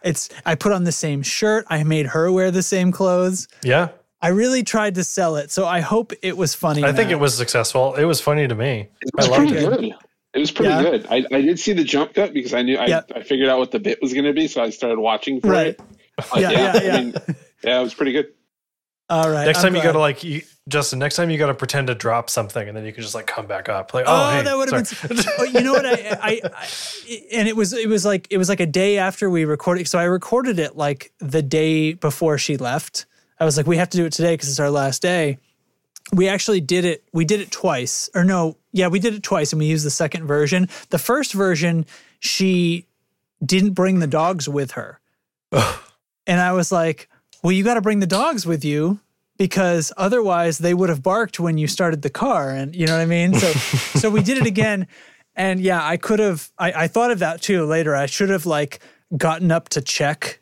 Speaker 2: it's, I put on the same shirt. I made her wear the same clothes.
Speaker 1: Yeah.
Speaker 2: I really tried to sell it. So I hope it was funny.
Speaker 1: I think
Speaker 2: now.
Speaker 1: it was successful. It was funny to me.
Speaker 11: It
Speaker 1: I
Speaker 11: was
Speaker 1: loved
Speaker 11: pretty
Speaker 1: it.
Speaker 11: good. It was pretty
Speaker 2: Yeah.
Speaker 11: good. I, I did see the jump cut because I knew I,
Speaker 2: Yeah.
Speaker 11: I figured out what the bit was going to be, so I started watching for
Speaker 2: Right.
Speaker 11: it. Like,
Speaker 2: Yeah, yeah, yeah.
Speaker 11: I mean, yeah, it was pretty good.
Speaker 2: All right. (laughs)
Speaker 1: next
Speaker 2: I'm
Speaker 1: time you
Speaker 2: glad.
Speaker 1: gotta like you, Justin. Next time you gotta pretend to drop something, and then you can just like come back up. Like, oh,
Speaker 2: Oh,
Speaker 1: hey,
Speaker 2: that would have
Speaker 1: sorry.
Speaker 2: been. oh, you know what? I, I, I, and it was it was like it was like a day after we recorded. So I recorded it like the day before she left. I was like, we have to do it today because it's our last day. We actually did it. We did it twice, or no? Yeah, we did it twice, and we used the second version. The first version, she didn't bring the dogs with her, and I was like, well, you got to bring the dogs with you because otherwise they would have barked when you started the car and you know what i mean
Speaker 1: (laughs)
Speaker 2: so so we did it again and yeah i could have I, I thought of that too later i should have like gotten up to check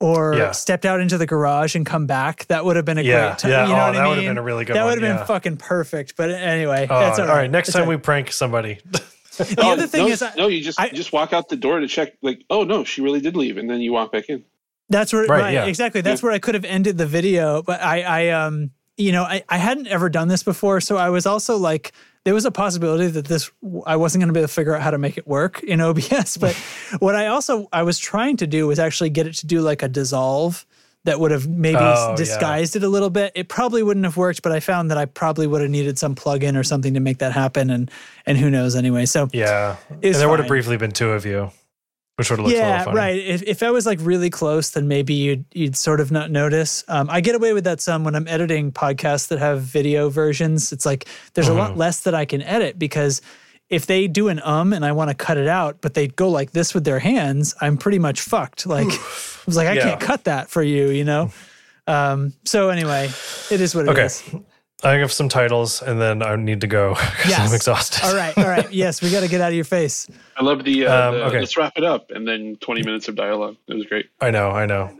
Speaker 2: or
Speaker 1: Yeah.
Speaker 2: stepped out into the garage and come back that would have been a
Speaker 1: Yeah,
Speaker 2: great time
Speaker 1: yeah.
Speaker 2: you know
Speaker 1: Oh,
Speaker 2: what I
Speaker 1: that would have
Speaker 2: mean?
Speaker 1: been a really good
Speaker 2: that
Speaker 1: one,
Speaker 2: would have been
Speaker 1: yeah.
Speaker 2: fucking perfect but anyway
Speaker 1: Oh,
Speaker 2: that's all right,
Speaker 1: Next
Speaker 2: It's
Speaker 1: time
Speaker 2: all
Speaker 1: we prank somebody.
Speaker 2: right. (laughs) the other thing
Speaker 11: Oh, no,
Speaker 2: is I,
Speaker 11: no, you just you just walk out the door to check. Like, oh no, she really did leave, and then you walk back in.
Speaker 2: That's where right,
Speaker 11: Right, yeah.
Speaker 2: exactly. That's
Speaker 11: Yeah.
Speaker 2: where I could have ended the video, but I I um you know, I, I hadn't ever done this before, so I was also like there was a possibility that this I wasn't going to be able to figure out how to make it work in (laughs) OBS, but what I also I was trying to do was actually get it to do like a dissolve that would have maybe s-
Speaker 1: Oh, yeah.
Speaker 2: disguised it a little bit. It probably wouldn't have worked, but I found that I probably would have needed some plugin or something to make that happen and and who knows anyway. So
Speaker 1: yeah, and there would have briefly been two of you, which would have looked a
Speaker 2: yeah,
Speaker 1: little funny.
Speaker 2: right. If, if I was like really close, then maybe you'd you'd sort of not notice. Um, I get away with that some when I'm editing podcasts that have video versions. It's like there's a
Speaker 1: Uh-huh.
Speaker 2: lot less that I can edit because if they do an um and I want to cut it out, but they go like this with their hands, I'm pretty much fucked.
Speaker 1: (sighs)
Speaker 2: Like I was like, I
Speaker 1: Yeah.
Speaker 2: can't cut that for you, you know. Um, so anyway, it is what it is.
Speaker 1: Okay. I have some titles, and then I need to go (laughs) because
Speaker 2: Yes.
Speaker 1: I'm exhausted.
Speaker 2: All right, all right. Yes, we got to get out of your face.
Speaker 11: I love the, uh,
Speaker 1: Um,
Speaker 11: the-
Speaker 1: okay.
Speaker 11: Let's wrap it up, and then 20 minutes of dialogue. It was great.
Speaker 1: I know, I know.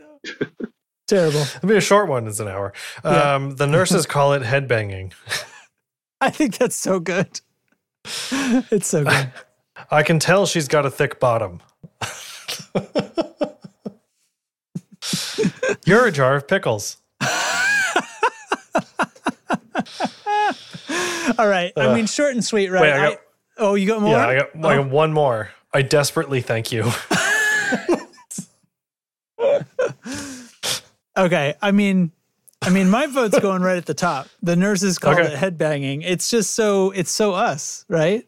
Speaker 2: (laughs) Terrible.
Speaker 1: It'll be a short one. It's an hour.
Speaker 2: Yeah.
Speaker 1: Um, the nurses call it headbanging.
Speaker 2: I think that's so good. (laughs) It's so good.
Speaker 1: I can tell she's got a thick bottom. You're a jar of pickles.
Speaker 2: All right. I
Speaker 1: Uh,
Speaker 2: mean, short and sweet, right?
Speaker 1: wait, I
Speaker 2: I-
Speaker 1: got-
Speaker 2: oh, you got more?
Speaker 1: Yeah, I got, I
Speaker 2: Oh.
Speaker 1: got one more. I desperately thank you.
Speaker 2: Okay. I mean, I mean,
Speaker 11: (laughs)
Speaker 2: my vote's going right at the top. The nurses called
Speaker 1: Okay.
Speaker 2: it headbanging. It's just so it's so us, right?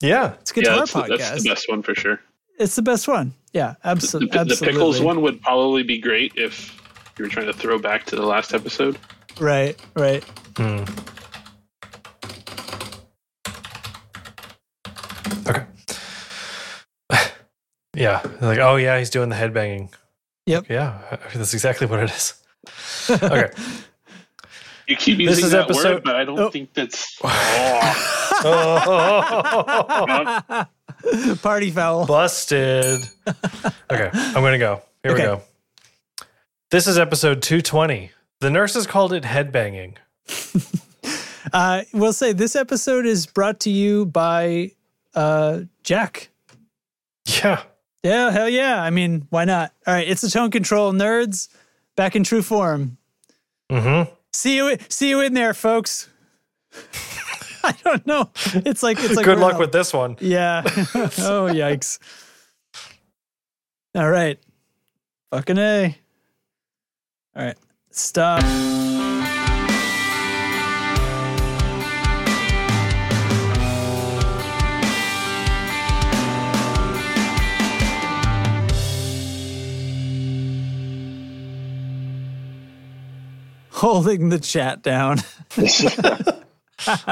Speaker 1: Yeah,
Speaker 2: It's a guitar
Speaker 11: that's, the-
Speaker 2: podcast.
Speaker 11: that's the best one for sure.
Speaker 2: It's the best one. Yeah,
Speaker 11: The,
Speaker 2: abso-
Speaker 11: the
Speaker 2: absolutely.
Speaker 11: pickles one would probably be great if you were trying to throw back to the last episode.
Speaker 2: Right, right.
Speaker 1: Yeah. Like, oh yeah, he's doing the headbanging.
Speaker 2: Yep.
Speaker 1: Yeah, that's exactly what it is. Okay.
Speaker 11: You keep
Speaker 1: This
Speaker 11: using
Speaker 1: is
Speaker 11: that
Speaker 1: episode-
Speaker 11: word, but I don't think
Speaker 1: (laughs)
Speaker 11: that's. (laughs) Oh,
Speaker 2: (laughs) Party foul.
Speaker 1: Busted. Okay, I'm gonna go. Here we
Speaker 2: Okay.
Speaker 1: go. This is episode 220. The nurses called it headbanging.
Speaker 2: Uh, we'll say this episode is brought to you by uh, Jack.
Speaker 1: Yeah.
Speaker 2: Yeah, hell yeah. I mean, why not? All right, it's the tone control nerds back in true form.
Speaker 1: Mm-hmm.
Speaker 2: See you see you in there, folks. (laughs) I don't know. It's like it's like
Speaker 1: Good
Speaker 2: we're
Speaker 1: luck
Speaker 2: out.
Speaker 1: with this one.
Speaker 2: Yeah. (laughs) oh yikes. All right. Fucking A. All right. Stop. Holding the chat down.
Speaker 1: (laughs) I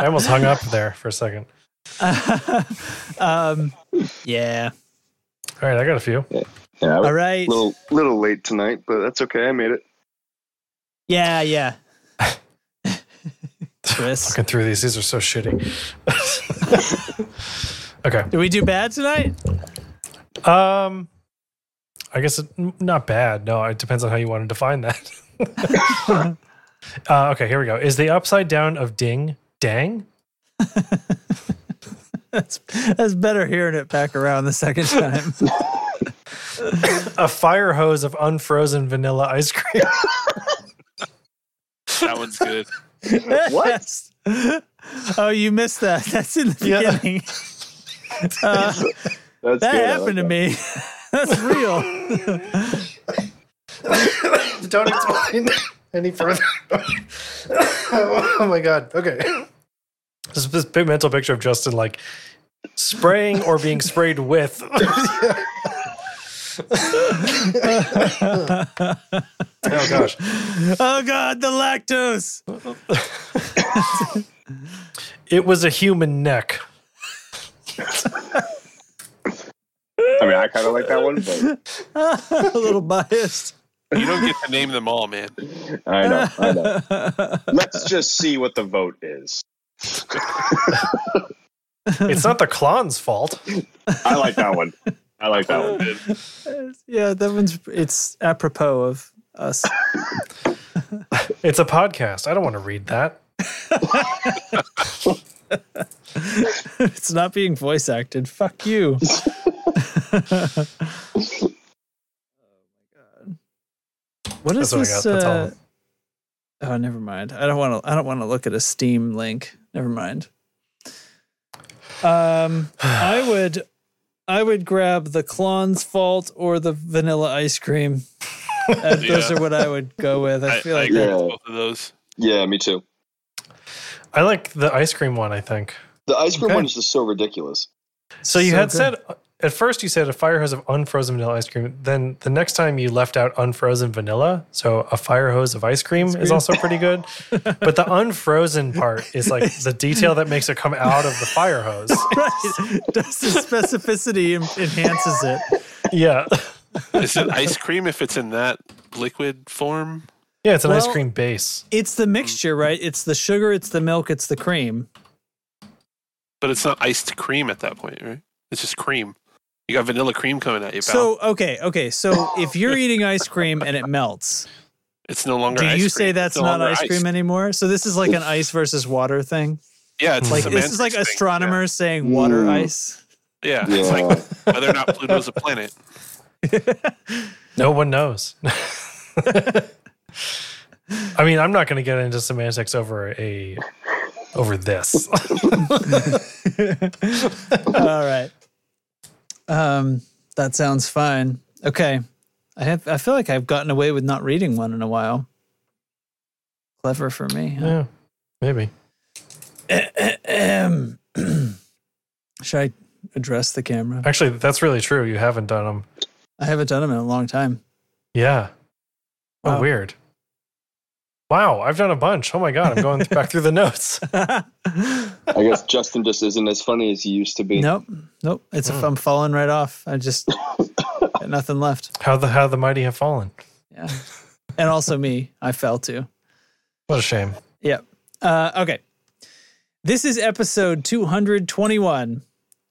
Speaker 1: almost hung up there for a second.
Speaker 2: um, yeah.
Speaker 1: All right, I got a few.
Speaker 14: Yeah, I was
Speaker 2: All right.
Speaker 14: A little, little late tonight, but that's okay. I made it.
Speaker 2: Yeah,
Speaker 1: (laughs)
Speaker 2: yeah.
Speaker 1: Fucking through these. These are so shitty. (laughs) okay.
Speaker 2: Did we do bad tonight?
Speaker 1: Um, I guess it, n- not bad. No, it depends on how you want to define that. (laughs) uh, okay, here we go. Is the upside down of ding dang?
Speaker 2: (laughs) That's that's better hearing it back around the
Speaker 1: (laughs)
Speaker 2: second time.
Speaker 1: (laughs) A fire hose of unfrozen vanilla ice cream.
Speaker 11: that one's good.
Speaker 1: Mm-hmm.
Speaker 2: (laughs) Yes. Oh, you missed that. (laughs) That's in the
Speaker 14: (laughs)
Speaker 1: Yeah.
Speaker 2: beginning. Uh,
Speaker 14: That's
Speaker 2: that
Speaker 14: good. I
Speaker 2: happened to
Speaker 14: like
Speaker 2: me. (laughs) That's real.
Speaker 1: (laughs) Don't explain any further. oh my god.
Speaker 6: (laughs)
Speaker 1: Okay. This this big mental picture of Justin like spraying or being
Speaker 14: (laughs)
Speaker 1: sprayed with. oh gosh.
Speaker 2: Oh God, the lactose.
Speaker 1: (laughs) It was a human neck.
Speaker 14: I mean, I kind of like that one, but
Speaker 2: a little biased.
Speaker 11: You don't get to name them all, man.
Speaker 14: I know. I know.
Speaker 1: (laughs)
Speaker 14: Let's just see what the vote is.
Speaker 1: It's not the clon's fault.
Speaker 14: I like that one. I like that one.
Speaker 2: Yeah, that one's it's apropos of
Speaker 1: (laughs)
Speaker 2: us.
Speaker 1: It's a podcast. I don't want to read that.
Speaker 2: (laughs) it's not being voice acted. Fuck
Speaker 14: (laughs)
Speaker 2: you. (laughs) Oh, What is
Speaker 1: That's what I
Speaker 2: this?
Speaker 1: got. That's all.
Speaker 2: uh, oh, never mind. I don't want to. I don't want to look at a Steam link. Never mind. Um,
Speaker 1: (sighs)
Speaker 2: I would, I would grab the Klon's Fault or the vanilla
Speaker 14: (laughs)
Speaker 2: ice cream. Uh, Those
Speaker 11: Yeah.
Speaker 2: are what
Speaker 11: (laughs)
Speaker 2: I would go with. I,
Speaker 11: I,
Speaker 2: feel
Speaker 11: I
Speaker 2: like
Speaker 11: agree
Speaker 14: Yeah.
Speaker 11: with both of those.
Speaker 14: Yeah, me too.
Speaker 1: I like the ice cream one, I think.
Speaker 14: The ice cream
Speaker 1: Okay.
Speaker 14: one is just so ridiculous.
Speaker 1: So you
Speaker 2: So
Speaker 1: had
Speaker 2: good.
Speaker 1: said at first you said a fire hose of unfrozen vanilla ice cream. Then the next time you left out unfrozen vanilla, so a fire hose of ice cream, is
Speaker 2: cream.
Speaker 1: also
Speaker 2: (laughs)
Speaker 1: pretty good. but the unfrozen part is like the detail that makes it come out of the fire hose.
Speaker 2: (laughs) right. Does the specificity en- enhances it?
Speaker 1: Yeah,
Speaker 11: Is it ice cream if it's in that liquid form?
Speaker 1: Yeah, it's an ice
Speaker 2: Well-
Speaker 1: cream base.
Speaker 2: It's the mixture, right? It's the sugar, it's the milk, it's the cream.
Speaker 11: But it's not iced cream at that point, right? It's just cream. You got vanilla cream coming at you, pal.
Speaker 2: So okay, okay. So
Speaker 11: (laughs)
Speaker 2: if you're eating ice cream and it melts,
Speaker 11: it's no longer.
Speaker 2: do
Speaker 11: ice
Speaker 2: you
Speaker 11: cream.
Speaker 2: say
Speaker 11: It's
Speaker 2: that's
Speaker 11: no
Speaker 2: not
Speaker 11: longer
Speaker 2: ice cream anymore? So this is like
Speaker 11: (laughs)
Speaker 2: an ice versus water thing.
Speaker 11: Yeah, it's
Speaker 2: like
Speaker 11: a
Speaker 2: this is like
Speaker 11: semantics thing,
Speaker 2: astronomers saying water
Speaker 11: Mm.
Speaker 2: ice.
Speaker 11: Yeah, it's like whether or not
Speaker 2: (laughs)
Speaker 11: Pluto's a planet.
Speaker 1: No one knows. (laughs) I mean, I'm not going to get into semantics over a
Speaker 2: (laughs)
Speaker 1: over this. (laughs)
Speaker 2: All right. Um, that sounds fine. Okay. I have. I feel like I've gotten away with not reading one in a while. Clever for me. huh?
Speaker 1: yeah, maybe.
Speaker 2: Ahem. Should I address the camera?
Speaker 1: Actually, that's really true. You haven't done them.
Speaker 2: I haven't done them in a long time.
Speaker 1: Yeah. Oh,
Speaker 2: Wow.
Speaker 1: weird. (laughs) Wow, I've done a bunch. Oh my god, I'm going back through the notes.
Speaker 14: I guess Justin just isn't as funny as he used to be.
Speaker 2: Nope. Nope. It's
Speaker 1: Hmm.
Speaker 2: I'm falling right off. I just got nothing left.
Speaker 1: How the how the mighty have fallen.
Speaker 2: Yeah. And also me. I fell too.
Speaker 1: What a shame.
Speaker 2: Yep. Uh, okay. This is episode 221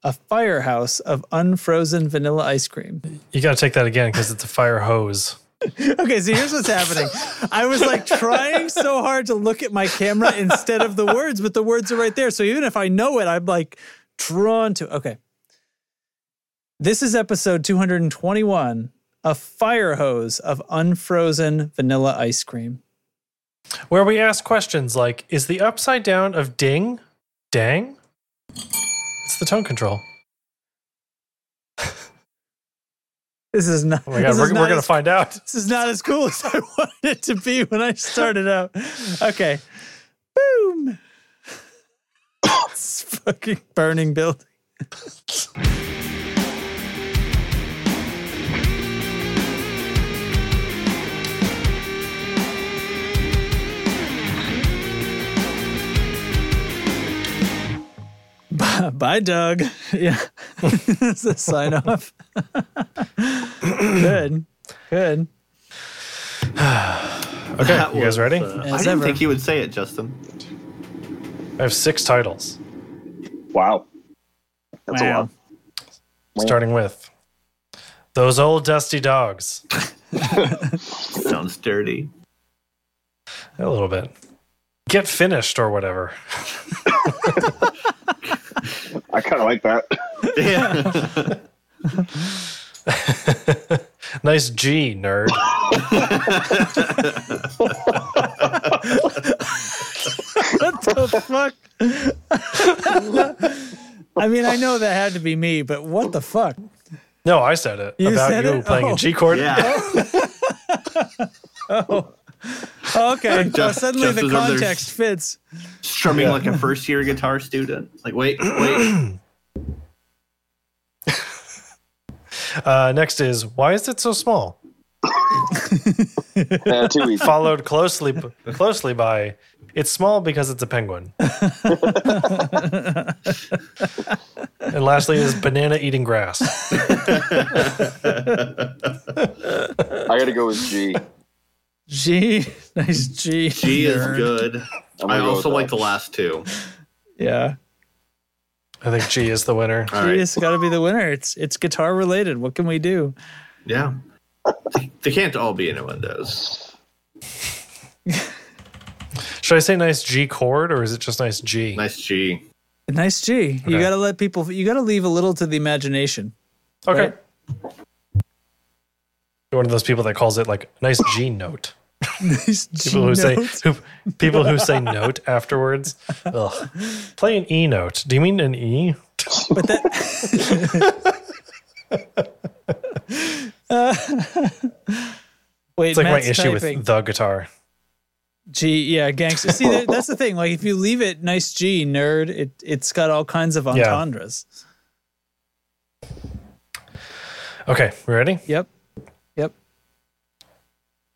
Speaker 2: A Firehouse of Unfrozen Vanilla Ice Cream.
Speaker 1: You got to take that again because it's a fire hose.
Speaker 2: Okay, so here's what's happening. I was like trying so hard to look at my camera instead of the words, but the words are right there. So even if I know it, I'm like drawn to. Okay. This is episode 221 A Fire Hose of Unfrozen Vanilla Ice Cream.
Speaker 1: Where we ask questions like, "Is the upside down of ding, dang?" It's the tone control.
Speaker 2: This is not.
Speaker 1: Oh my god,
Speaker 2: this is
Speaker 1: we're,
Speaker 2: not
Speaker 1: we're gonna
Speaker 2: as-
Speaker 1: find out.
Speaker 2: This is not as cool as I (laughs) wanted it to be when I started out. Okay. Boom. (laughs) it's fucking burning building. (laughs) Bye, bye, Doug. (laughs) Yeah. That's a sign off. Good. Good.
Speaker 1: Okay,
Speaker 6: That
Speaker 1: you guys
Speaker 6: was,
Speaker 1: ready?
Speaker 6: uh, I
Speaker 2: As
Speaker 6: didn't
Speaker 2: ever.
Speaker 6: think you would say it, Justin.
Speaker 1: I have six titles.
Speaker 14: Wow.
Speaker 1: That's a lot. Starting with those old dusty dogs.
Speaker 6: Sounds dirty.
Speaker 1: A little bit. Get finished or whatever.
Speaker 14: (laughs) I kind of like that.
Speaker 1: (laughs) nice G, nerd.
Speaker 2: what the fuck? (laughs) I mean, I know that had to be me, but what the fuck?
Speaker 1: No, I said it
Speaker 2: You
Speaker 1: about
Speaker 2: said
Speaker 1: you
Speaker 2: it?
Speaker 1: playing
Speaker 2: Oh.
Speaker 1: a G chord.
Speaker 6: Yeah.
Speaker 2: Okay,
Speaker 6: Just-
Speaker 2: well, suddenly
Speaker 6: just
Speaker 2: the
Speaker 6: as though there's-
Speaker 2: context fits.
Speaker 6: Strumming like a first year guitar student. Like, wait, wait.
Speaker 2: (clears throat)
Speaker 1: Uh, next is why is it so small?
Speaker 14: (laughs) Yeah, too easy.
Speaker 1: Followed closely closely by it's small because it's a
Speaker 2: (laughs)
Speaker 1: penguin. and lastly is banana eating grass.
Speaker 14: I got to go with
Speaker 1: (laughs)
Speaker 14: G.
Speaker 2: G, nice G.
Speaker 6: G is
Speaker 2: nerd.
Speaker 6: good.
Speaker 14: I'm
Speaker 6: I
Speaker 14: gonna go
Speaker 6: also
Speaker 14: with
Speaker 6: like
Speaker 14: that.
Speaker 6: the last two.
Speaker 2: Yeah,
Speaker 1: I think G is the winner.
Speaker 6: All
Speaker 2: G
Speaker 6: right.
Speaker 2: has got to be the winner. It's it's guitar related. What can we do?
Speaker 6: Yeah. They can't all be innuendos.
Speaker 1: Should I say nice G chord or is it just nice G?
Speaker 6: Nice G.
Speaker 2: Nice G. You
Speaker 1: Okay.
Speaker 2: got to let people. You got to leave a little to the imagination.
Speaker 1: Okay.
Speaker 2: Right.
Speaker 1: You're one of those people that calls it like
Speaker 2: (laughs)
Speaker 1: nice G note.
Speaker 2: Nice G.
Speaker 1: (laughs) People who
Speaker 2: note.
Speaker 1: say who, people who say note afterwards. Ugh. Play an E note. Do you mean an E?
Speaker 2: but that.
Speaker 1: (laughs)
Speaker 2: Uh, (laughs) Wait,
Speaker 1: It's like
Speaker 2: Matt's
Speaker 1: my issue
Speaker 2: typing.
Speaker 1: with the guitar.
Speaker 2: G, yeah, gangster. See, that- that's the thing. Like, if you leave it nice G, nerd, it it's got all kinds of
Speaker 1: Yeah.
Speaker 2: entendres.
Speaker 1: Okay, we ready?
Speaker 2: Yep. Yep.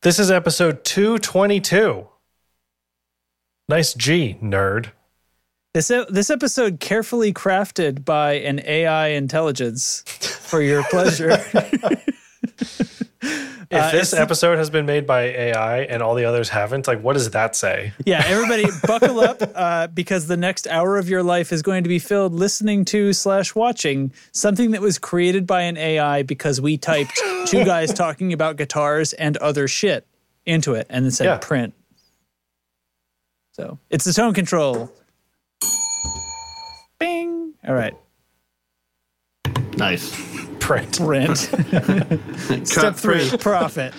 Speaker 1: This is episode 222. Nice G, nerd.
Speaker 2: This e- this episode carefully crafted by
Speaker 1: (laughs)
Speaker 2: an AI intelligence for your pleasure.
Speaker 1: If
Speaker 2: Uh,
Speaker 1: this
Speaker 2: it's-
Speaker 1: episode has been made by AI and all the others haven't, like, what does
Speaker 2: (laughs)
Speaker 1: that say?
Speaker 2: Yeah, everybody, buckle up uh, because the next hour of your life is going to be filled listening to slash watching something that was created by an AI because we typed two guys talking about guitars and other shit into it and then said
Speaker 1: Yeah.
Speaker 2: print. So it's the tone control. Bing. All right.
Speaker 6: Nice.
Speaker 1: Print.
Speaker 6: (laughs)
Speaker 2: Print. Step three: profit.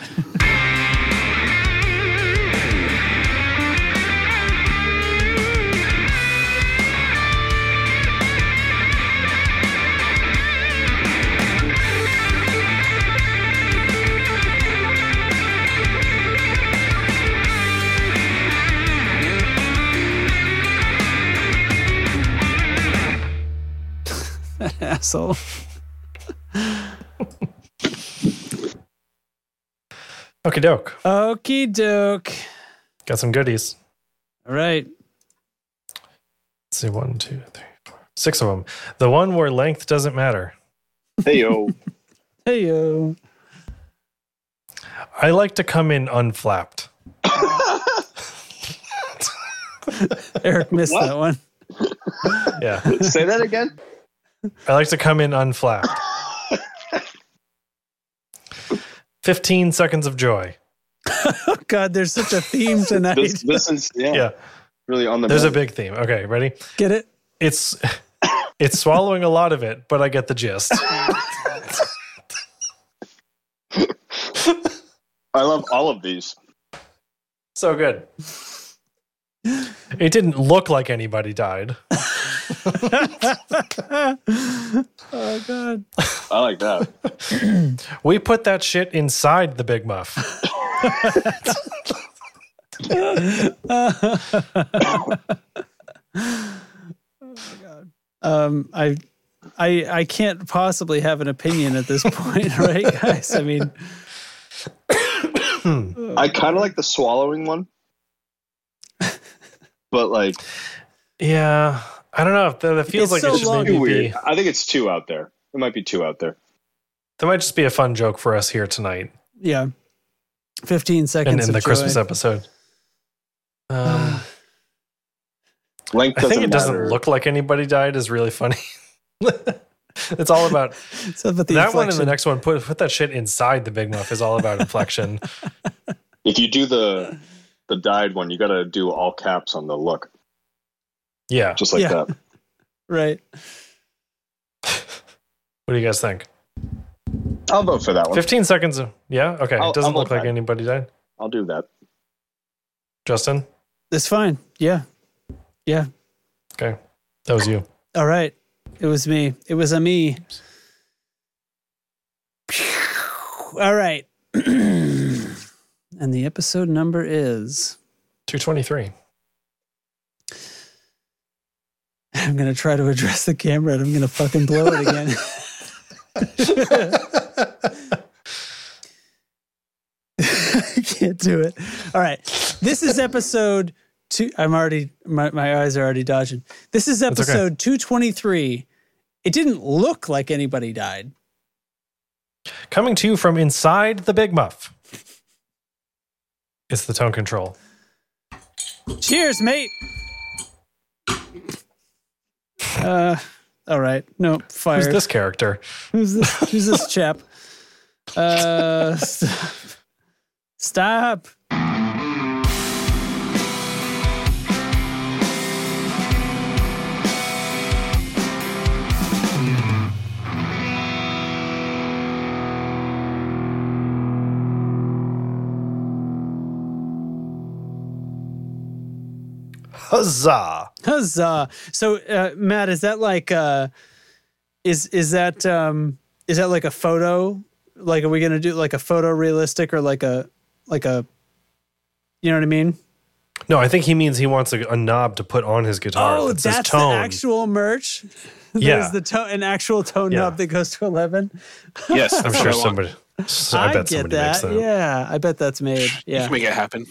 Speaker 2: Asshole.
Speaker 1: Okie doke.
Speaker 2: Okie doke.
Speaker 1: Got some goodies.
Speaker 2: All right.
Speaker 1: Let's see, one, two, three, four, six of them. The one where length doesn't matter.
Speaker 14: Hey yo.
Speaker 2: Hey yo.
Speaker 1: I like to come in unflapped.
Speaker 14: (laughs)
Speaker 2: Eric missed that one. (laughs)
Speaker 1: (laughs) Yeah.
Speaker 14: Say that again.
Speaker 1: I like to come
Speaker 14: (laughs)
Speaker 1: in unflapped. 15 seconds of joy.
Speaker 2: Oh God, there's such a theme tonight.
Speaker 14: This, this is yeah,
Speaker 1: Yeah.
Speaker 14: really on the.
Speaker 1: There's a
Speaker 14: money.
Speaker 1: big theme. Okay, ready?
Speaker 2: Get it?
Speaker 1: It's it's swallowing a lot of it, but I get the gist.
Speaker 14: I love all of these.
Speaker 1: So good. It didn't look like anybody died.
Speaker 2: oh God. (laughs)
Speaker 14: I like that.
Speaker 1: We put that shit inside the Big Muff.
Speaker 2: (laughs) Um, I, I, I can't possibly have an opinion at this point, (laughs) right, guys? I mean,
Speaker 14: I kind of like the swallowing
Speaker 1: (laughs)
Speaker 14: one, but like
Speaker 1: Yeah. I don't know. if That, that feels
Speaker 14: it's
Speaker 1: like it should maybe
Speaker 14: too
Speaker 1: be.
Speaker 14: weird. I think it's two out there. It might be two out there.
Speaker 1: That might just be a fun joke for us here tonight
Speaker 2: yeah, fifteen seconds
Speaker 1: and in
Speaker 2: of
Speaker 1: the
Speaker 2: joy.
Speaker 1: Christmas episode. Um,
Speaker 2: (sighs)
Speaker 14: Length
Speaker 1: I
Speaker 14: doesn't
Speaker 1: think it doesn't
Speaker 14: matter.
Speaker 1: look like anybody died is really funny. (laughs) it's all about
Speaker 2: (laughs) So, but the
Speaker 1: that one and the
Speaker 2: inflection.
Speaker 1: next one. Put put that shit inside the Big Muff is all about inflection.
Speaker 2: (laughs)
Speaker 14: If you do the the dyed one, you got to do all caps on the look,
Speaker 1: Yeah.
Speaker 14: just like
Speaker 2: Yeah.
Speaker 14: that.
Speaker 2: (laughs) right?
Speaker 1: What do you guys think?
Speaker 14: I'll vote for that one.
Speaker 1: Fifteen seconds. Of, yeah. Okay.
Speaker 14: I'll-
Speaker 1: it doesn't
Speaker 14: I'll
Speaker 1: look
Speaker 14: vote
Speaker 1: like
Speaker 14: back.
Speaker 1: anybody died.
Speaker 14: I'll do that.
Speaker 1: Justin.
Speaker 2: That's fine. Yeah, yeah.
Speaker 1: Okay. That was you.
Speaker 2: All right. It was me. It was a me. All right. (clears throat) and the episode number is.
Speaker 1: Two twenty three.
Speaker 2: I'm gonna try to address the camera and I'm gonna fucking blow it
Speaker 1: (laughs)
Speaker 2: again. (laughs) I can't do it. All right. This is episode two. I'm already, my, my eyes are already dodging. This is
Speaker 1: That's okay.
Speaker 2: episode 223. It didn't look like anybody died.
Speaker 1: Coming to you from inside the Big Muff. It's the tone control.
Speaker 2: Cheers, mate. Uh, all right. No, fire.
Speaker 1: Who's this character?
Speaker 2: Who's this? Who's this chap? Uh, stop. stop.
Speaker 1: Huzzah!
Speaker 2: Huzzah! So, uh, Matt, is that like, uh, is is that um, is that like a photo? Like, are we gonna do like a photo realistic or like a like a, you know what I mean?
Speaker 1: No, I think he means he wants a, a knob to put on his guitar.
Speaker 2: oh,
Speaker 1: that says
Speaker 2: that's the
Speaker 1: tone.
Speaker 2: actual merch. (laughs)
Speaker 1: Yeah.
Speaker 2: There's the to- an actual tone
Speaker 1: Yeah.
Speaker 2: knob that goes to
Speaker 1: (laughs)
Speaker 2: eleven. (laughs)
Speaker 14: Yes,
Speaker 1: I'm
Speaker 14: that's what
Speaker 1: sure
Speaker 14: I want.
Speaker 1: somebody. I, bet somebody
Speaker 2: that.
Speaker 1: makes that.
Speaker 2: Yeah, I bet that's made.
Speaker 13: You
Speaker 2: Yeah,
Speaker 13: can make it happen.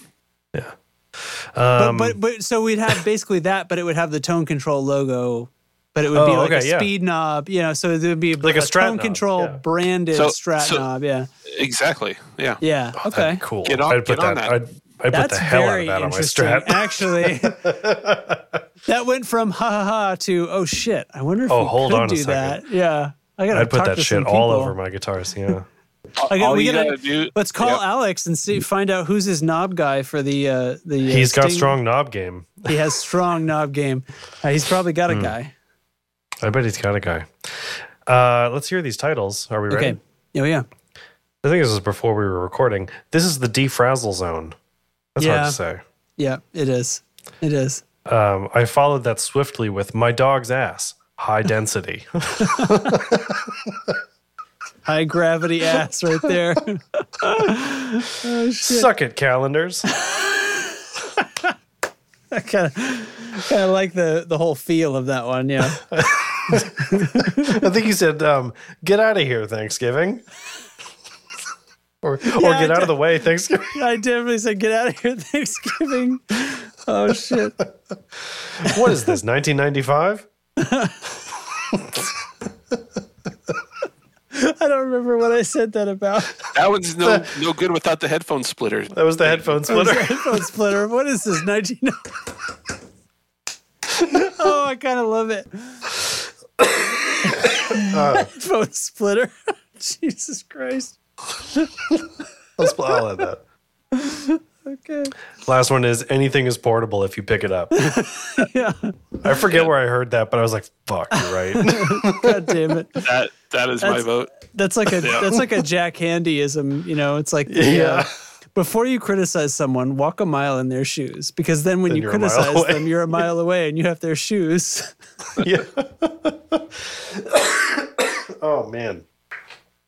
Speaker 1: Um,
Speaker 2: but but so we'd have basically that, but it would have the tone control logo but it would be
Speaker 1: Oh,
Speaker 2: like
Speaker 1: okay,
Speaker 2: a
Speaker 1: yeah.
Speaker 2: speed knob, you know. So it would be
Speaker 1: Like a Strat
Speaker 2: tone
Speaker 1: knob,
Speaker 2: control
Speaker 1: yeah.
Speaker 2: branded
Speaker 1: So-
Speaker 2: strat
Speaker 1: so-
Speaker 2: knob. Yeah,
Speaker 11: Exactly. Yeah. Oh,
Speaker 2: yeah. okay,
Speaker 1: Cool.
Speaker 11: Get on-
Speaker 1: I'd put
Speaker 11: get on
Speaker 1: that.
Speaker 11: that.
Speaker 1: I'd, I'd put
Speaker 2: That's
Speaker 1: the hell out
Speaker 2: very
Speaker 1: of that on my
Speaker 2: interesting,
Speaker 1: strap. (laughs)
Speaker 2: Actually, that went from ha ha ha to oh shit. I wonder if
Speaker 1: Oh,
Speaker 2: we
Speaker 1: hold
Speaker 2: could
Speaker 1: on a
Speaker 2: do
Speaker 1: second.
Speaker 2: that. Yeah, I gotta.
Speaker 1: I'd put
Speaker 2: talk
Speaker 1: that
Speaker 2: to
Speaker 1: shit
Speaker 2: some
Speaker 1: all
Speaker 2: people.
Speaker 1: over my guitars.
Speaker 2: (laughs)
Speaker 1: Yeah.
Speaker 2: I got,
Speaker 1: All
Speaker 2: we
Speaker 1: you
Speaker 2: gotta,
Speaker 1: gotta do-
Speaker 2: let's call
Speaker 1: Yep.
Speaker 2: Alex and see find out who's his knob guy for the uh, the. Uh,
Speaker 1: He's got
Speaker 2: Sting-
Speaker 1: strong knob game.
Speaker 2: He has strong knob game. Uh, he's probably got a
Speaker 1: Hmm.
Speaker 2: guy.
Speaker 1: I bet he's got a guy. Uh, let's hear these titles. Are we ready?
Speaker 2: Okay. Oh yeah.
Speaker 1: I think this was before we were recording. This is the defrazzle zone. That's
Speaker 2: Yeah.
Speaker 1: hard to say.
Speaker 2: Yeah, it is. It is.
Speaker 1: Um, I followed that swiftly with my dog's ass, high density.
Speaker 2: (laughs)
Speaker 1: (laughs)
Speaker 2: High gravity ass right (laughs) there. Oh,
Speaker 1: Suck it, calendars.
Speaker 2: (laughs) I kind of kind of like the the whole feel of that one. Yeah.
Speaker 1: (laughs) I think he said, um, "Get out of here, Thanksgiving," or or
Speaker 2: I
Speaker 1: get out
Speaker 2: did.
Speaker 1: of the way, Thanksgiving.
Speaker 2: (laughs) I definitely said, "Get out of here, Thanksgiving." Oh shit!
Speaker 1: What is this? 1995?
Speaker 2: I don't remember what I said that
Speaker 1: (laughs)
Speaker 2: about.
Speaker 11: (laughs) That one's
Speaker 2: (laughs)
Speaker 11: no no good without the headphone splitter.
Speaker 1: That was the headphone
Speaker 2: It was (laughs)
Speaker 11: splitter.
Speaker 2: a headphone splitter. What is this? Nineteen. (laughs) oh, I kind of love it.
Speaker 1: Uh.
Speaker 2: (laughs) headphone splitter. (laughs) Jesus Christ. (laughs)
Speaker 1: Let's I'll add that.
Speaker 2: Okay.
Speaker 1: Last one is anything is portable if you pick it up.
Speaker 2: (laughs) Yeah.
Speaker 1: I forget where I heard that, but I was like, "Fuck,
Speaker 2: (laughs)
Speaker 1: you're right."
Speaker 2: God damn it.
Speaker 11: That that is my
Speaker 2: That's-
Speaker 11: vote.
Speaker 2: That's like a
Speaker 11: Yeah.
Speaker 2: that's
Speaker 11: (laughs)
Speaker 2: like a Jack Handyism, you know. It's like the,
Speaker 11: Yeah.
Speaker 2: uh, before you criticize someone, walk a mile in their shoes because then when
Speaker 1: Then
Speaker 2: you
Speaker 1: you're a mile
Speaker 2: criticize
Speaker 1: away.
Speaker 2: them, you're a mile away and you have their shoes.
Speaker 1: (laughs) yeah. oh man.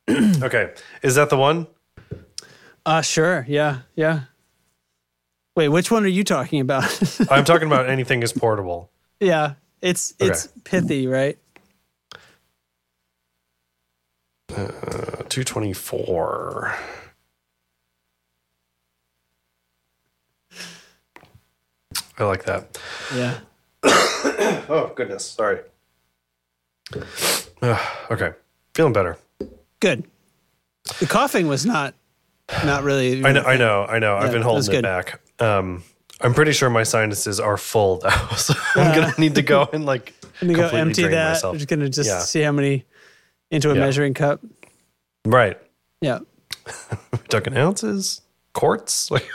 Speaker 1: (clears throat) okay, is that the one?
Speaker 2: Ah, sure. Yeah, yeah. Wait, which one are you talking about? (laughs)
Speaker 1: I'm talking about anything is portable.
Speaker 2: yeah, it's
Speaker 1: Okay.
Speaker 2: it's pithy, right?
Speaker 1: Uh, 224. I like that.
Speaker 2: Yeah.
Speaker 1: Uh, (coughs) oh, goodness. Sorry. Ugh, okay. Feeling better.
Speaker 2: Good. The coughing was not not really.
Speaker 1: I know, I know, I know.
Speaker 2: Yeah,
Speaker 1: I've been
Speaker 2: that was
Speaker 1: holding
Speaker 2: good.
Speaker 1: it back. Um, I'm pretty sure my sinuses are full though, (laughs) so I'm gonna need to go and like
Speaker 2: Uh, (laughs) I'm gonna go
Speaker 1: completely
Speaker 2: empty
Speaker 1: drain
Speaker 2: that.
Speaker 1: myself.
Speaker 2: I'm just gonna just
Speaker 1: Yeah.
Speaker 2: see how many into a
Speaker 1: Yeah.
Speaker 2: measuring cup.
Speaker 1: Right,
Speaker 2: Yeah.
Speaker 1: talking ounces, (laughs) quarts. Like,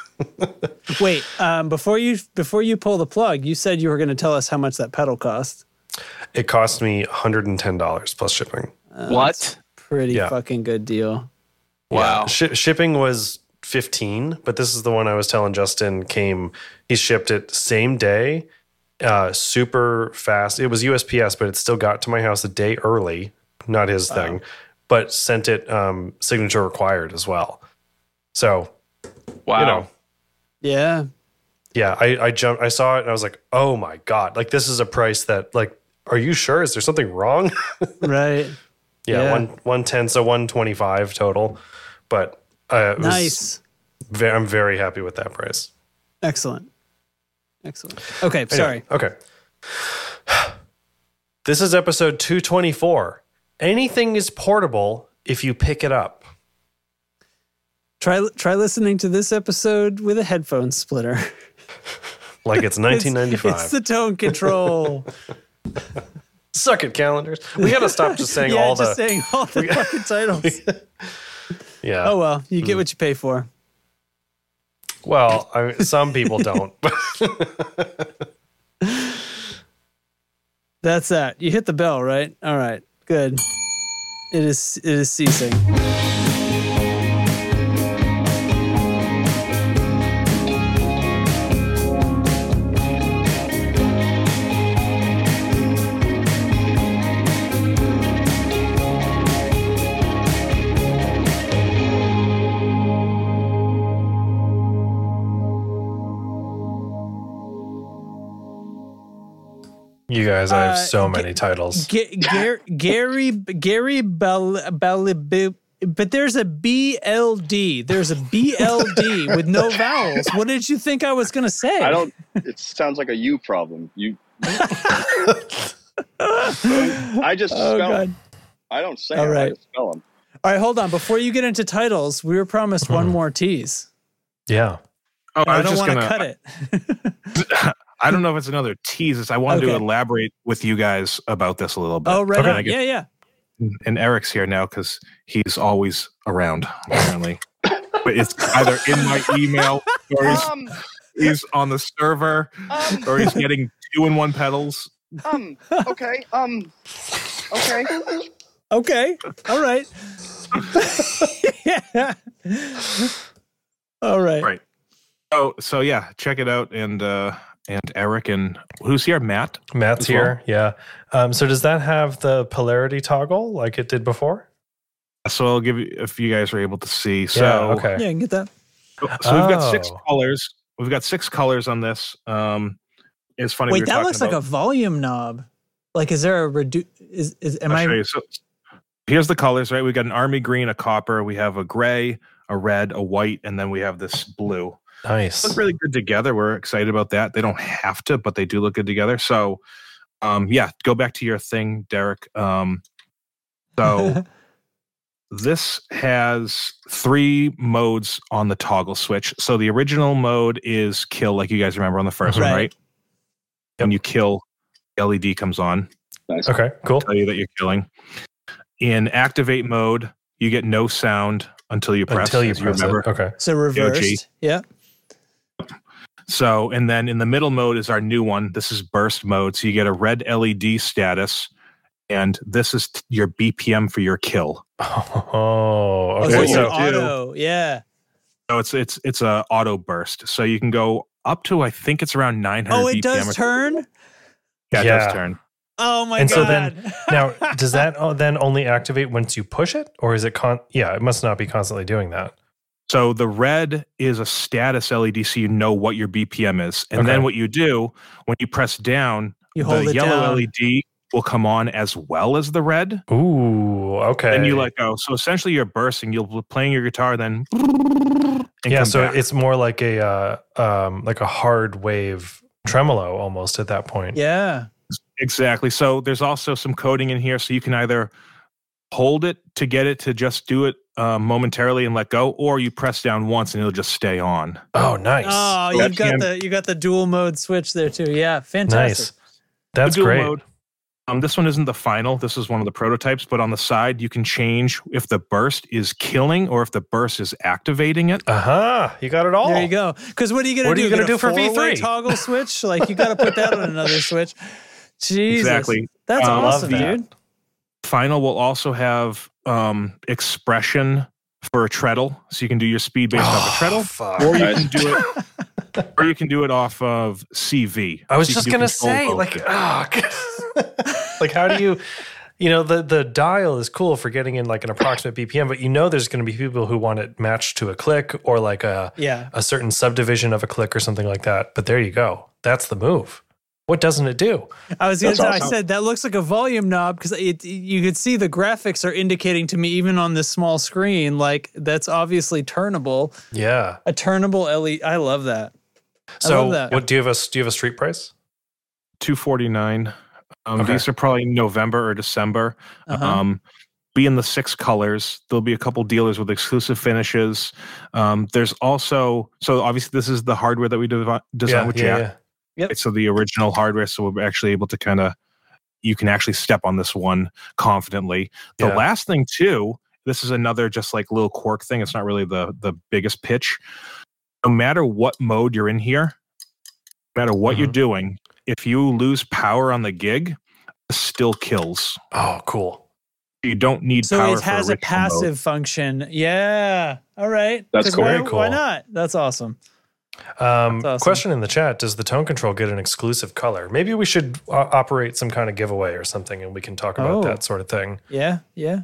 Speaker 2: Wait, um, before you before you pull the plug, you said you were going to tell us how much that pedal cost.
Speaker 1: it cost me 110 dollars plus shipping.
Speaker 2: what? Uh, Pretty
Speaker 1: Yeah.
Speaker 2: fucking good deal.
Speaker 1: Wow. Shi shipping was 15, but this is the one I was telling Justin came, he shipped it same day, uh, super fast. It was USPS, but it still got to my house a day early, not his thing, but sent it um, signature required as well. So,
Speaker 11: (laughs) Wow.
Speaker 1: you know,
Speaker 2: Yeah.
Speaker 1: yeah, I, I jumped, I saw it and I was like, oh my God, like this is a price that, like, are you sure? Is there something wrong? (laughs)
Speaker 2: Right.
Speaker 1: yeah,
Speaker 2: Yeah.
Speaker 1: One, 110, so 125 total. But uh, it was
Speaker 2: Nice.
Speaker 1: ve- I'm very happy with that price.
Speaker 2: Excellent. Excellent. Okay. Sorry.
Speaker 1: Anyway, uh, Okay. (sighs) This is episode 224. Anything is portable if you pick it up.
Speaker 2: Try try listening to this episode with a headphone splitter. (laughs)
Speaker 1: Like it's 1995.
Speaker 2: It's, the
Speaker 1: (laughs)
Speaker 2: tone control.
Speaker 1: Suck it, calendars. We got to stop just
Speaker 2: (laughs)
Speaker 1: saying
Speaker 2: yeah,
Speaker 1: all
Speaker 2: just
Speaker 1: the.
Speaker 2: saying all the fucking titles.
Speaker 1: (laughs) yeah. Mm-hmm.
Speaker 2: Oh well, you get what you pay for.
Speaker 1: Well, I mean, some
Speaker 2: (laughs)
Speaker 1: people don't.
Speaker 2: That's that. You hit the bell, right? All right. Good. It is it is ceasing.
Speaker 1: you guys, I have
Speaker 2: Uh,
Speaker 1: so
Speaker 2: Ga-
Speaker 1: many titles.
Speaker 10: (laughs)
Speaker 2: Ga- Gar- Gary Gary Bell, Bell, but there's a BLD. There's a BLD with
Speaker 10: (laughs)
Speaker 2: no vowels. What did you think I was going to say?
Speaker 1: (laughs)
Speaker 3: I don't. It sounds like a you problem. You
Speaker 14: I just
Speaker 2: Oh,
Speaker 14: spell
Speaker 2: God.
Speaker 14: 'em. I don't say
Speaker 2: All
Speaker 14: 'em, I
Speaker 2: right.
Speaker 14: just spell them.
Speaker 2: All right, hold on. Before you get into titles, we were promised one more tease.
Speaker 1: Yeah.
Speaker 10: Hmm. Oh,
Speaker 2: And I,
Speaker 10: I was
Speaker 2: don't
Speaker 10: just
Speaker 2: want to
Speaker 10: gonna-
Speaker 2: cut
Speaker 10: (laughs)
Speaker 2: it.
Speaker 10: I don't know if it's another tease. It's- I wanted to
Speaker 2: Okay.
Speaker 10: elaborate with you guys about this a little bit.
Speaker 2: Oh, right.
Speaker 10: And I
Speaker 2: on.
Speaker 10: get-
Speaker 2: Yeah, yeah.
Speaker 10: And Eric's here now because he's always around, apparently. but it's either in my email or
Speaker 2: (laughs)
Speaker 10: he's,
Speaker 14: Um,
Speaker 10: he's on the server
Speaker 2: um,
Speaker 10: or he's getting two in one pedals.
Speaker 14: um, okay, um, okay.
Speaker 2: Okay. All right. (laughs) yeah. All right.
Speaker 10: Right. Oh, so yeah, check it out. And, uh, and Eric and who's here? Matt.
Speaker 1: Matt's
Speaker 10: as well?
Speaker 1: here. Yeah. Um, so does that have the polarity toggle like it did before?
Speaker 10: So I'll give you if you guys are able to see. So
Speaker 1: okay.
Speaker 2: Yeah, you can get that.
Speaker 10: So we've got six
Speaker 1: Oh.
Speaker 10: colors. We've got six colors on this. Um, it's funny. we
Speaker 2: Wait,
Speaker 10: were
Speaker 2: that
Speaker 10: talking
Speaker 2: looks like a
Speaker 10: about-
Speaker 2: volume knob. Like, is there a reduce? Is, is am
Speaker 10: I'll show
Speaker 2: I?
Speaker 10: you. So here's the colors, right? We got an army green, a copper. We have a gray, a red, a white, and then we have this blue.
Speaker 1: Nice.
Speaker 10: Look really good together. We're excited about that. They don't have to, but they do look good together. So, um, yeah, go back to your thing, Derek. Um,
Speaker 2: (laughs)
Speaker 10: so this has three modes on the toggle switch. So the original mode is kill, like you guys remember on the first one,
Speaker 2: Right.
Speaker 10: right? When you kill, LED E comes on.
Speaker 14: Nice.
Speaker 1: Okay, cool.
Speaker 10: Tell you that you're killing. In activate mode, you get no sound until you press.
Speaker 1: Until you
Speaker 10: as
Speaker 1: press it. Okay.
Speaker 2: So reversed. Yeah.
Speaker 10: So, and then in the middle mode is our new one. This is burst mode. So you get a red LED status, and this is t- your BPM for your kill.
Speaker 1: (laughs) Oh,
Speaker 2: Oh,
Speaker 1: okay.
Speaker 2: so
Speaker 10: What
Speaker 2: it's an
Speaker 10: you do-
Speaker 2: auto. Yeah.
Speaker 10: So it's it's it's a auto burst. So you can go up to I think it's around 900.
Speaker 2: Oh, it
Speaker 10: BPM
Speaker 2: does
Speaker 10: or-
Speaker 2: turn.
Speaker 10: Yeah, it
Speaker 1: Yeah.
Speaker 10: does turn.
Speaker 2: Oh my
Speaker 1: and
Speaker 2: god.
Speaker 1: so then (laughs) now does
Speaker 2: (laughs)
Speaker 1: that o- then only activate once you push it or is it con yeah it must not be constantly doing that
Speaker 10: So the red is a status LED, so you know what your BPM is. And
Speaker 1: Okay.
Speaker 10: then what you do when you press down,
Speaker 2: You
Speaker 10: the
Speaker 2: hold it
Speaker 10: yellow
Speaker 2: down.
Speaker 10: LED will come on as well as the red.
Speaker 1: ooh okay
Speaker 10: And you let go. So essentially, you're bursting. You'll be playing your guitar, then and
Speaker 1: yeah
Speaker 10: come
Speaker 1: so
Speaker 10: back.
Speaker 1: it's more like a uh, um like a hard wave tremolo almost at that point
Speaker 2: yeah.
Speaker 10: exactly. So there's also some coding in here, so you can either hold it to get it to just do it uh, momentarily and let go, or you press down once and it'll just stay on.
Speaker 1: oh nice
Speaker 2: Oh,
Speaker 10: That
Speaker 2: you've got
Speaker 10: can-
Speaker 2: the you got the dual mode switch there too. Yeah,
Speaker 1: nice
Speaker 2: fantastic.
Speaker 1: that's
Speaker 10: The dual
Speaker 1: great
Speaker 10: Um, this one isn't the final. This is one of the prototypes, but on the side you can change if the burst is killing or if the burst is activating it.
Speaker 1: uh-huh you got it all
Speaker 2: There you go. Because what are you gonna
Speaker 1: What
Speaker 2: do?
Speaker 1: are you gonna
Speaker 2: Get a
Speaker 1: do for
Speaker 2: four-way
Speaker 1: V3?
Speaker 2: toggle switch? Like you got to put that
Speaker 1: (laughs)
Speaker 2: on another switch. Jesus,
Speaker 10: Exactly.
Speaker 2: that's
Speaker 10: I love
Speaker 2: awesome,
Speaker 1: that.
Speaker 2: dude.
Speaker 10: Final will also have um, expression for a treadle, so you can do your speed based off a treadle,
Speaker 1: Oh, fuck.
Speaker 10: or you
Speaker 14: Nice.
Speaker 1: (laughs)
Speaker 10: can do it, or you can do it off of CV.
Speaker 1: I was
Speaker 10: So you
Speaker 1: just
Speaker 10: can do
Speaker 1: gonna
Speaker 10: control
Speaker 1: say,
Speaker 10: both.
Speaker 1: like, ah, like how do you, (laughs) you know, the the dial is cool for getting in like an approximate BPM, but you know, there's gonna be people who want it matched to a click or like a
Speaker 2: Yeah.
Speaker 1: a certain subdivision of a click or something like that. But there you go, that's the move. What doesn't it do?
Speaker 2: I was gonna
Speaker 14: That's
Speaker 2: say, I
Speaker 14: awesome.
Speaker 2: said that looks like a volume knob because it you could see the graphics are indicating to me even on this small screen like that's obviously turnable.
Speaker 1: Yeah.
Speaker 2: A turnable LED. I love that.
Speaker 1: So,
Speaker 2: love that.
Speaker 1: what do you have a do you have a street price?
Speaker 10: 249. Um,
Speaker 1: Okay.
Speaker 10: These are probably November or December.
Speaker 2: Uh-huh.
Speaker 10: Um, be in the six colors. There'll be a couple dealers with exclusive finishes. Um, there's also, so obviously, this is the hardware that we devi- designed with Jack.
Speaker 2: Yep.
Speaker 10: It's so the original hardware. So we're actually able to kind of, you can actually step on this one confidently. The
Speaker 1: Yeah.
Speaker 10: last thing, too, this is another just like little quirk thing. It's not really the the biggest pitch. No matter what mode you're in here, no matter what you're
Speaker 1: Mhm.
Speaker 10: doing, if you lose power on the gig, it still kills.
Speaker 1: Oh, cool.
Speaker 10: You don't need
Speaker 2: So
Speaker 10: power.
Speaker 2: it
Speaker 10: for
Speaker 2: has
Speaker 10: original
Speaker 2: a
Speaker 10: mode.
Speaker 2: passive function. Yeah. All right.
Speaker 14: That's
Speaker 2: 'Cause
Speaker 14: cool.
Speaker 2: Why,
Speaker 1: Very cool.
Speaker 2: why not? That's awesome.
Speaker 1: Um,
Speaker 2: That's awesome.
Speaker 1: Question in the chat: Does the tone control get an exclusive color? Maybe we should uh, operate some kind of giveaway or something, and we can talk about
Speaker 2: Oh.
Speaker 1: that sort of thing.
Speaker 2: Yeah. Yeah.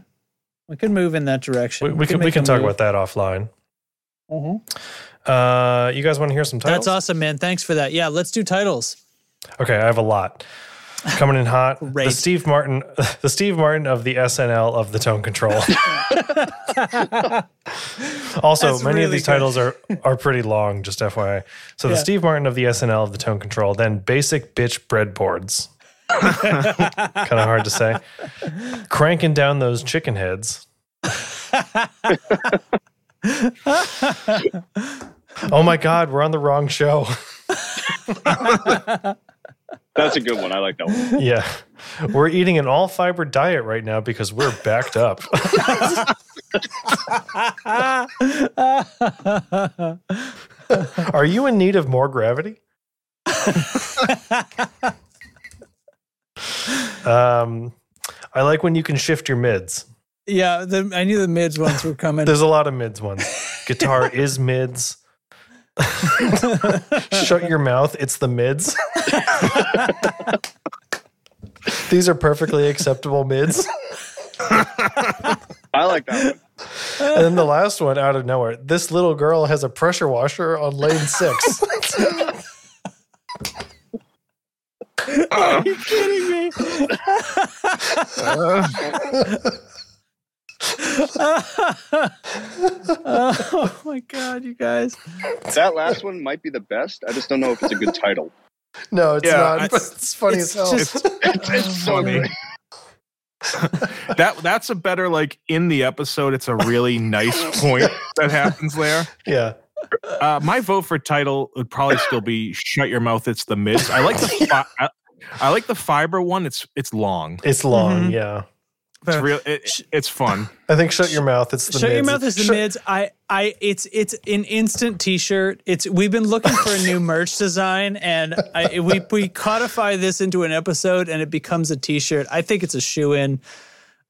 Speaker 2: We could move in that direction.
Speaker 1: We, we can we can talk about that offline.
Speaker 2: hmm
Speaker 1: Uh, you guys want to hear some titles?
Speaker 2: That's awesome, man. Thanks for that. Yeah. Let's do titles.
Speaker 1: Okay, I have a lot coming
Speaker 2: (laughs)
Speaker 1: in hot.
Speaker 2: Great.
Speaker 1: The Steve Martin, (laughs) the Steve Martin of the SNL of the tone control.
Speaker 2: (laughs)
Speaker 1: also,
Speaker 2: That's
Speaker 1: many of
Speaker 2: really
Speaker 1: these
Speaker 2: good.
Speaker 1: titles are are pretty long. Just FYI. So the
Speaker 2: Yeah. (laughs)
Speaker 1: Steve Martin of the SNL of the tone control, then basic bitch breadboards. kind of hard to say. Cranking down those
Speaker 2: (laughs)
Speaker 1: chicken heads. oh my God, we're on the wrong show.
Speaker 14: That's a good one. I like that one.
Speaker 1: yeah. We're eating an all fiber diet right now because we're backed up.
Speaker 2: Uh,
Speaker 1: Are you in need of more gravity? um, I like when you can shift your mids.
Speaker 2: Yeah, the, I knew the mids ones were coming.
Speaker 1: There's a lot of mids ones.
Speaker 2: (laughs)
Speaker 1: Guitar is mids. Shut your mouth. It's the mids. These are perfectly acceptable mids.
Speaker 14: (laughs) I like that one.
Speaker 1: And then the last one out of nowhere. This little girl has a pressure washer on lane six.
Speaker 2: (laughs) Are you kidding me? (laughs) oh my god, you guys.
Speaker 14: That last one might be the best. I just don't know if it's a good title.
Speaker 1: No, it's
Speaker 10: Yeah,
Speaker 1: not.
Speaker 10: I-
Speaker 1: but it's funny
Speaker 2: it's
Speaker 1: as hell.
Speaker 2: just-
Speaker 14: It's, it's so good.
Speaker 10: (laughs) that that's a better like in the episode. It's a really nice point
Speaker 14: (laughs)
Speaker 10: that happens
Speaker 8: (laughs)
Speaker 10: there.
Speaker 1: yeah.
Speaker 10: Uh, my vote for title would probably still be "Shut Your Mouth." It's the Miz. I like the fi- I, I like the fiber one. It's it's long.
Speaker 1: It's
Speaker 2: Mm-hmm.
Speaker 1: long. Yeah.
Speaker 10: It's real. It, it's fun.
Speaker 1: I think shut your mouth. It's the
Speaker 2: Shut your
Speaker 1: mids.
Speaker 2: mouth is the
Speaker 1: Shut-
Speaker 2: mids. I, I, it's, it's an instant T-shirt. It's we've been looking for a
Speaker 10: (laughs)
Speaker 2: new merch design, and I, we we codify this into an episode, and it becomes a T-shirt. I think it's a shoe in.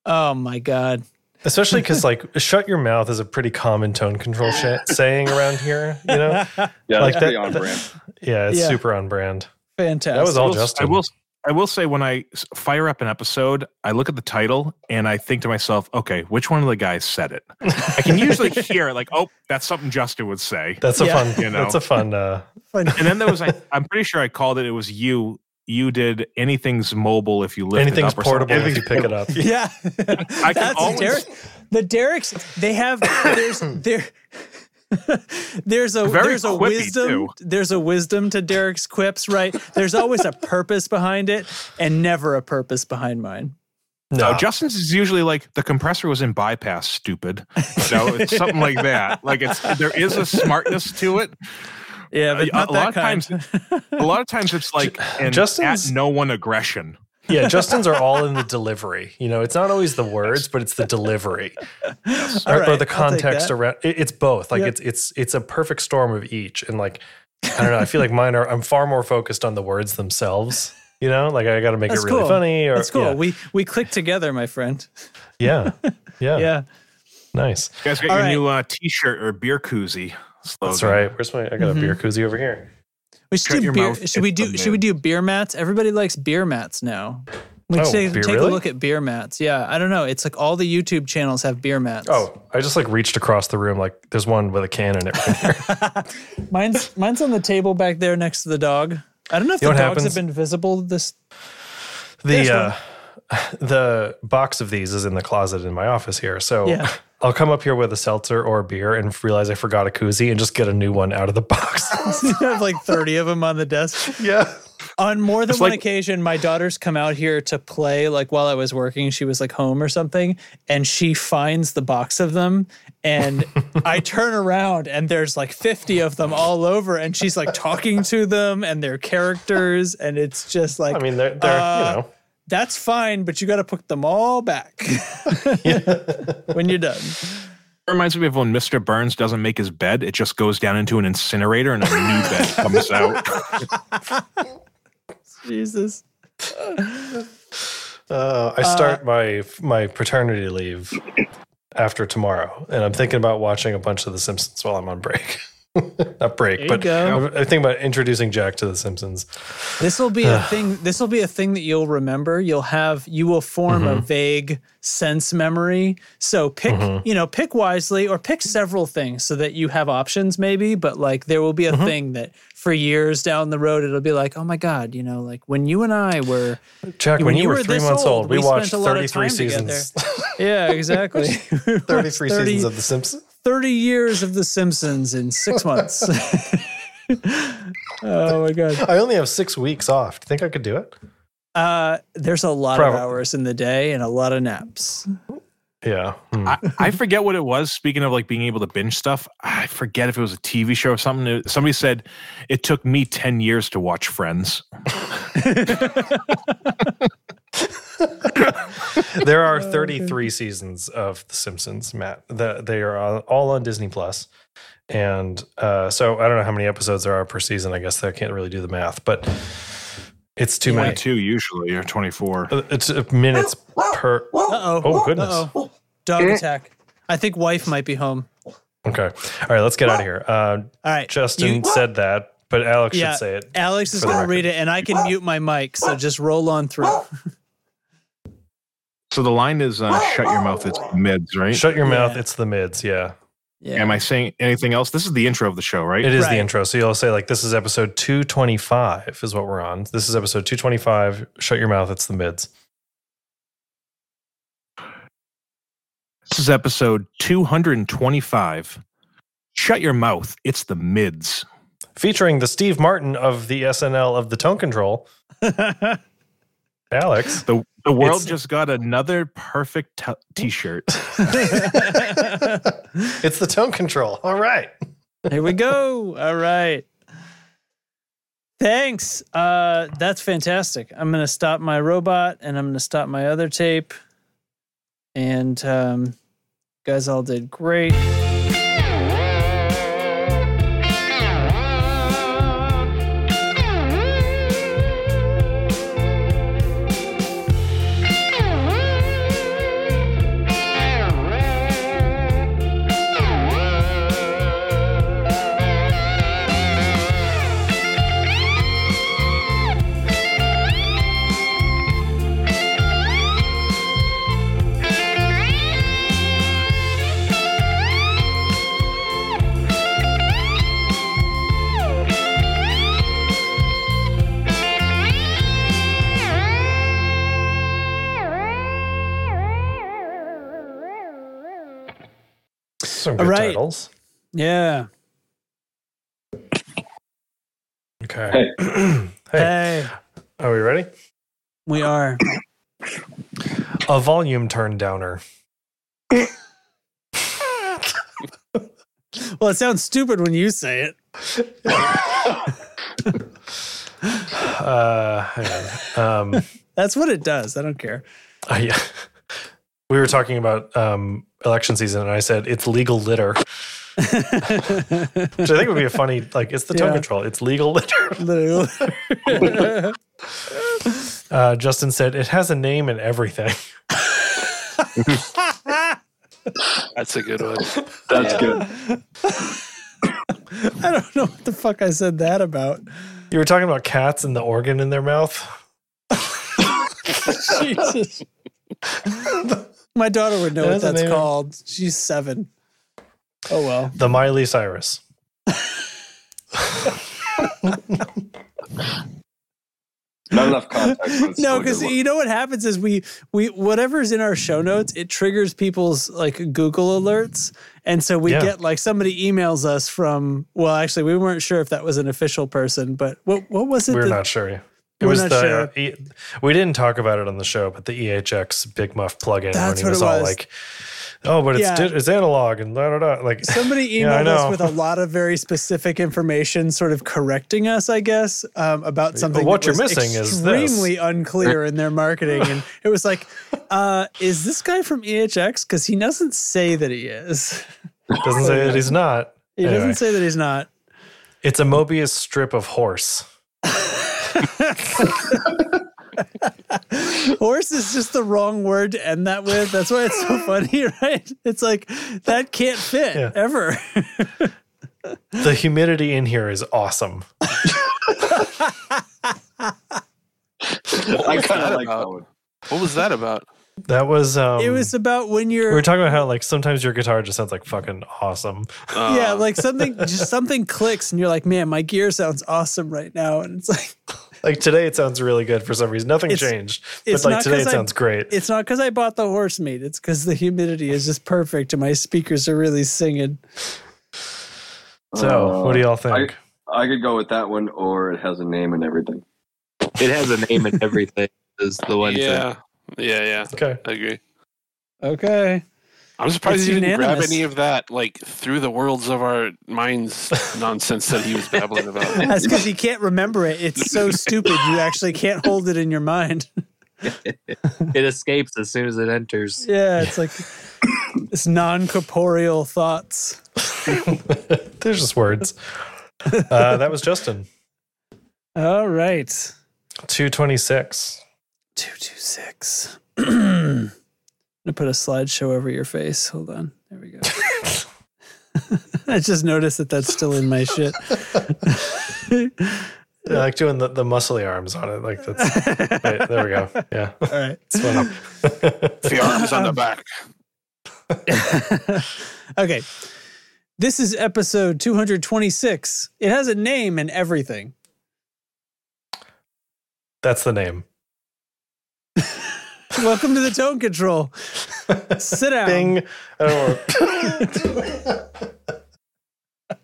Speaker 2: Oh my god!
Speaker 1: Especially because like shut your mouth is a pretty common tone control sh- saying around here. You know.
Speaker 14: Yeah,
Speaker 1: Like
Speaker 14: that's pretty
Speaker 1: that-
Speaker 14: on
Speaker 1: that-
Speaker 14: brand.
Speaker 1: Yeah, it's
Speaker 2: Yeah.
Speaker 1: super on brand.
Speaker 10: (laughs)
Speaker 2: Fantastic.
Speaker 1: That was
Speaker 10: I
Speaker 1: all
Speaker 10: will, I
Speaker 1: Justin.
Speaker 10: will. I will say when I s- fire up an episode, I look at the title and I think to myself, "Okay, which one of the guys said
Speaker 2: (laughs)
Speaker 10: it?" I can usually hear it, like, "Oh, that's something Justin would say."
Speaker 1: That's a
Speaker 2: Yeah.
Speaker 1: fun.
Speaker 10: You know.
Speaker 1: That's a fun. Uh,
Speaker 10: And then there was,
Speaker 2: (laughs)
Speaker 10: I, I'm pretty sure I called it. It was you. You did anything's mobile if you lift it
Speaker 1: anything's
Speaker 10: up or something.
Speaker 1: portable if you pick it up.
Speaker 2: (laughs) Yeah,
Speaker 10: I can
Speaker 2: that's
Speaker 10: always-
Speaker 2: Derek. The Derek's. They have there's there. (laughs) there's a
Speaker 10: Very
Speaker 2: there's a
Speaker 10: quippy,
Speaker 2: wisdom
Speaker 10: too.
Speaker 2: there's a wisdom to Derek's quips, right? There's always a purpose behind it, and never a purpose behind mine.
Speaker 10: No,
Speaker 1: No,
Speaker 10: Justin's is usually like the compressor was in bypass, stupid. So it's something like that. Like it's there is a smartness to it. Uh,
Speaker 2: Yeah, but
Speaker 10: a,
Speaker 2: not
Speaker 10: a
Speaker 2: that
Speaker 10: lot
Speaker 2: kind.
Speaker 10: of times, a lot of times it's like an
Speaker 1: Justin's-
Speaker 10: at no one aggression.
Speaker 1: yeah, Justin's are all in the delivery. You know, it's not always the words, but it's the delivery
Speaker 2: (laughs)
Speaker 1: or,
Speaker 2: All
Speaker 1: or the
Speaker 2: right, I'll take
Speaker 1: context
Speaker 2: that.
Speaker 1: around. It, it's both. Like
Speaker 2: Yep.
Speaker 1: it's it's it's a perfect storm of each. And like, I don't know. I feel like mine are. I'm far more focused on the words themselves. You know, like I got to make
Speaker 2: That's
Speaker 1: it really
Speaker 2: cool.
Speaker 1: funny. Or
Speaker 2: That's cool.
Speaker 1: yeah.
Speaker 2: We we click together, my friend. (laughs)
Speaker 1: yeah, yeah,
Speaker 2: Yeah.
Speaker 1: nice.
Speaker 10: You guys got
Speaker 2: All
Speaker 10: your
Speaker 2: right.
Speaker 10: new uh, t-shirt or beer koozie.
Speaker 1: That's
Speaker 10: slogan.
Speaker 1: right. Where's my? I got a beer
Speaker 2: Mm-hmm.
Speaker 1: koozie over here.
Speaker 2: We should
Speaker 10: Shut
Speaker 2: do
Speaker 10: your
Speaker 2: beer.
Speaker 10: mouth,
Speaker 2: Should we
Speaker 10: it's a
Speaker 2: do should we
Speaker 10: man.
Speaker 2: do beer mats? Everybody likes beer mats now. We
Speaker 1: Oh,
Speaker 2: should take,
Speaker 1: beer-
Speaker 2: take
Speaker 1: really?
Speaker 2: a look at beer mats. Yeah, I don't know. It's like all the YouTube channels have beer mats.
Speaker 1: Oh, I just like reached across the room. Like there's one with a can
Speaker 2: (laughs)
Speaker 1: in it. Right there.
Speaker 2: mine's mine's on the table back there next to the dog. I don't know if
Speaker 1: You know
Speaker 2: the dogs
Speaker 1: what
Speaker 2: have
Speaker 1: happens?
Speaker 2: been visible. This There's
Speaker 1: the uh, (laughs) the box of these is in the closet in my office here. So
Speaker 2: Yeah.
Speaker 1: I'll come up here with a seltzer or a beer and realize I forgot a koozie and just get a new one out of the box.
Speaker 2: (laughs) you have like thirty of them on the desk.
Speaker 1: yeah.
Speaker 2: On more than
Speaker 10: It's
Speaker 2: one
Speaker 10: like-
Speaker 2: occasion, my daughters come out here to play. Like while I was working, she was like home or something, and she finds the box of them.
Speaker 1: (laughs)
Speaker 2: And I turn around, and there's like fifty of them all over, and she's like talking to them and their characters, and it's just like
Speaker 1: I mean, they're, they're
Speaker 2: uh,
Speaker 1: you know,
Speaker 2: that's fine, but you got to put them all
Speaker 1: (laughs)
Speaker 2: back when you're done.
Speaker 10: It reminds me of when Mr. Burns doesn't make his bed, it just goes down into an incinerator and a new bed comes out.
Speaker 2: (laughs)
Speaker 1: (laughs)
Speaker 2: Jesus.
Speaker 1: uh, I start my my paternity leave after tomorrow, and I'm thinking about watching a bunch of The Simpsons while I'm on break. (laughs) Not break,
Speaker 2: There you
Speaker 1: but
Speaker 2: go.
Speaker 1: I think about introducing Jack to The Simpsons.
Speaker 2: This will be a thing. This will be a thing that you'll remember. You'll have. You will form a
Speaker 1: Mm-hmm.
Speaker 2: vague sense memory. So pick.
Speaker 1: Mm-hmm.
Speaker 2: You know, pick wisely, or pick several things so that you have options. Maybe, but like there will be a
Speaker 1: Mm-hmm.
Speaker 2: thing that for years down the road it'll be like, oh my god, you know, like when you and I were.
Speaker 1: Jack,
Speaker 2: When
Speaker 1: when, you,
Speaker 2: you
Speaker 1: were
Speaker 2: were
Speaker 1: three
Speaker 2: this
Speaker 1: months
Speaker 2: old,
Speaker 1: old, we,
Speaker 2: we spent
Speaker 1: watched
Speaker 2: a lot of
Speaker 1: 33
Speaker 2: time together.
Speaker 1: seasons.
Speaker 2: (laughs) Yeah,
Speaker 1: (laughs)
Speaker 2: exactly.
Speaker 1: 33 seasons
Speaker 2: 30
Speaker 1: of The Simpsons.
Speaker 2: Thirty years of The Simpsons in six
Speaker 1: (laughs)
Speaker 2: months. oh my god. Oh
Speaker 1: I only have six weeks off. Do you think I could do it?
Speaker 2: Uh, there's a lot
Speaker 10: Probably.
Speaker 2: of hours in the day and a lot of naps.
Speaker 1: Yeah.
Speaker 10: I, I forget what it was. Speaking of like being able to binge stuff, I forget if it was a TV show or something. It- Somebody said it took me 10 years to watch Friends.
Speaker 1: there
Speaker 2: (laughs) Oh,
Speaker 1: are 33 seasons of The Simpsons, Matt. The, they are all- all on Disney Plus. And uh, so I don't know how many episodes there are per season. I guess I can't really do the math, but it's too many.
Speaker 10: 22 usually or 24.
Speaker 1: It's uh, minutes per.
Speaker 2: Uh-oh.
Speaker 1: Oh, goodness.
Speaker 2: Uh-oh. Dog attack. I think wife might be home.
Speaker 1: Okay. All right, let's get out of here. Uh, All
Speaker 2: right. you-
Speaker 1: Justin said that, but Alex
Speaker 2: yeah,
Speaker 1: should say it.
Speaker 2: Alex is
Speaker 1: for the
Speaker 2: going to read
Speaker 1: record.
Speaker 2: it, and I can mute my mic, so just roll on through.
Speaker 10: So the line is uh, shut your mouth, it's the mids, right?
Speaker 1: Shut your mouth, it's the mids, yeah.
Speaker 10: Am I saying anything else? This is the intro of the show, right?
Speaker 1: It is the intro. So you'll say like this is episode 225 is what we're on. This is episode 225. Shut your mouth, it's the mids.
Speaker 10: This is episode 225. Shut your mouth, it's the mids.
Speaker 1: Featuring the Steve Martin of the SNL of the
Speaker 2: (laughs)
Speaker 1: Tone Control. Alex.
Speaker 10: The the world
Speaker 1: It's-
Speaker 10: just got another perfect t- t-shirt.
Speaker 1: (laughs) It's the tone control. All right.
Speaker 2: Here we go. All right. Thanks. Uh, that's fantastic. I'm going to stop my robot and I'm going to stop my other tape. And um, you guys all did
Speaker 1: (laughs)
Speaker 2: great.
Speaker 1: Some
Speaker 2: All
Speaker 1: good
Speaker 2: right.
Speaker 1: titles.
Speaker 2: Yeah.
Speaker 1: Okay. (clears throat) Hey.
Speaker 2: Hey,
Speaker 1: Are we ready?
Speaker 2: we are.
Speaker 1: A volume turn downer.
Speaker 2: Well, it sounds stupid when you say
Speaker 1: (laughs)
Speaker 2: it.
Speaker 1: Uh, hang on. Um, (laughs)
Speaker 2: That's what it does. I don't care.
Speaker 1: uh, yeah. We were talking about um, election season, and I said it's legal litter, which I think would be a funny like. It's the tone
Speaker 2: Yeah.
Speaker 1: control. It's legal litter.
Speaker 2: Literally.
Speaker 1: (laughs)
Speaker 2: (laughs)
Speaker 1: Uh, Justin said it has a name and everything.
Speaker 11: That's a good
Speaker 1: (laughs)
Speaker 11: one.
Speaker 14: That's good.
Speaker 2: (laughs) I don't know what the fuck I said that about.
Speaker 1: You were talking about cats and the organ in their mouth.
Speaker 2: Jesus. My daughter would know
Speaker 1: That
Speaker 2: what
Speaker 1: is a
Speaker 2: that's
Speaker 1: name.
Speaker 2: called. She's seven. Oh well.
Speaker 1: The Miley Cyrus.
Speaker 14: Not enough context.
Speaker 2: (laughs)
Speaker 14: but it's
Speaker 2: no,
Speaker 14: still a
Speaker 2: because
Speaker 14: good one.
Speaker 2: you know what happens is we we whatever's in our show notes, it triggers people's like Google alerts, and so we
Speaker 1: Yeah.
Speaker 2: get like somebody emails us from. Well, actually, we weren't sure if that was an official person, but what what was it?
Speaker 1: We're
Speaker 2: that-
Speaker 1: not sure. It
Speaker 2: We're
Speaker 1: was
Speaker 2: not
Speaker 1: the
Speaker 2: sure.
Speaker 1: uh, e, we didn't talk about it on the show, but the EHX Big Muff plugin when
Speaker 2: That's
Speaker 1: he
Speaker 2: what
Speaker 1: was,
Speaker 2: it
Speaker 1: all
Speaker 2: was.
Speaker 1: like, "Oh, but it's
Speaker 2: Yeah.
Speaker 1: di- it's analog and da da da." Like (laughs)
Speaker 2: Somebody
Speaker 1: Yeah, I
Speaker 2: emailed us
Speaker 1: know.
Speaker 2: with a lot of very specific information, sort of correcting us, I guess, um, about something
Speaker 1: what
Speaker 2: that
Speaker 1: you're
Speaker 2: was
Speaker 1: missing is this.
Speaker 2: extremely
Speaker 1: (laughs)
Speaker 2: unclear in their marketing, and it was like, uh, "Is this guy from E EHX? Because he doesn't say that he is.
Speaker 1: (laughs) doesn't say that he's not.
Speaker 2: He
Speaker 1: Anyway,
Speaker 2: doesn't say that he's not."
Speaker 1: it's a Mobius strip of horse.
Speaker 2: Horse is just the wrong word to end that with. That's why it's
Speaker 1: (laughs)
Speaker 2: so funny, right? It's like that can't fit
Speaker 1: Yeah.
Speaker 2: ever.
Speaker 1: The humidity in here is awesome.
Speaker 14: I kind of like that one.
Speaker 11: What was that about?
Speaker 1: That was um,
Speaker 2: it was about when
Speaker 1: we
Speaker 2: you're
Speaker 1: were talking about how like sometimes your guitar just sounds like fucking awesome.
Speaker 3: Uh,
Speaker 2: yeah,
Speaker 1: Um.
Speaker 2: like
Speaker 1: (laughs)
Speaker 2: something just something clicks and you're like, man, my gear sounds awesome right now. And it's like
Speaker 1: Like today it sounds really good for some reason. Nothing
Speaker 2: It's-
Speaker 1: changed, but
Speaker 2: it's
Speaker 1: like
Speaker 2: not
Speaker 1: today
Speaker 2: 'cause
Speaker 1: it
Speaker 2: I-
Speaker 1: sounds great.
Speaker 2: it's not because I bought the horse meat, it's because the humidity is just perfect and my speakers are really singing.
Speaker 1: So, what do y'all
Speaker 14: I-
Speaker 1: think?
Speaker 14: I could go with that one, or it has a name and everything.
Speaker 16: It has a name and everything.
Speaker 3: is the one
Speaker 11: yeah.
Speaker 3: thing.
Speaker 11: Yeah, yeah.
Speaker 1: Okay.
Speaker 11: I agree.
Speaker 2: Okay.
Speaker 11: I'm surprised
Speaker 2: It's
Speaker 11: you didn't grab
Speaker 2: unanimous.
Speaker 11: any of that, like, through the worlds of our
Speaker 1: (laughs)
Speaker 11: minds nonsense that he was babbling about.
Speaker 2: (laughs) That's because you can't remember it. It's so stupid. You actually can't hold it in your mind. (clears throat)
Speaker 3: It escapes as soon as it enters.
Speaker 2: Yeah, it's
Speaker 1: (coughs)
Speaker 2: like it's non corporeal
Speaker 1: (laughs)
Speaker 2: thoughts.
Speaker 1: There's
Speaker 2: (laughs)
Speaker 1: just words. Uh, that was Justin.
Speaker 2: All right.
Speaker 1: 226.
Speaker 2: (laughs)
Speaker 1: (laughs)
Speaker 2: 226. I'm gonna put a slideshow over your face. Hold on. There
Speaker 1: (laughs)
Speaker 2: we go. (laughs) I just noticed that that's still in my shit.
Speaker 1: (laughs) I like doing the, the muscly arms on it. Like that's right, there we go. Yeah.
Speaker 2: (laughs) All right.
Speaker 1: It's
Speaker 2: (laughs)
Speaker 1: one up.
Speaker 11: The arms on the back.
Speaker 2: okay. This is episode 226. It has a name and everything.
Speaker 1: That's the name.
Speaker 2: Welcome to the tone control. Sit down.
Speaker 1: Bing. I don't wanna-
Speaker 2: (laughs)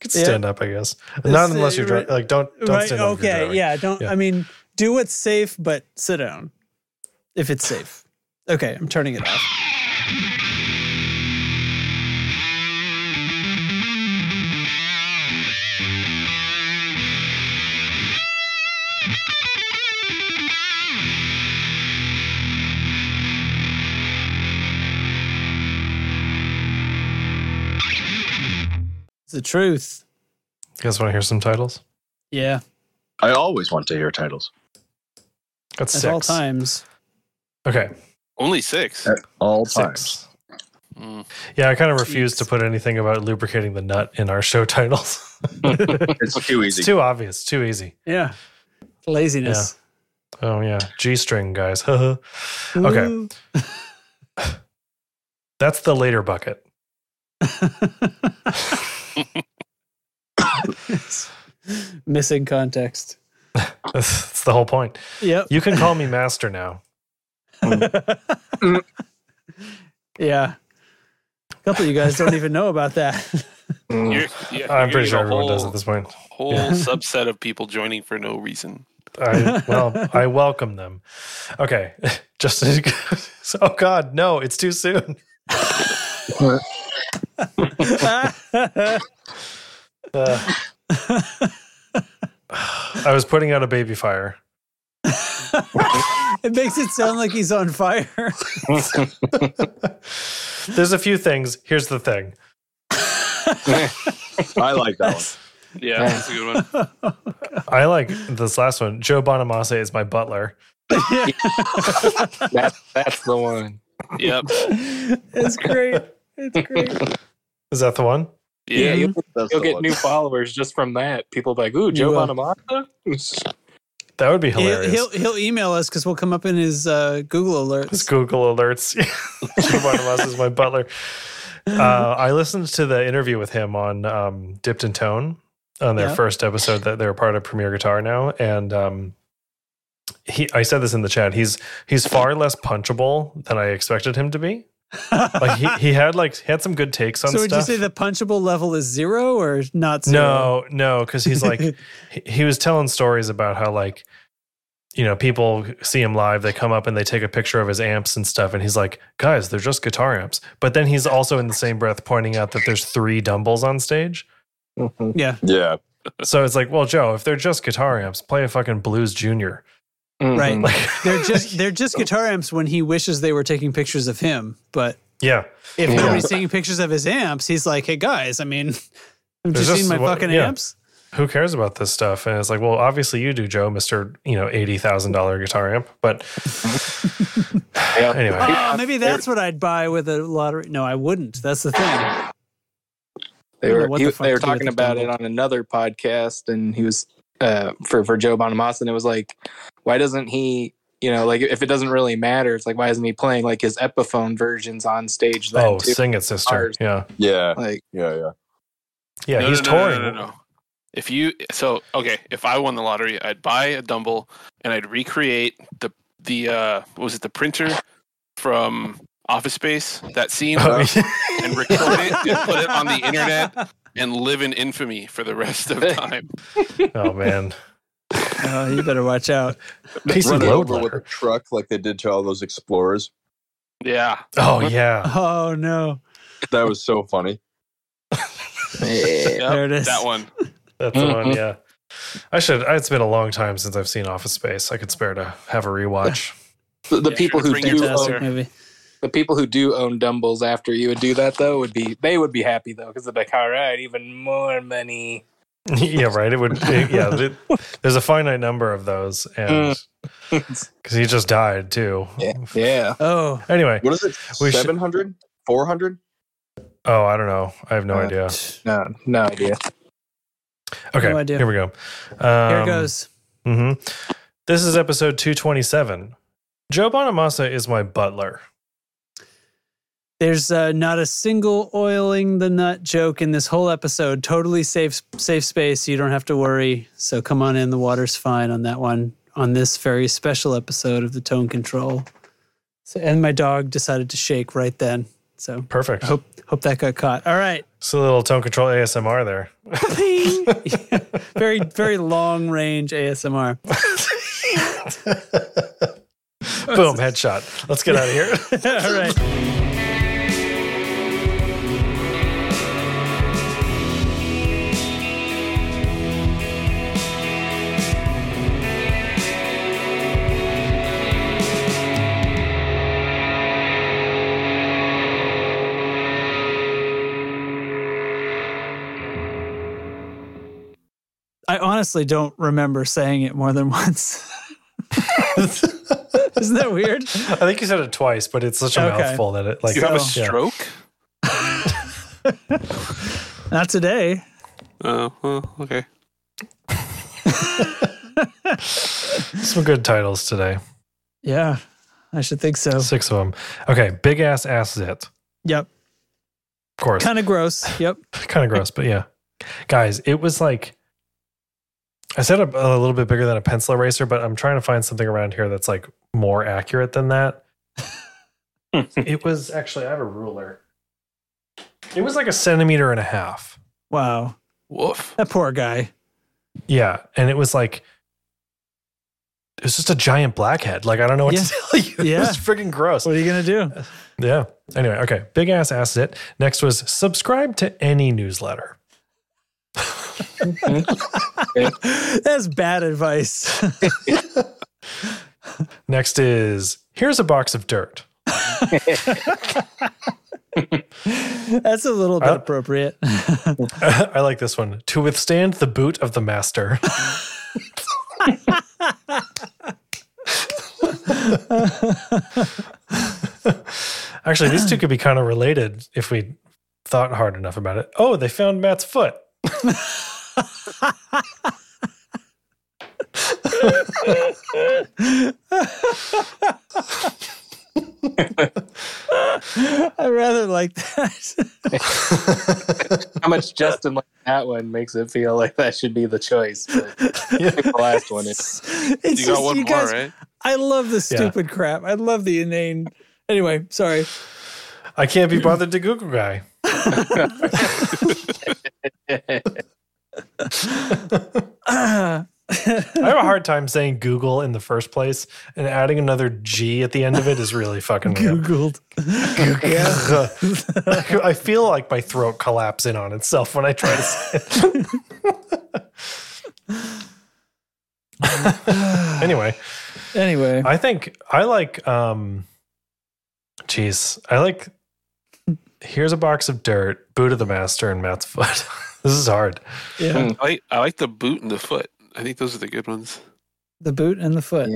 Speaker 1: Could
Speaker 2: Yeah.
Speaker 1: stand up, I guess.
Speaker 2: This-
Speaker 1: Not unless you're
Speaker 2: right-
Speaker 1: driving. Like don't don't
Speaker 2: right.
Speaker 1: stand up. if you're
Speaker 2: Okay.
Speaker 1: driving.
Speaker 2: Yeah. Don't. I mean, do what's safe, but sit down if it's safe. Okay. I'm turning it off. It's the truth.
Speaker 1: You guys want to hear some titles?
Speaker 2: Yeah.
Speaker 3: I always want to hear titles.
Speaker 1: That's
Speaker 2: At
Speaker 1: six.
Speaker 2: all times.
Speaker 1: Okay.
Speaker 11: Only six.
Speaker 3: all
Speaker 1: Six. Yeah, I kind of refuse to put anything about lubricating the nut in our show (laughs) titles.
Speaker 3: (laughs) it's too
Speaker 1: It's too obvious. Too easy.
Speaker 2: Yeah. Laziness.
Speaker 1: Oh yeah, G string guys. (laughs) okay,
Speaker 2: Ooh.
Speaker 1: (laughs) that's the later bucket. (laughs)
Speaker 2: Missing context.
Speaker 1: That's, that's the whole point.
Speaker 2: Yep.
Speaker 1: You can call me master now.
Speaker 2: Yeah. A couple of you guys don't even know about that.
Speaker 11: You're, yeah,
Speaker 1: Mm, I'm
Speaker 11: you're
Speaker 1: pretty
Speaker 11: getting
Speaker 1: sure
Speaker 11: a
Speaker 1: everyone does
Speaker 11: whole-
Speaker 1: at this point.
Speaker 11: Whole
Speaker 1: Yeah. (laughs)
Speaker 11: subset of people joining for no reason.
Speaker 1: I, well, I welcome them. Okay, (laughs) Justin. oh God, no! It's too soon. Uh, I was putting out a baby fire.
Speaker 2: it makes it sound like he's on fire.
Speaker 1: (laughs) There's a few things. Here's the thing.
Speaker 3: (laughs) I like that one.
Speaker 11: (laughs) Yeah, that's a good one.
Speaker 1: I like this last one. Joe Bonamassa is my butler.
Speaker 3: (laughs) That, that's the one.
Speaker 11: Yep.
Speaker 2: It's great.
Speaker 3: (laughs)
Speaker 2: It's great.
Speaker 1: Is that the one?
Speaker 3: Yeah, you'll,
Speaker 11: That's
Speaker 3: you'll
Speaker 11: the
Speaker 3: get
Speaker 11: one.
Speaker 3: new followers just from that. People be like, ooh, Joe
Speaker 1: uh,
Speaker 2: will.
Speaker 3: Bonamassa?
Speaker 1: That would (laughs) be
Speaker 2: He'll,
Speaker 1: hilarious.
Speaker 2: he'll he'll email us because we'll come up in his uh, Google
Speaker 1: His
Speaker 2: alerts.
Speaker 1: Google alerts. (laughs) Joe Bonamassa is my butler. Uh, I listened to the interview with him on um, Dipped in Tone on their
Speaker 2: Yeah.
Speaker 1: first episode that they're a part of Premier Guitar now, and um, he. I said this in the chat. He's he's far less punchable than I expected him
Speaker 2: (laughs)
Speaker 1: to be. like he, he had like had some good takes on
Speaker 2: So would
Speaker 1: stuff.
Speaker 2: you say the punchable level is zero or not zero?
Speaker 1: No, no, because he's like he, he was telling stories about how like you know people see him live, they come up and they take a picture of his amps and stuff, and he's like, guys, they're just guitar amps. But then he's also in the same breath pointing out that there's three dumbbells on stage.
Speaker 2: Yeah.
Speaker 3: Yeah.
Speaker 1: So it's like, well, Joe, if they're just guitar amps, play a fucking blues junior.
Speaker 2: Right.
Speaker 1: Like,
Speaker 2: They're just
Speaker 1: (laughs)
Speaker 2: they're just guitar amps when he wishes they were taking pictures of him. But
Speaker 1: yeah.
Speaker 2: if
Speaker 1: Yeah.
Speaker 2: nobody's taking pictures of his amps, he's like, hey guys, I mean, (laughs) have you
Speaker 1: There's
Speaker 2: seen
Speaker 1: just
Speaker 2: my
Speaker 1: one-
Speaker 2: fucking
Speaker 1: yeah.
Speaker 2: amps?
Speaker 1: who cares about this stuff? And it's like, well, obviously you do, Joe, Mister, you know, eighty thousand dollar guitar amp.
Speaker 7: (laughs)
Speaker 1: But anyway,
Speaker 2: Oh, maybe that's what I'd buy with a lottery. No, I wouldn't. That's the thing.
Speaker 7: They
Speaker 2: I don't know
Speaker 7: were
Speaker 2: what
Speaker 7: he,
Speaker 2: the fuck
Speaker 7: they were
Speaker 2: to do with
Speaker 7: talking
Speaker 2: the
Speaker 7: about it
Speaker 2: Dumble.
Speaker 7: on another podcast, and he was uh, for for Joe Bonamassa, and it was like, why doesn't he? You know, like if it doesn't really matter, it's like why isn't he playing like his Epiphone versions on stage? Then
Speaker 1: oh,
Speaker 7: too?
Speaker 1: sing it, sister.
Speaker 7: Ours.
Speaker 1: Yeah,
Speaker 3: Yeah.
Speaker 7: Like
Speaker 3: Yeah, yeah.
Speaker 1: (laughs) yeah.
Speaker 11: No,
Speaker 1: he's
Speaker 11: no, no, no,
Speaker 1: touring.
Speaker 11: No, no, no. If you so okay, if I won the lottery, I'd buy a Dumble and I'd recreate the the uh what was it the printer from Office Space that scene
Speaker 1: Oh,
Speaker 11: and record it and put it on
Speaker 1: (laughs)
Speaker 11: the internet and live in infamy for the rest of time.
Speaker 1: Oh man.
Speaker 2: Oh, you better watch out.
Speaker 17: Pacey Run it over with a truck like they did to all those explorers.
Speaker 11: Yeah.
Speaker 1: Oh yeah.
Speaker 2: Oh no.
Speaker 17: That was so
Speaker 2: (laughs)
Speaker 17: funny.
Speaker 2: there it is.
Speaker 11: That one.
Speaker 1: That's the
Speaker 7: Mm-hmm.
Speaker 1: one. Yeah. I should. It's been a long time since I've seen Office Space. I could spare to have a rewatch.
Speaker 7: (laughs) The, the people who
Speaker 11: bring your
Speaker 7: do
Speaker 11: tester.
Speaker 7: own, the people who do own Dumbles after you would do that though would be they would be happy though because they'd be like, all right, even more money.
Speaker 1: (laughs) yeah. Right. It would. it-
Speaker 2: (laughs)
Speaker 1: yeah. th- there's a finite number of those, and
Speaker 7: Mm. (laughs)
Speaker 1: because he just died too.
Speaker 17: Yeah.
Speaker 1: (laughs)
Speaker 17: yeah.
Speaker 2: Oh.
Speaker 1: Anyway.
Speaker 17: What is it?
Speaker 1: We should-
Speaker 17: 700? 400?
Speaker 1: Oh, I don't know. I have no
Speaker 17: Uh,
Speaker 1: idea.
Speaker 7: No, no idea.
Speaker 1: Okay.
Speaker 2: idea.
Speaker 1: Here we go.
Speaker 2: Here it
Speaker 1: Um,
Speaker 2: goes.
Speaker 1: hmm This is episode 227. Joe Bonamassa is my butler.
Speaker 2: There's uh, not a single oiling the nut joke in this whole episode. Totally safe, safe space. You don't have to worry. So come on in. The water's fine on that one. On this very special episode of the Tone Control. So, and my dog decided to shake right then. So
Speaker 1: Perfect.
Speaker 2: hope hope that got caught. All
Speaker 1: (laughs)
Speaker 2: right. (laughs)
Speaker 1: It's a little tone control ASMR there.
Speaker 2: Ping. very very long range ASMR.
Speaker 1: Boom, headshot. (laughs) Let's get out of here.
Speaker 2: All right. I honestly don't remember saying it more than once. (laughs) (laughs) Isn't that weird?
Speaker 1: (laughs) I think you said it twice, but it's such a
Speaker 2: Okay.
Speaker 1: mouthful that it like
Speaker 11: you have a
Speaker 1: yeah.
Speaker 11: stroke?
Speaker 2: Not today.
Speaker 11: Oh, well, okay.
Speaker 1: (laughs) Some good titles today.
Speaker 2: Yeah, I should think so.
Speaker 1: Six of them. Okay, big ass ass zit.
Speaker 2: Yep.
Speaker 1: Of course.
Speaker 2: Kind of gross.
Speaker 1: (laughs)
Speaker 2: Yep.
Speaker 1: kind of gross, but yeah. Guys, it was like I said a, a little bit bigger than a pencil eraser, but I'm trying to find something around here that's like more accurate
Speaker 2: (laughs)
Speaker 1: than that. it was actually I have
Speaker 2: (laughs)
Speaker 1: a ruler. It was like a centimeter and a half.
Speaker 2: Wow.
Speaker 11: Woof.
Speaker 2: That poor guy.
Speaker 1: Yeah, and it was like it was just a giant blackhead. Like I don't know what
Speaker 2: Yeah.
Speaker 1: to tell you. It
Speaker 2: Yeah.
Speaker 1: was freaking gross.
Speaker 2: What are you gonna do?
Speaker 1: (laughs) Yeah. Anyway, okay. Big ass ass it. Next was subscribe to any
Speaker 2: (laughs)
Speaker 1: newsletter.
Speaker 2: That's bad advice.
Speaker 1: Next is here's a box of dirt.
Speaker 2: That's a little bit
Speaker 1: I-
Speaker 2: appropriate.
Speaker 1: (laughs) I like this one. To withstand the boot of the master. (laughs) Actually, these two could be kind of related if we thought hard enough about it. Oh, they found Matt's foot.
Speaker 2: I rather like that.
Speaker 7: How much Justin like that one makes it feel like that should be the choice.
Speaker 1: (laughs)
Speaker 7: But I think the last one is
Speaker 2: It's
Speaker 11: you
Speaker 2: just
Speaker 11: got one
Speaker 2: you
Speaker 11: more,
Speaker 2: guys.
Speaker 11: right?
Speaker 2: I love this
Speaker 1: Yeah.
Speaker 2: stupid crap. I love the inane. Anyway, sorry.
Speaker 1: I can't be bothered to Google guy.
Speaker 2: Ah.
Speaker 1: I have a hard time saying Google in the first place, and adding another G at the end of it is really fucking weird.
Speaker 2: Googled. Yeah.
Speaker 1: I feel like my throat collapse in on itself when I try to say it. anyway,
Speaker 2: anyway,
Speaker 1: I think I like um jeez, I like here's a box of dirt, boot of the master and Matt's foot. (laughs) this is hard.
Speaker 2: yeah.
Speaker 3: Hmm.
Speaker 11: I like, I like the boot and the foot. I think those are the good
Speaker 1: (clears throat)
Speaker 11: ones.
Speaker 2: The boot and the foot.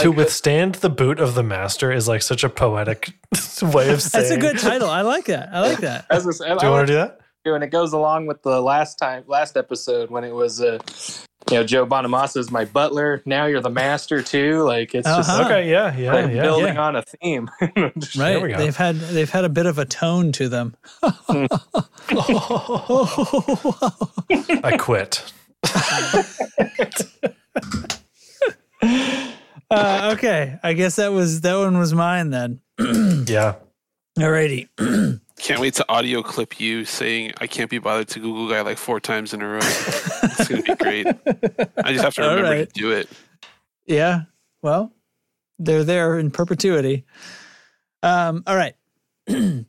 Speaker 1: to withstand the boot of the master is like such a poetic (laughs) way of
Speaker 2: That's
Speaker 1: saying
Speaker 2: a good title. I like that. I like that.
Speaker 7: (laughs) as was,
Speaker 1: Do you want to do that?
Speaker 7: and it goes along with the last time, last episode when it was, uh, you know, Joe Bonamassa is my butler. Now you're the master too. Like it's just
Speaker 2: Uh-huh.
Speaker 1: Okay, yeah, yeah,
Speaker 7: like,
Speaker 1: yeah.
Speaker 7: building
Speaker 2: yeah.
Speaker 7: on a theme. (laughs)
Speaker 1: (laughs)
Speaker 2: Right.
Speaker 1: we go.
Speaker 2: They've had they've had a bit of a tone to them.
Speaker 1: (laughs) (laughs) I quit.
Speaker 2: (laughs) Uh, (clears throat) okay, I guess that was that one was mine then.
Speaker 1: Yeah.
Speaker 2: Alrighty.
Speaker 11: Can't wait to audio clip you saying I can't be bothered to Google guy like four times in a row. it's gonna be great. I just have to
Speaker 2: (laughs) All
Speaker 11: remember
Speaker 2: right.
Speaker 11: to do it.
Speaker 2: Yeah. Well, they're there in perpetuity. Um, all right.
Speaker 1: Uh,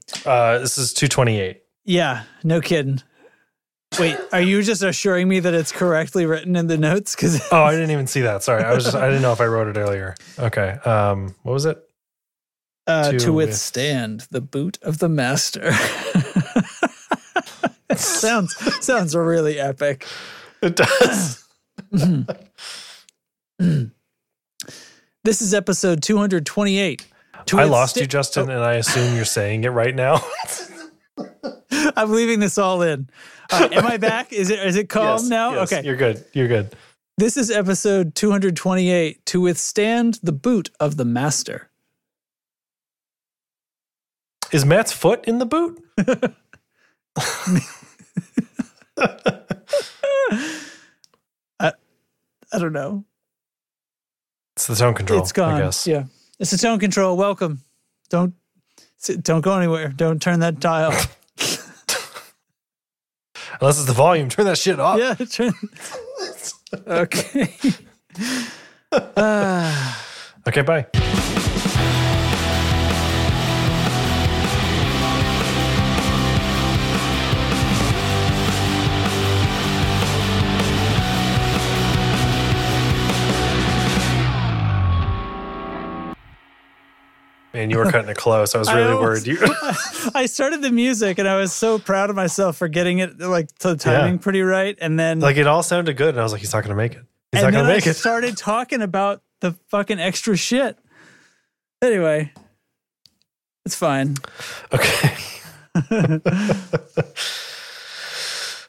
Speaker 1: this is 228.
Speaker 2: Yeah, no kidding. Wait, are you just assuring me that it's correctly written in the notes? Because
Speaker 1: Oh, I didn't even see that. Sorry. I was just, I didn't know if I wrote it earlier. Okay. Um, what was it?
Speaker 2: uh, to,
Speaker 1: To
Speaker 2: withstand the boot of the
Speaker 1: (laughs)
Speaker 2: master. It sounds sounds really epic.
Speaker 1: It does.
Speaker 2: (laughs) this is episode 228. To Oh.
Speaker 1: I lost
Speaker 2: withsta-
Speaker 1: you, Justin, and I assume you're saying it right now.
Speaker 2: Oh, (laughs) I'm leaving this all in. All right, Uh, am I back? Is it is it calm
Speaker 1: Yes,
Speaker 2: now?
Speaker 1: yes,
Speaker 2: okay.
Speaker 1: You're good. You're good.
Speaker 2: This is episode 228 to withstand the boot of the master.
Speaker 1: Is Matt's foot in the boot?
Speaker 2: (laughs)
Speaker 1: (laughs)
Speaker 2: I, I don't know.
Speaker 1: It's the tone control.
Speaker 2: It's gone.
Speaker 1: I guess.
Speaker 2: Yeah. It's the tone control. Welcome. Don't sit- don't go anywhere. Don't turn that
Speaker 1: (laughs)
Speaker 2: dial.
Speaker 1: Unless it's the volume. (laughs) Turn that shit off.
Speaker 2: yeah.
Speaker 1: (laughs)
Speaker 2: Turn. okay. Ah.
Speaker 1: (sighs) Okay. Bye. Man, you were cutting it close. Oh, I was really
Speaker 2: almost-
Speaker 1: worried. You,
Speaker 2: (laughs) I started the music and I was so proud of myself for getting it like to the timing pretty right. And then
Speaker 1: like, it all sounded good, and I was like, "He's not going to make it. He's
Speaker 2: and then
Speaker 1: not going to make
Speaker 2: I
Speaker 1: it."
Speaker 2: started talking about the fucking extra shit. Anyway, it's fine.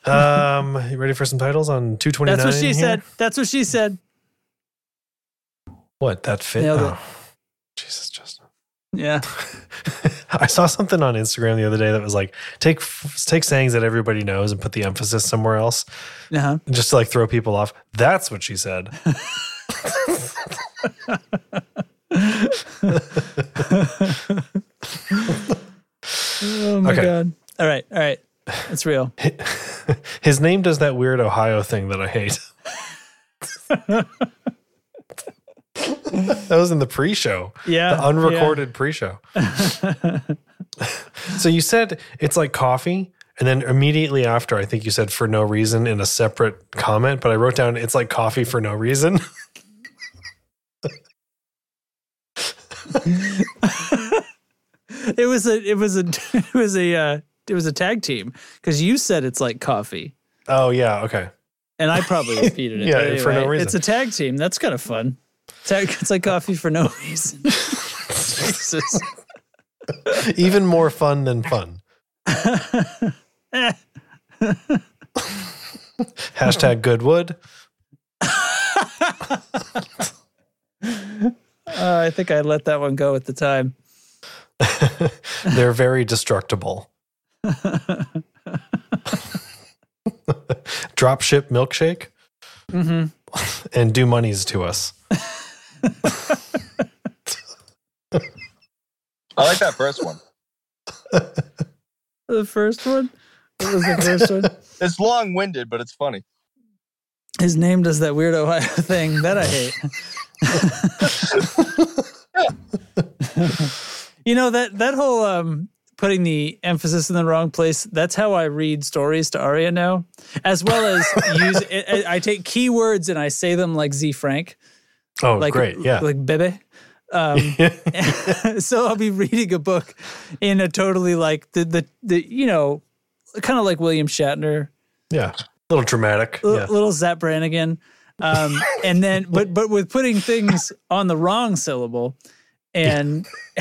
Speaker 1: Um, you ready for some titles on two twenty nine?
Speaker 2: That's what she said. That's what she said.
Speaker 1: What that fit?
Speaker 2: Nailed it.
Speaker 1: Oh, Jesus, Justin.
Speaker 2: Yeah.
Speaker 1: (laughs) I saw something on Instagram the other day that was like take f- take sayings that everybody knows and put the emphasis somewhere else,
Speaker 2: Uh-huh.
Speaker 1: just to like throw people off. That's what she
Speaker 2: (laughs)
Speaker 1: said. (laughs)
Speaker 2: Oh my
Speaker 1: Okay.
Speaker 2: god. All right. All right. It's real.
Speaker 1: (laughs) His name does that weird Ohio thing that I hate. that was in the pre-show.
Speaker 2: Yeah,
Speaker 1: the unrecorded pre-show. so you said it's like coffee, and then immediately after, I think you said for no reason in a separate comment. But I wrote down it's like coffee for no reason. (laughs)
Speaker 2: It was a it was a (laughs) it was a uh, it was a tag team because you said it's like coffee.
Speaker 1: oh yeah, okay.
Speaker 2: And I
Speaker 1: (laughs)
Speaker 2: probably repeated it.
Speaker 1: Yeah,
Speaker 2: but
Speaker 1: for no
Speaker 2: anyway,
Speaker 1: reason.
Speaker 2: It's a tag team. (laughs) That's kind of fun. Tag, it's like (laughs) coffee for no
Speaker 1: (laughs)
Speaker 2: reason. Jesus.
Speaker 1: Even more fun
Speaker 2: (laughs)
Speaker 1: than fun.
Speaker 2: Eh.
Speaker 1: Hashtag Goodwood.
Speaker 2: Uh, I think I let that one go at the time.
Speaker 1: They're very (laughs) destructible. Dropship milkshake
Speaker 2: Mm-hmm.
Speaker 1: and do monies to us.
Speaker 17: I like that first one.
Speaker 2: The first one? What was the first one?
Speaker 17: It's long winded, but it's funny.
Speaker 2: His name does that weird Ohio (laughs) thing that I hate. you know that that whole um, putting the emphasis in the wrong place. That's how I read stories to Aria now, as well as use. I, I take keywords and I say them like Z Frank.
Speaker 1: Oh,
Speaker 2: like,
Speaker 1: great. Yeah.
Speaker 2: like bebe. Um, (laughs) so I'll be reading a book in a totally like the the, the you know kind of like William Shatner
Speaker 1: yeah. A little dramatic.
Speaker 2: L-
Speaker 1: yeah.
Speaker 2: little Zap Brannigan. Um, and then, but but with putting things on the wrong syllable, and (laughs)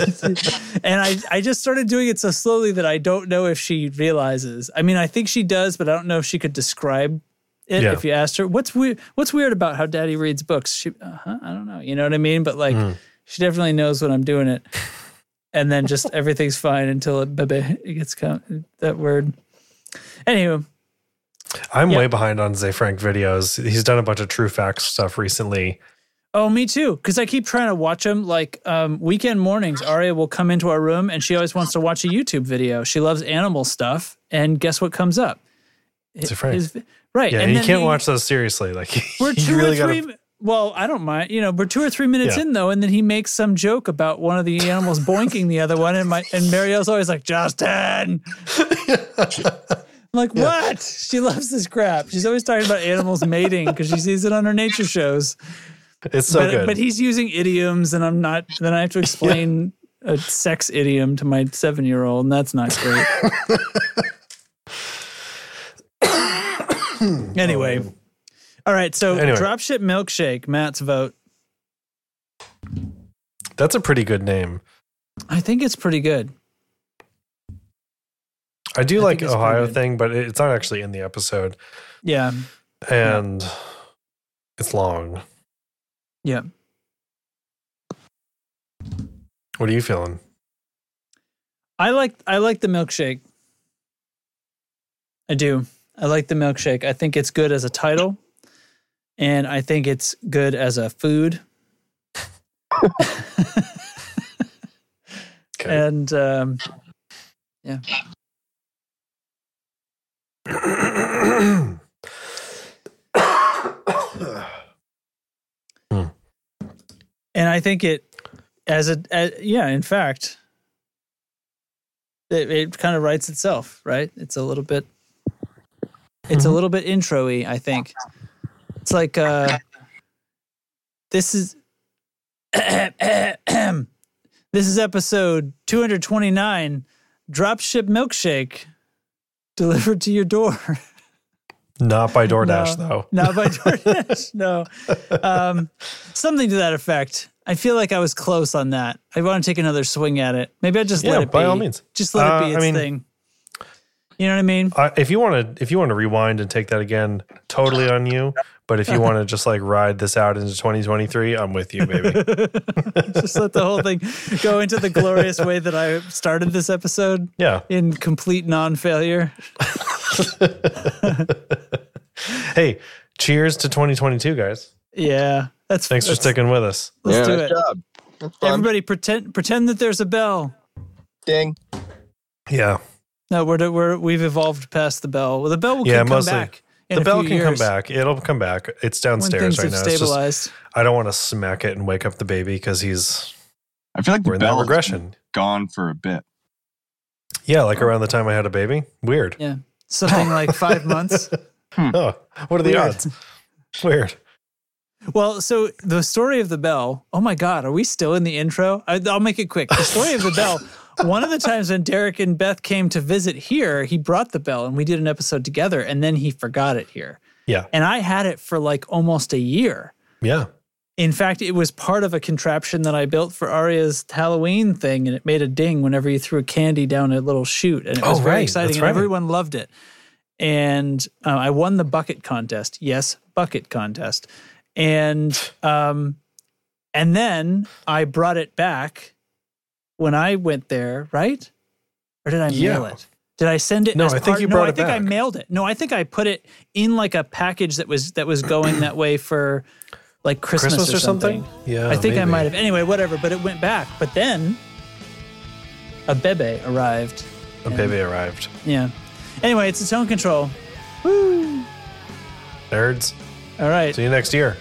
Speaker 2: and I I just started doing it so slowly that I don't know if she realizes. I mean, I think she does, but I don't know if she could describe it
Speaker 1: Yeah.
Speaker 2: if you asked her. What's weird? What's weird about how Daddy reads books? She, uh-huh, I don't know. You know what I mean? But like, she definitely knows when I'm doing it. And then just everything's fine until it, it gets com- that word. Anywho,
Speaker 1: I'm
Speaker 2: yeah.
Speaker 1: way behind on Zay Frank videos. He's done a bunch of true facts stuff recently.
Speaker 2: Oh, me too. Because I keep trying to watch them. Like um, weekend mornings, Aria will come into our room and she always wants to watch a YouTube video. She loves animal stuff, and guess what comes up?
Speaker 1: It's a friend.
Speaker 2: his- right.
Speaker 1: Yeah,
Speaker 2: and
Speaker 1: you
Speaker 2: then
Speaker 1: can't
Speaker 2: he-
Speaker 1: watch those seriously. Like (laughs)
Speaker 2: We're
Speaker 1: you
Speaker 2: two
Speaker 1: really
Speaker 2: or
Speaker 1: gotta-
Speaker 2: 3 Well, I don't mind. You know, we're two or three minutes
Speaker 1: Yeah.
Speaker 2: in though, and then he makes some joke about one of the animals boinking the other one, and my and Marielle's always like, Justin. I'm like, what? She loves this crap. She's always talking about animals mating because she sees it on her nature shows.
Speaker 1: It's so
Speaker 2: but,
Speaker 1: good.
Speaker 2: But he's using idioms, and I'm not. Then I have to explain a sex idiom to my seven year old, and that's not
Speaker 1: (laughs)
Speaker 2: great. anyway, all right. So
Speaker 1: Anyway.
Speaker 2: dropship milkshake. Matt's vote.
Speaker 1: That's a pretty good name.
Speaker 2: I think it's pretty good.
Speaker 1: I do
Speaker 2: I
Speaker 1: like
Speaker 2: think it's pretty
Speaker 1: Ohio
Speaker 2: good.
Speaker 1: thing, but it- it's not actually in the episode,
Speaker 2: Yeah.
Speaker 1: and it's long.
Speaker 2: Yeah.
Speaker 1: What are you feeling?
Speaker 2: I like I like the milkshake. I do. I like the milkshake. I think it's good as a title, and I think it's good as a food. And um, yeah, and I think it as a as, yeah. In fact, it, it kind of writes itself, right? It's a little bit. It's
Speaker 1: Mm-hmm.
Speaker 2: a little bit intro-y, I think. It's like uh, this is (clears throat) this is episode 229 dropship milkshake delivered to your door
Speaker 1: Not by DoorDash
Speaker 2: No,
Speaker 1: though.
Speaker 2: not
Speaker 1: (laughs)
Speaker 2: by DoorDash no um, something to that effect I feel like I was close on that I want to take another swing at it maybe I just
Speaker 1: Yeah,
Speaker 2: let it
Speaker 1: by
Speaker 2: be
Speaker 1: all means.
Speaker 2: just let it
Speaker 1: Uh,
Speaker 2: be
Speaker 1: I
Speaker 2: its
Speaker 1: mean-
Speaker 2: thing you know what I mean
Speaker 1: I, if you want to, if you want to rewind and take that again, totally on you. But if you want
Speaker 2: (laughs)
Speaker 1: to just like ride this out into 2023, I'm with you,
Speaker 2: (laughs)
Speaker 1: baby.
Speaker 2: just let the whole thing go into the glorious way that I started this episode
Speaker 1: Yeah.
Speaker 2: in complete non-failure
Speaker 1: hey, cheers to 2022, guys.
Speaker 2: yeah that's
Speaker 1: Thanks for
Speaker 2: that's-
Speaker 1: sticking with us.
Speaker 2: Let's do it. Everybody, pretend pretend that there's a bell.
Speaker 17: Ding.
Speaker 1: Yeah.
Speaker 2: No, we're we're we've evolved past the bell. Well, the bell will
Speaker 1: yeah,
Speaker 2: come
Speaker 1: mostly.
Speaker 2: back. in
Speaker 1: the
Speaker 2: a
Speaker 1: bell
Speaker 2: few
Speaker 1: can come
Speaker 2: years.
Speaker 1: back. It'll come back. It's downstairs
Speaker 2: things
Speaker 1: right
Speaker 2: have
Speaker 1: now. It's just-
Speaker 2: stabilized.
Speaker 1: I don't want to smack it and wake up the baby because he's
Speaker 17: I feel like
Speaker 1: we're
Speaker 17: the
Speaker 1: in that
Speaker 17: bell
Speaker 1: regression.
Speaker 17: regression gone for a bit.
Speaker 1: Yeah, like around the time I had a baby. Weird.
Speaker 2: Yeah, something like five months.
Speaker 1: (laughs) Oh, what are the
Speaker 2: Weird.
Speaker 1: odds? Weird.
Speaker 2: Well, so the story of the bell. Oh my God, are we still in the intro? I, I'll make it quick. The story of the bell. One of the times when Derek and Beth came to visit here, he brought the bell and we did an episode together, and then he forgot it here.
Speaker 1: Yeah.
Speaker 2: And I had it for like almost a year.
Speaker 1: Yeah.
Speaker 2: In fact, it was part of a contraption that I built for Arya's Halloween thing, and it made a ding whenever you threw candy down a little chute, and it
Speaker 1: Oh,
Speaker 2: was very
Speaker 1: right.
Speaker 2: exciting,
Speaker 1: That's
Speaker 2: and
Speaker 1: right.
Speaker 2: everyone loved it. And uh, I won the bucket contest. Yes, bucket contest. And um, and then I brought it back when I went there, right? Or did I mail
Speaker 1: Yeah.
Speaker 2: it? Did I send it?
Speaker 1: No,
Speaker 2: as
Speaker 1: I think
Speaker 2: part-
Speaker 1: you
Speaker 2: no,
Speaker 1: brought
Speaker 2: I
Speaker 1: it
Speaker 2: think I
Speaker 1: back.
Speaker 2: mailed it. No, I think I put it in like a package that was that was going that way for like Christmas,
Speaker 1: Christmas
Speaker 2: or,
Speaker 1: or something? Yeah,
Speaker 2: I think I
Speaker 1: maybe.
Speaker 2: might have. Anyway, whatever. But it went back. But then a bebe arrived.
Speaker 1: A baby arrived.
Speaker 2: Yeah. Anyway, it's its own control. Woo.
Speaker 1: Nerds.
Speaker 2: All right.
Speaker 1: See you next year.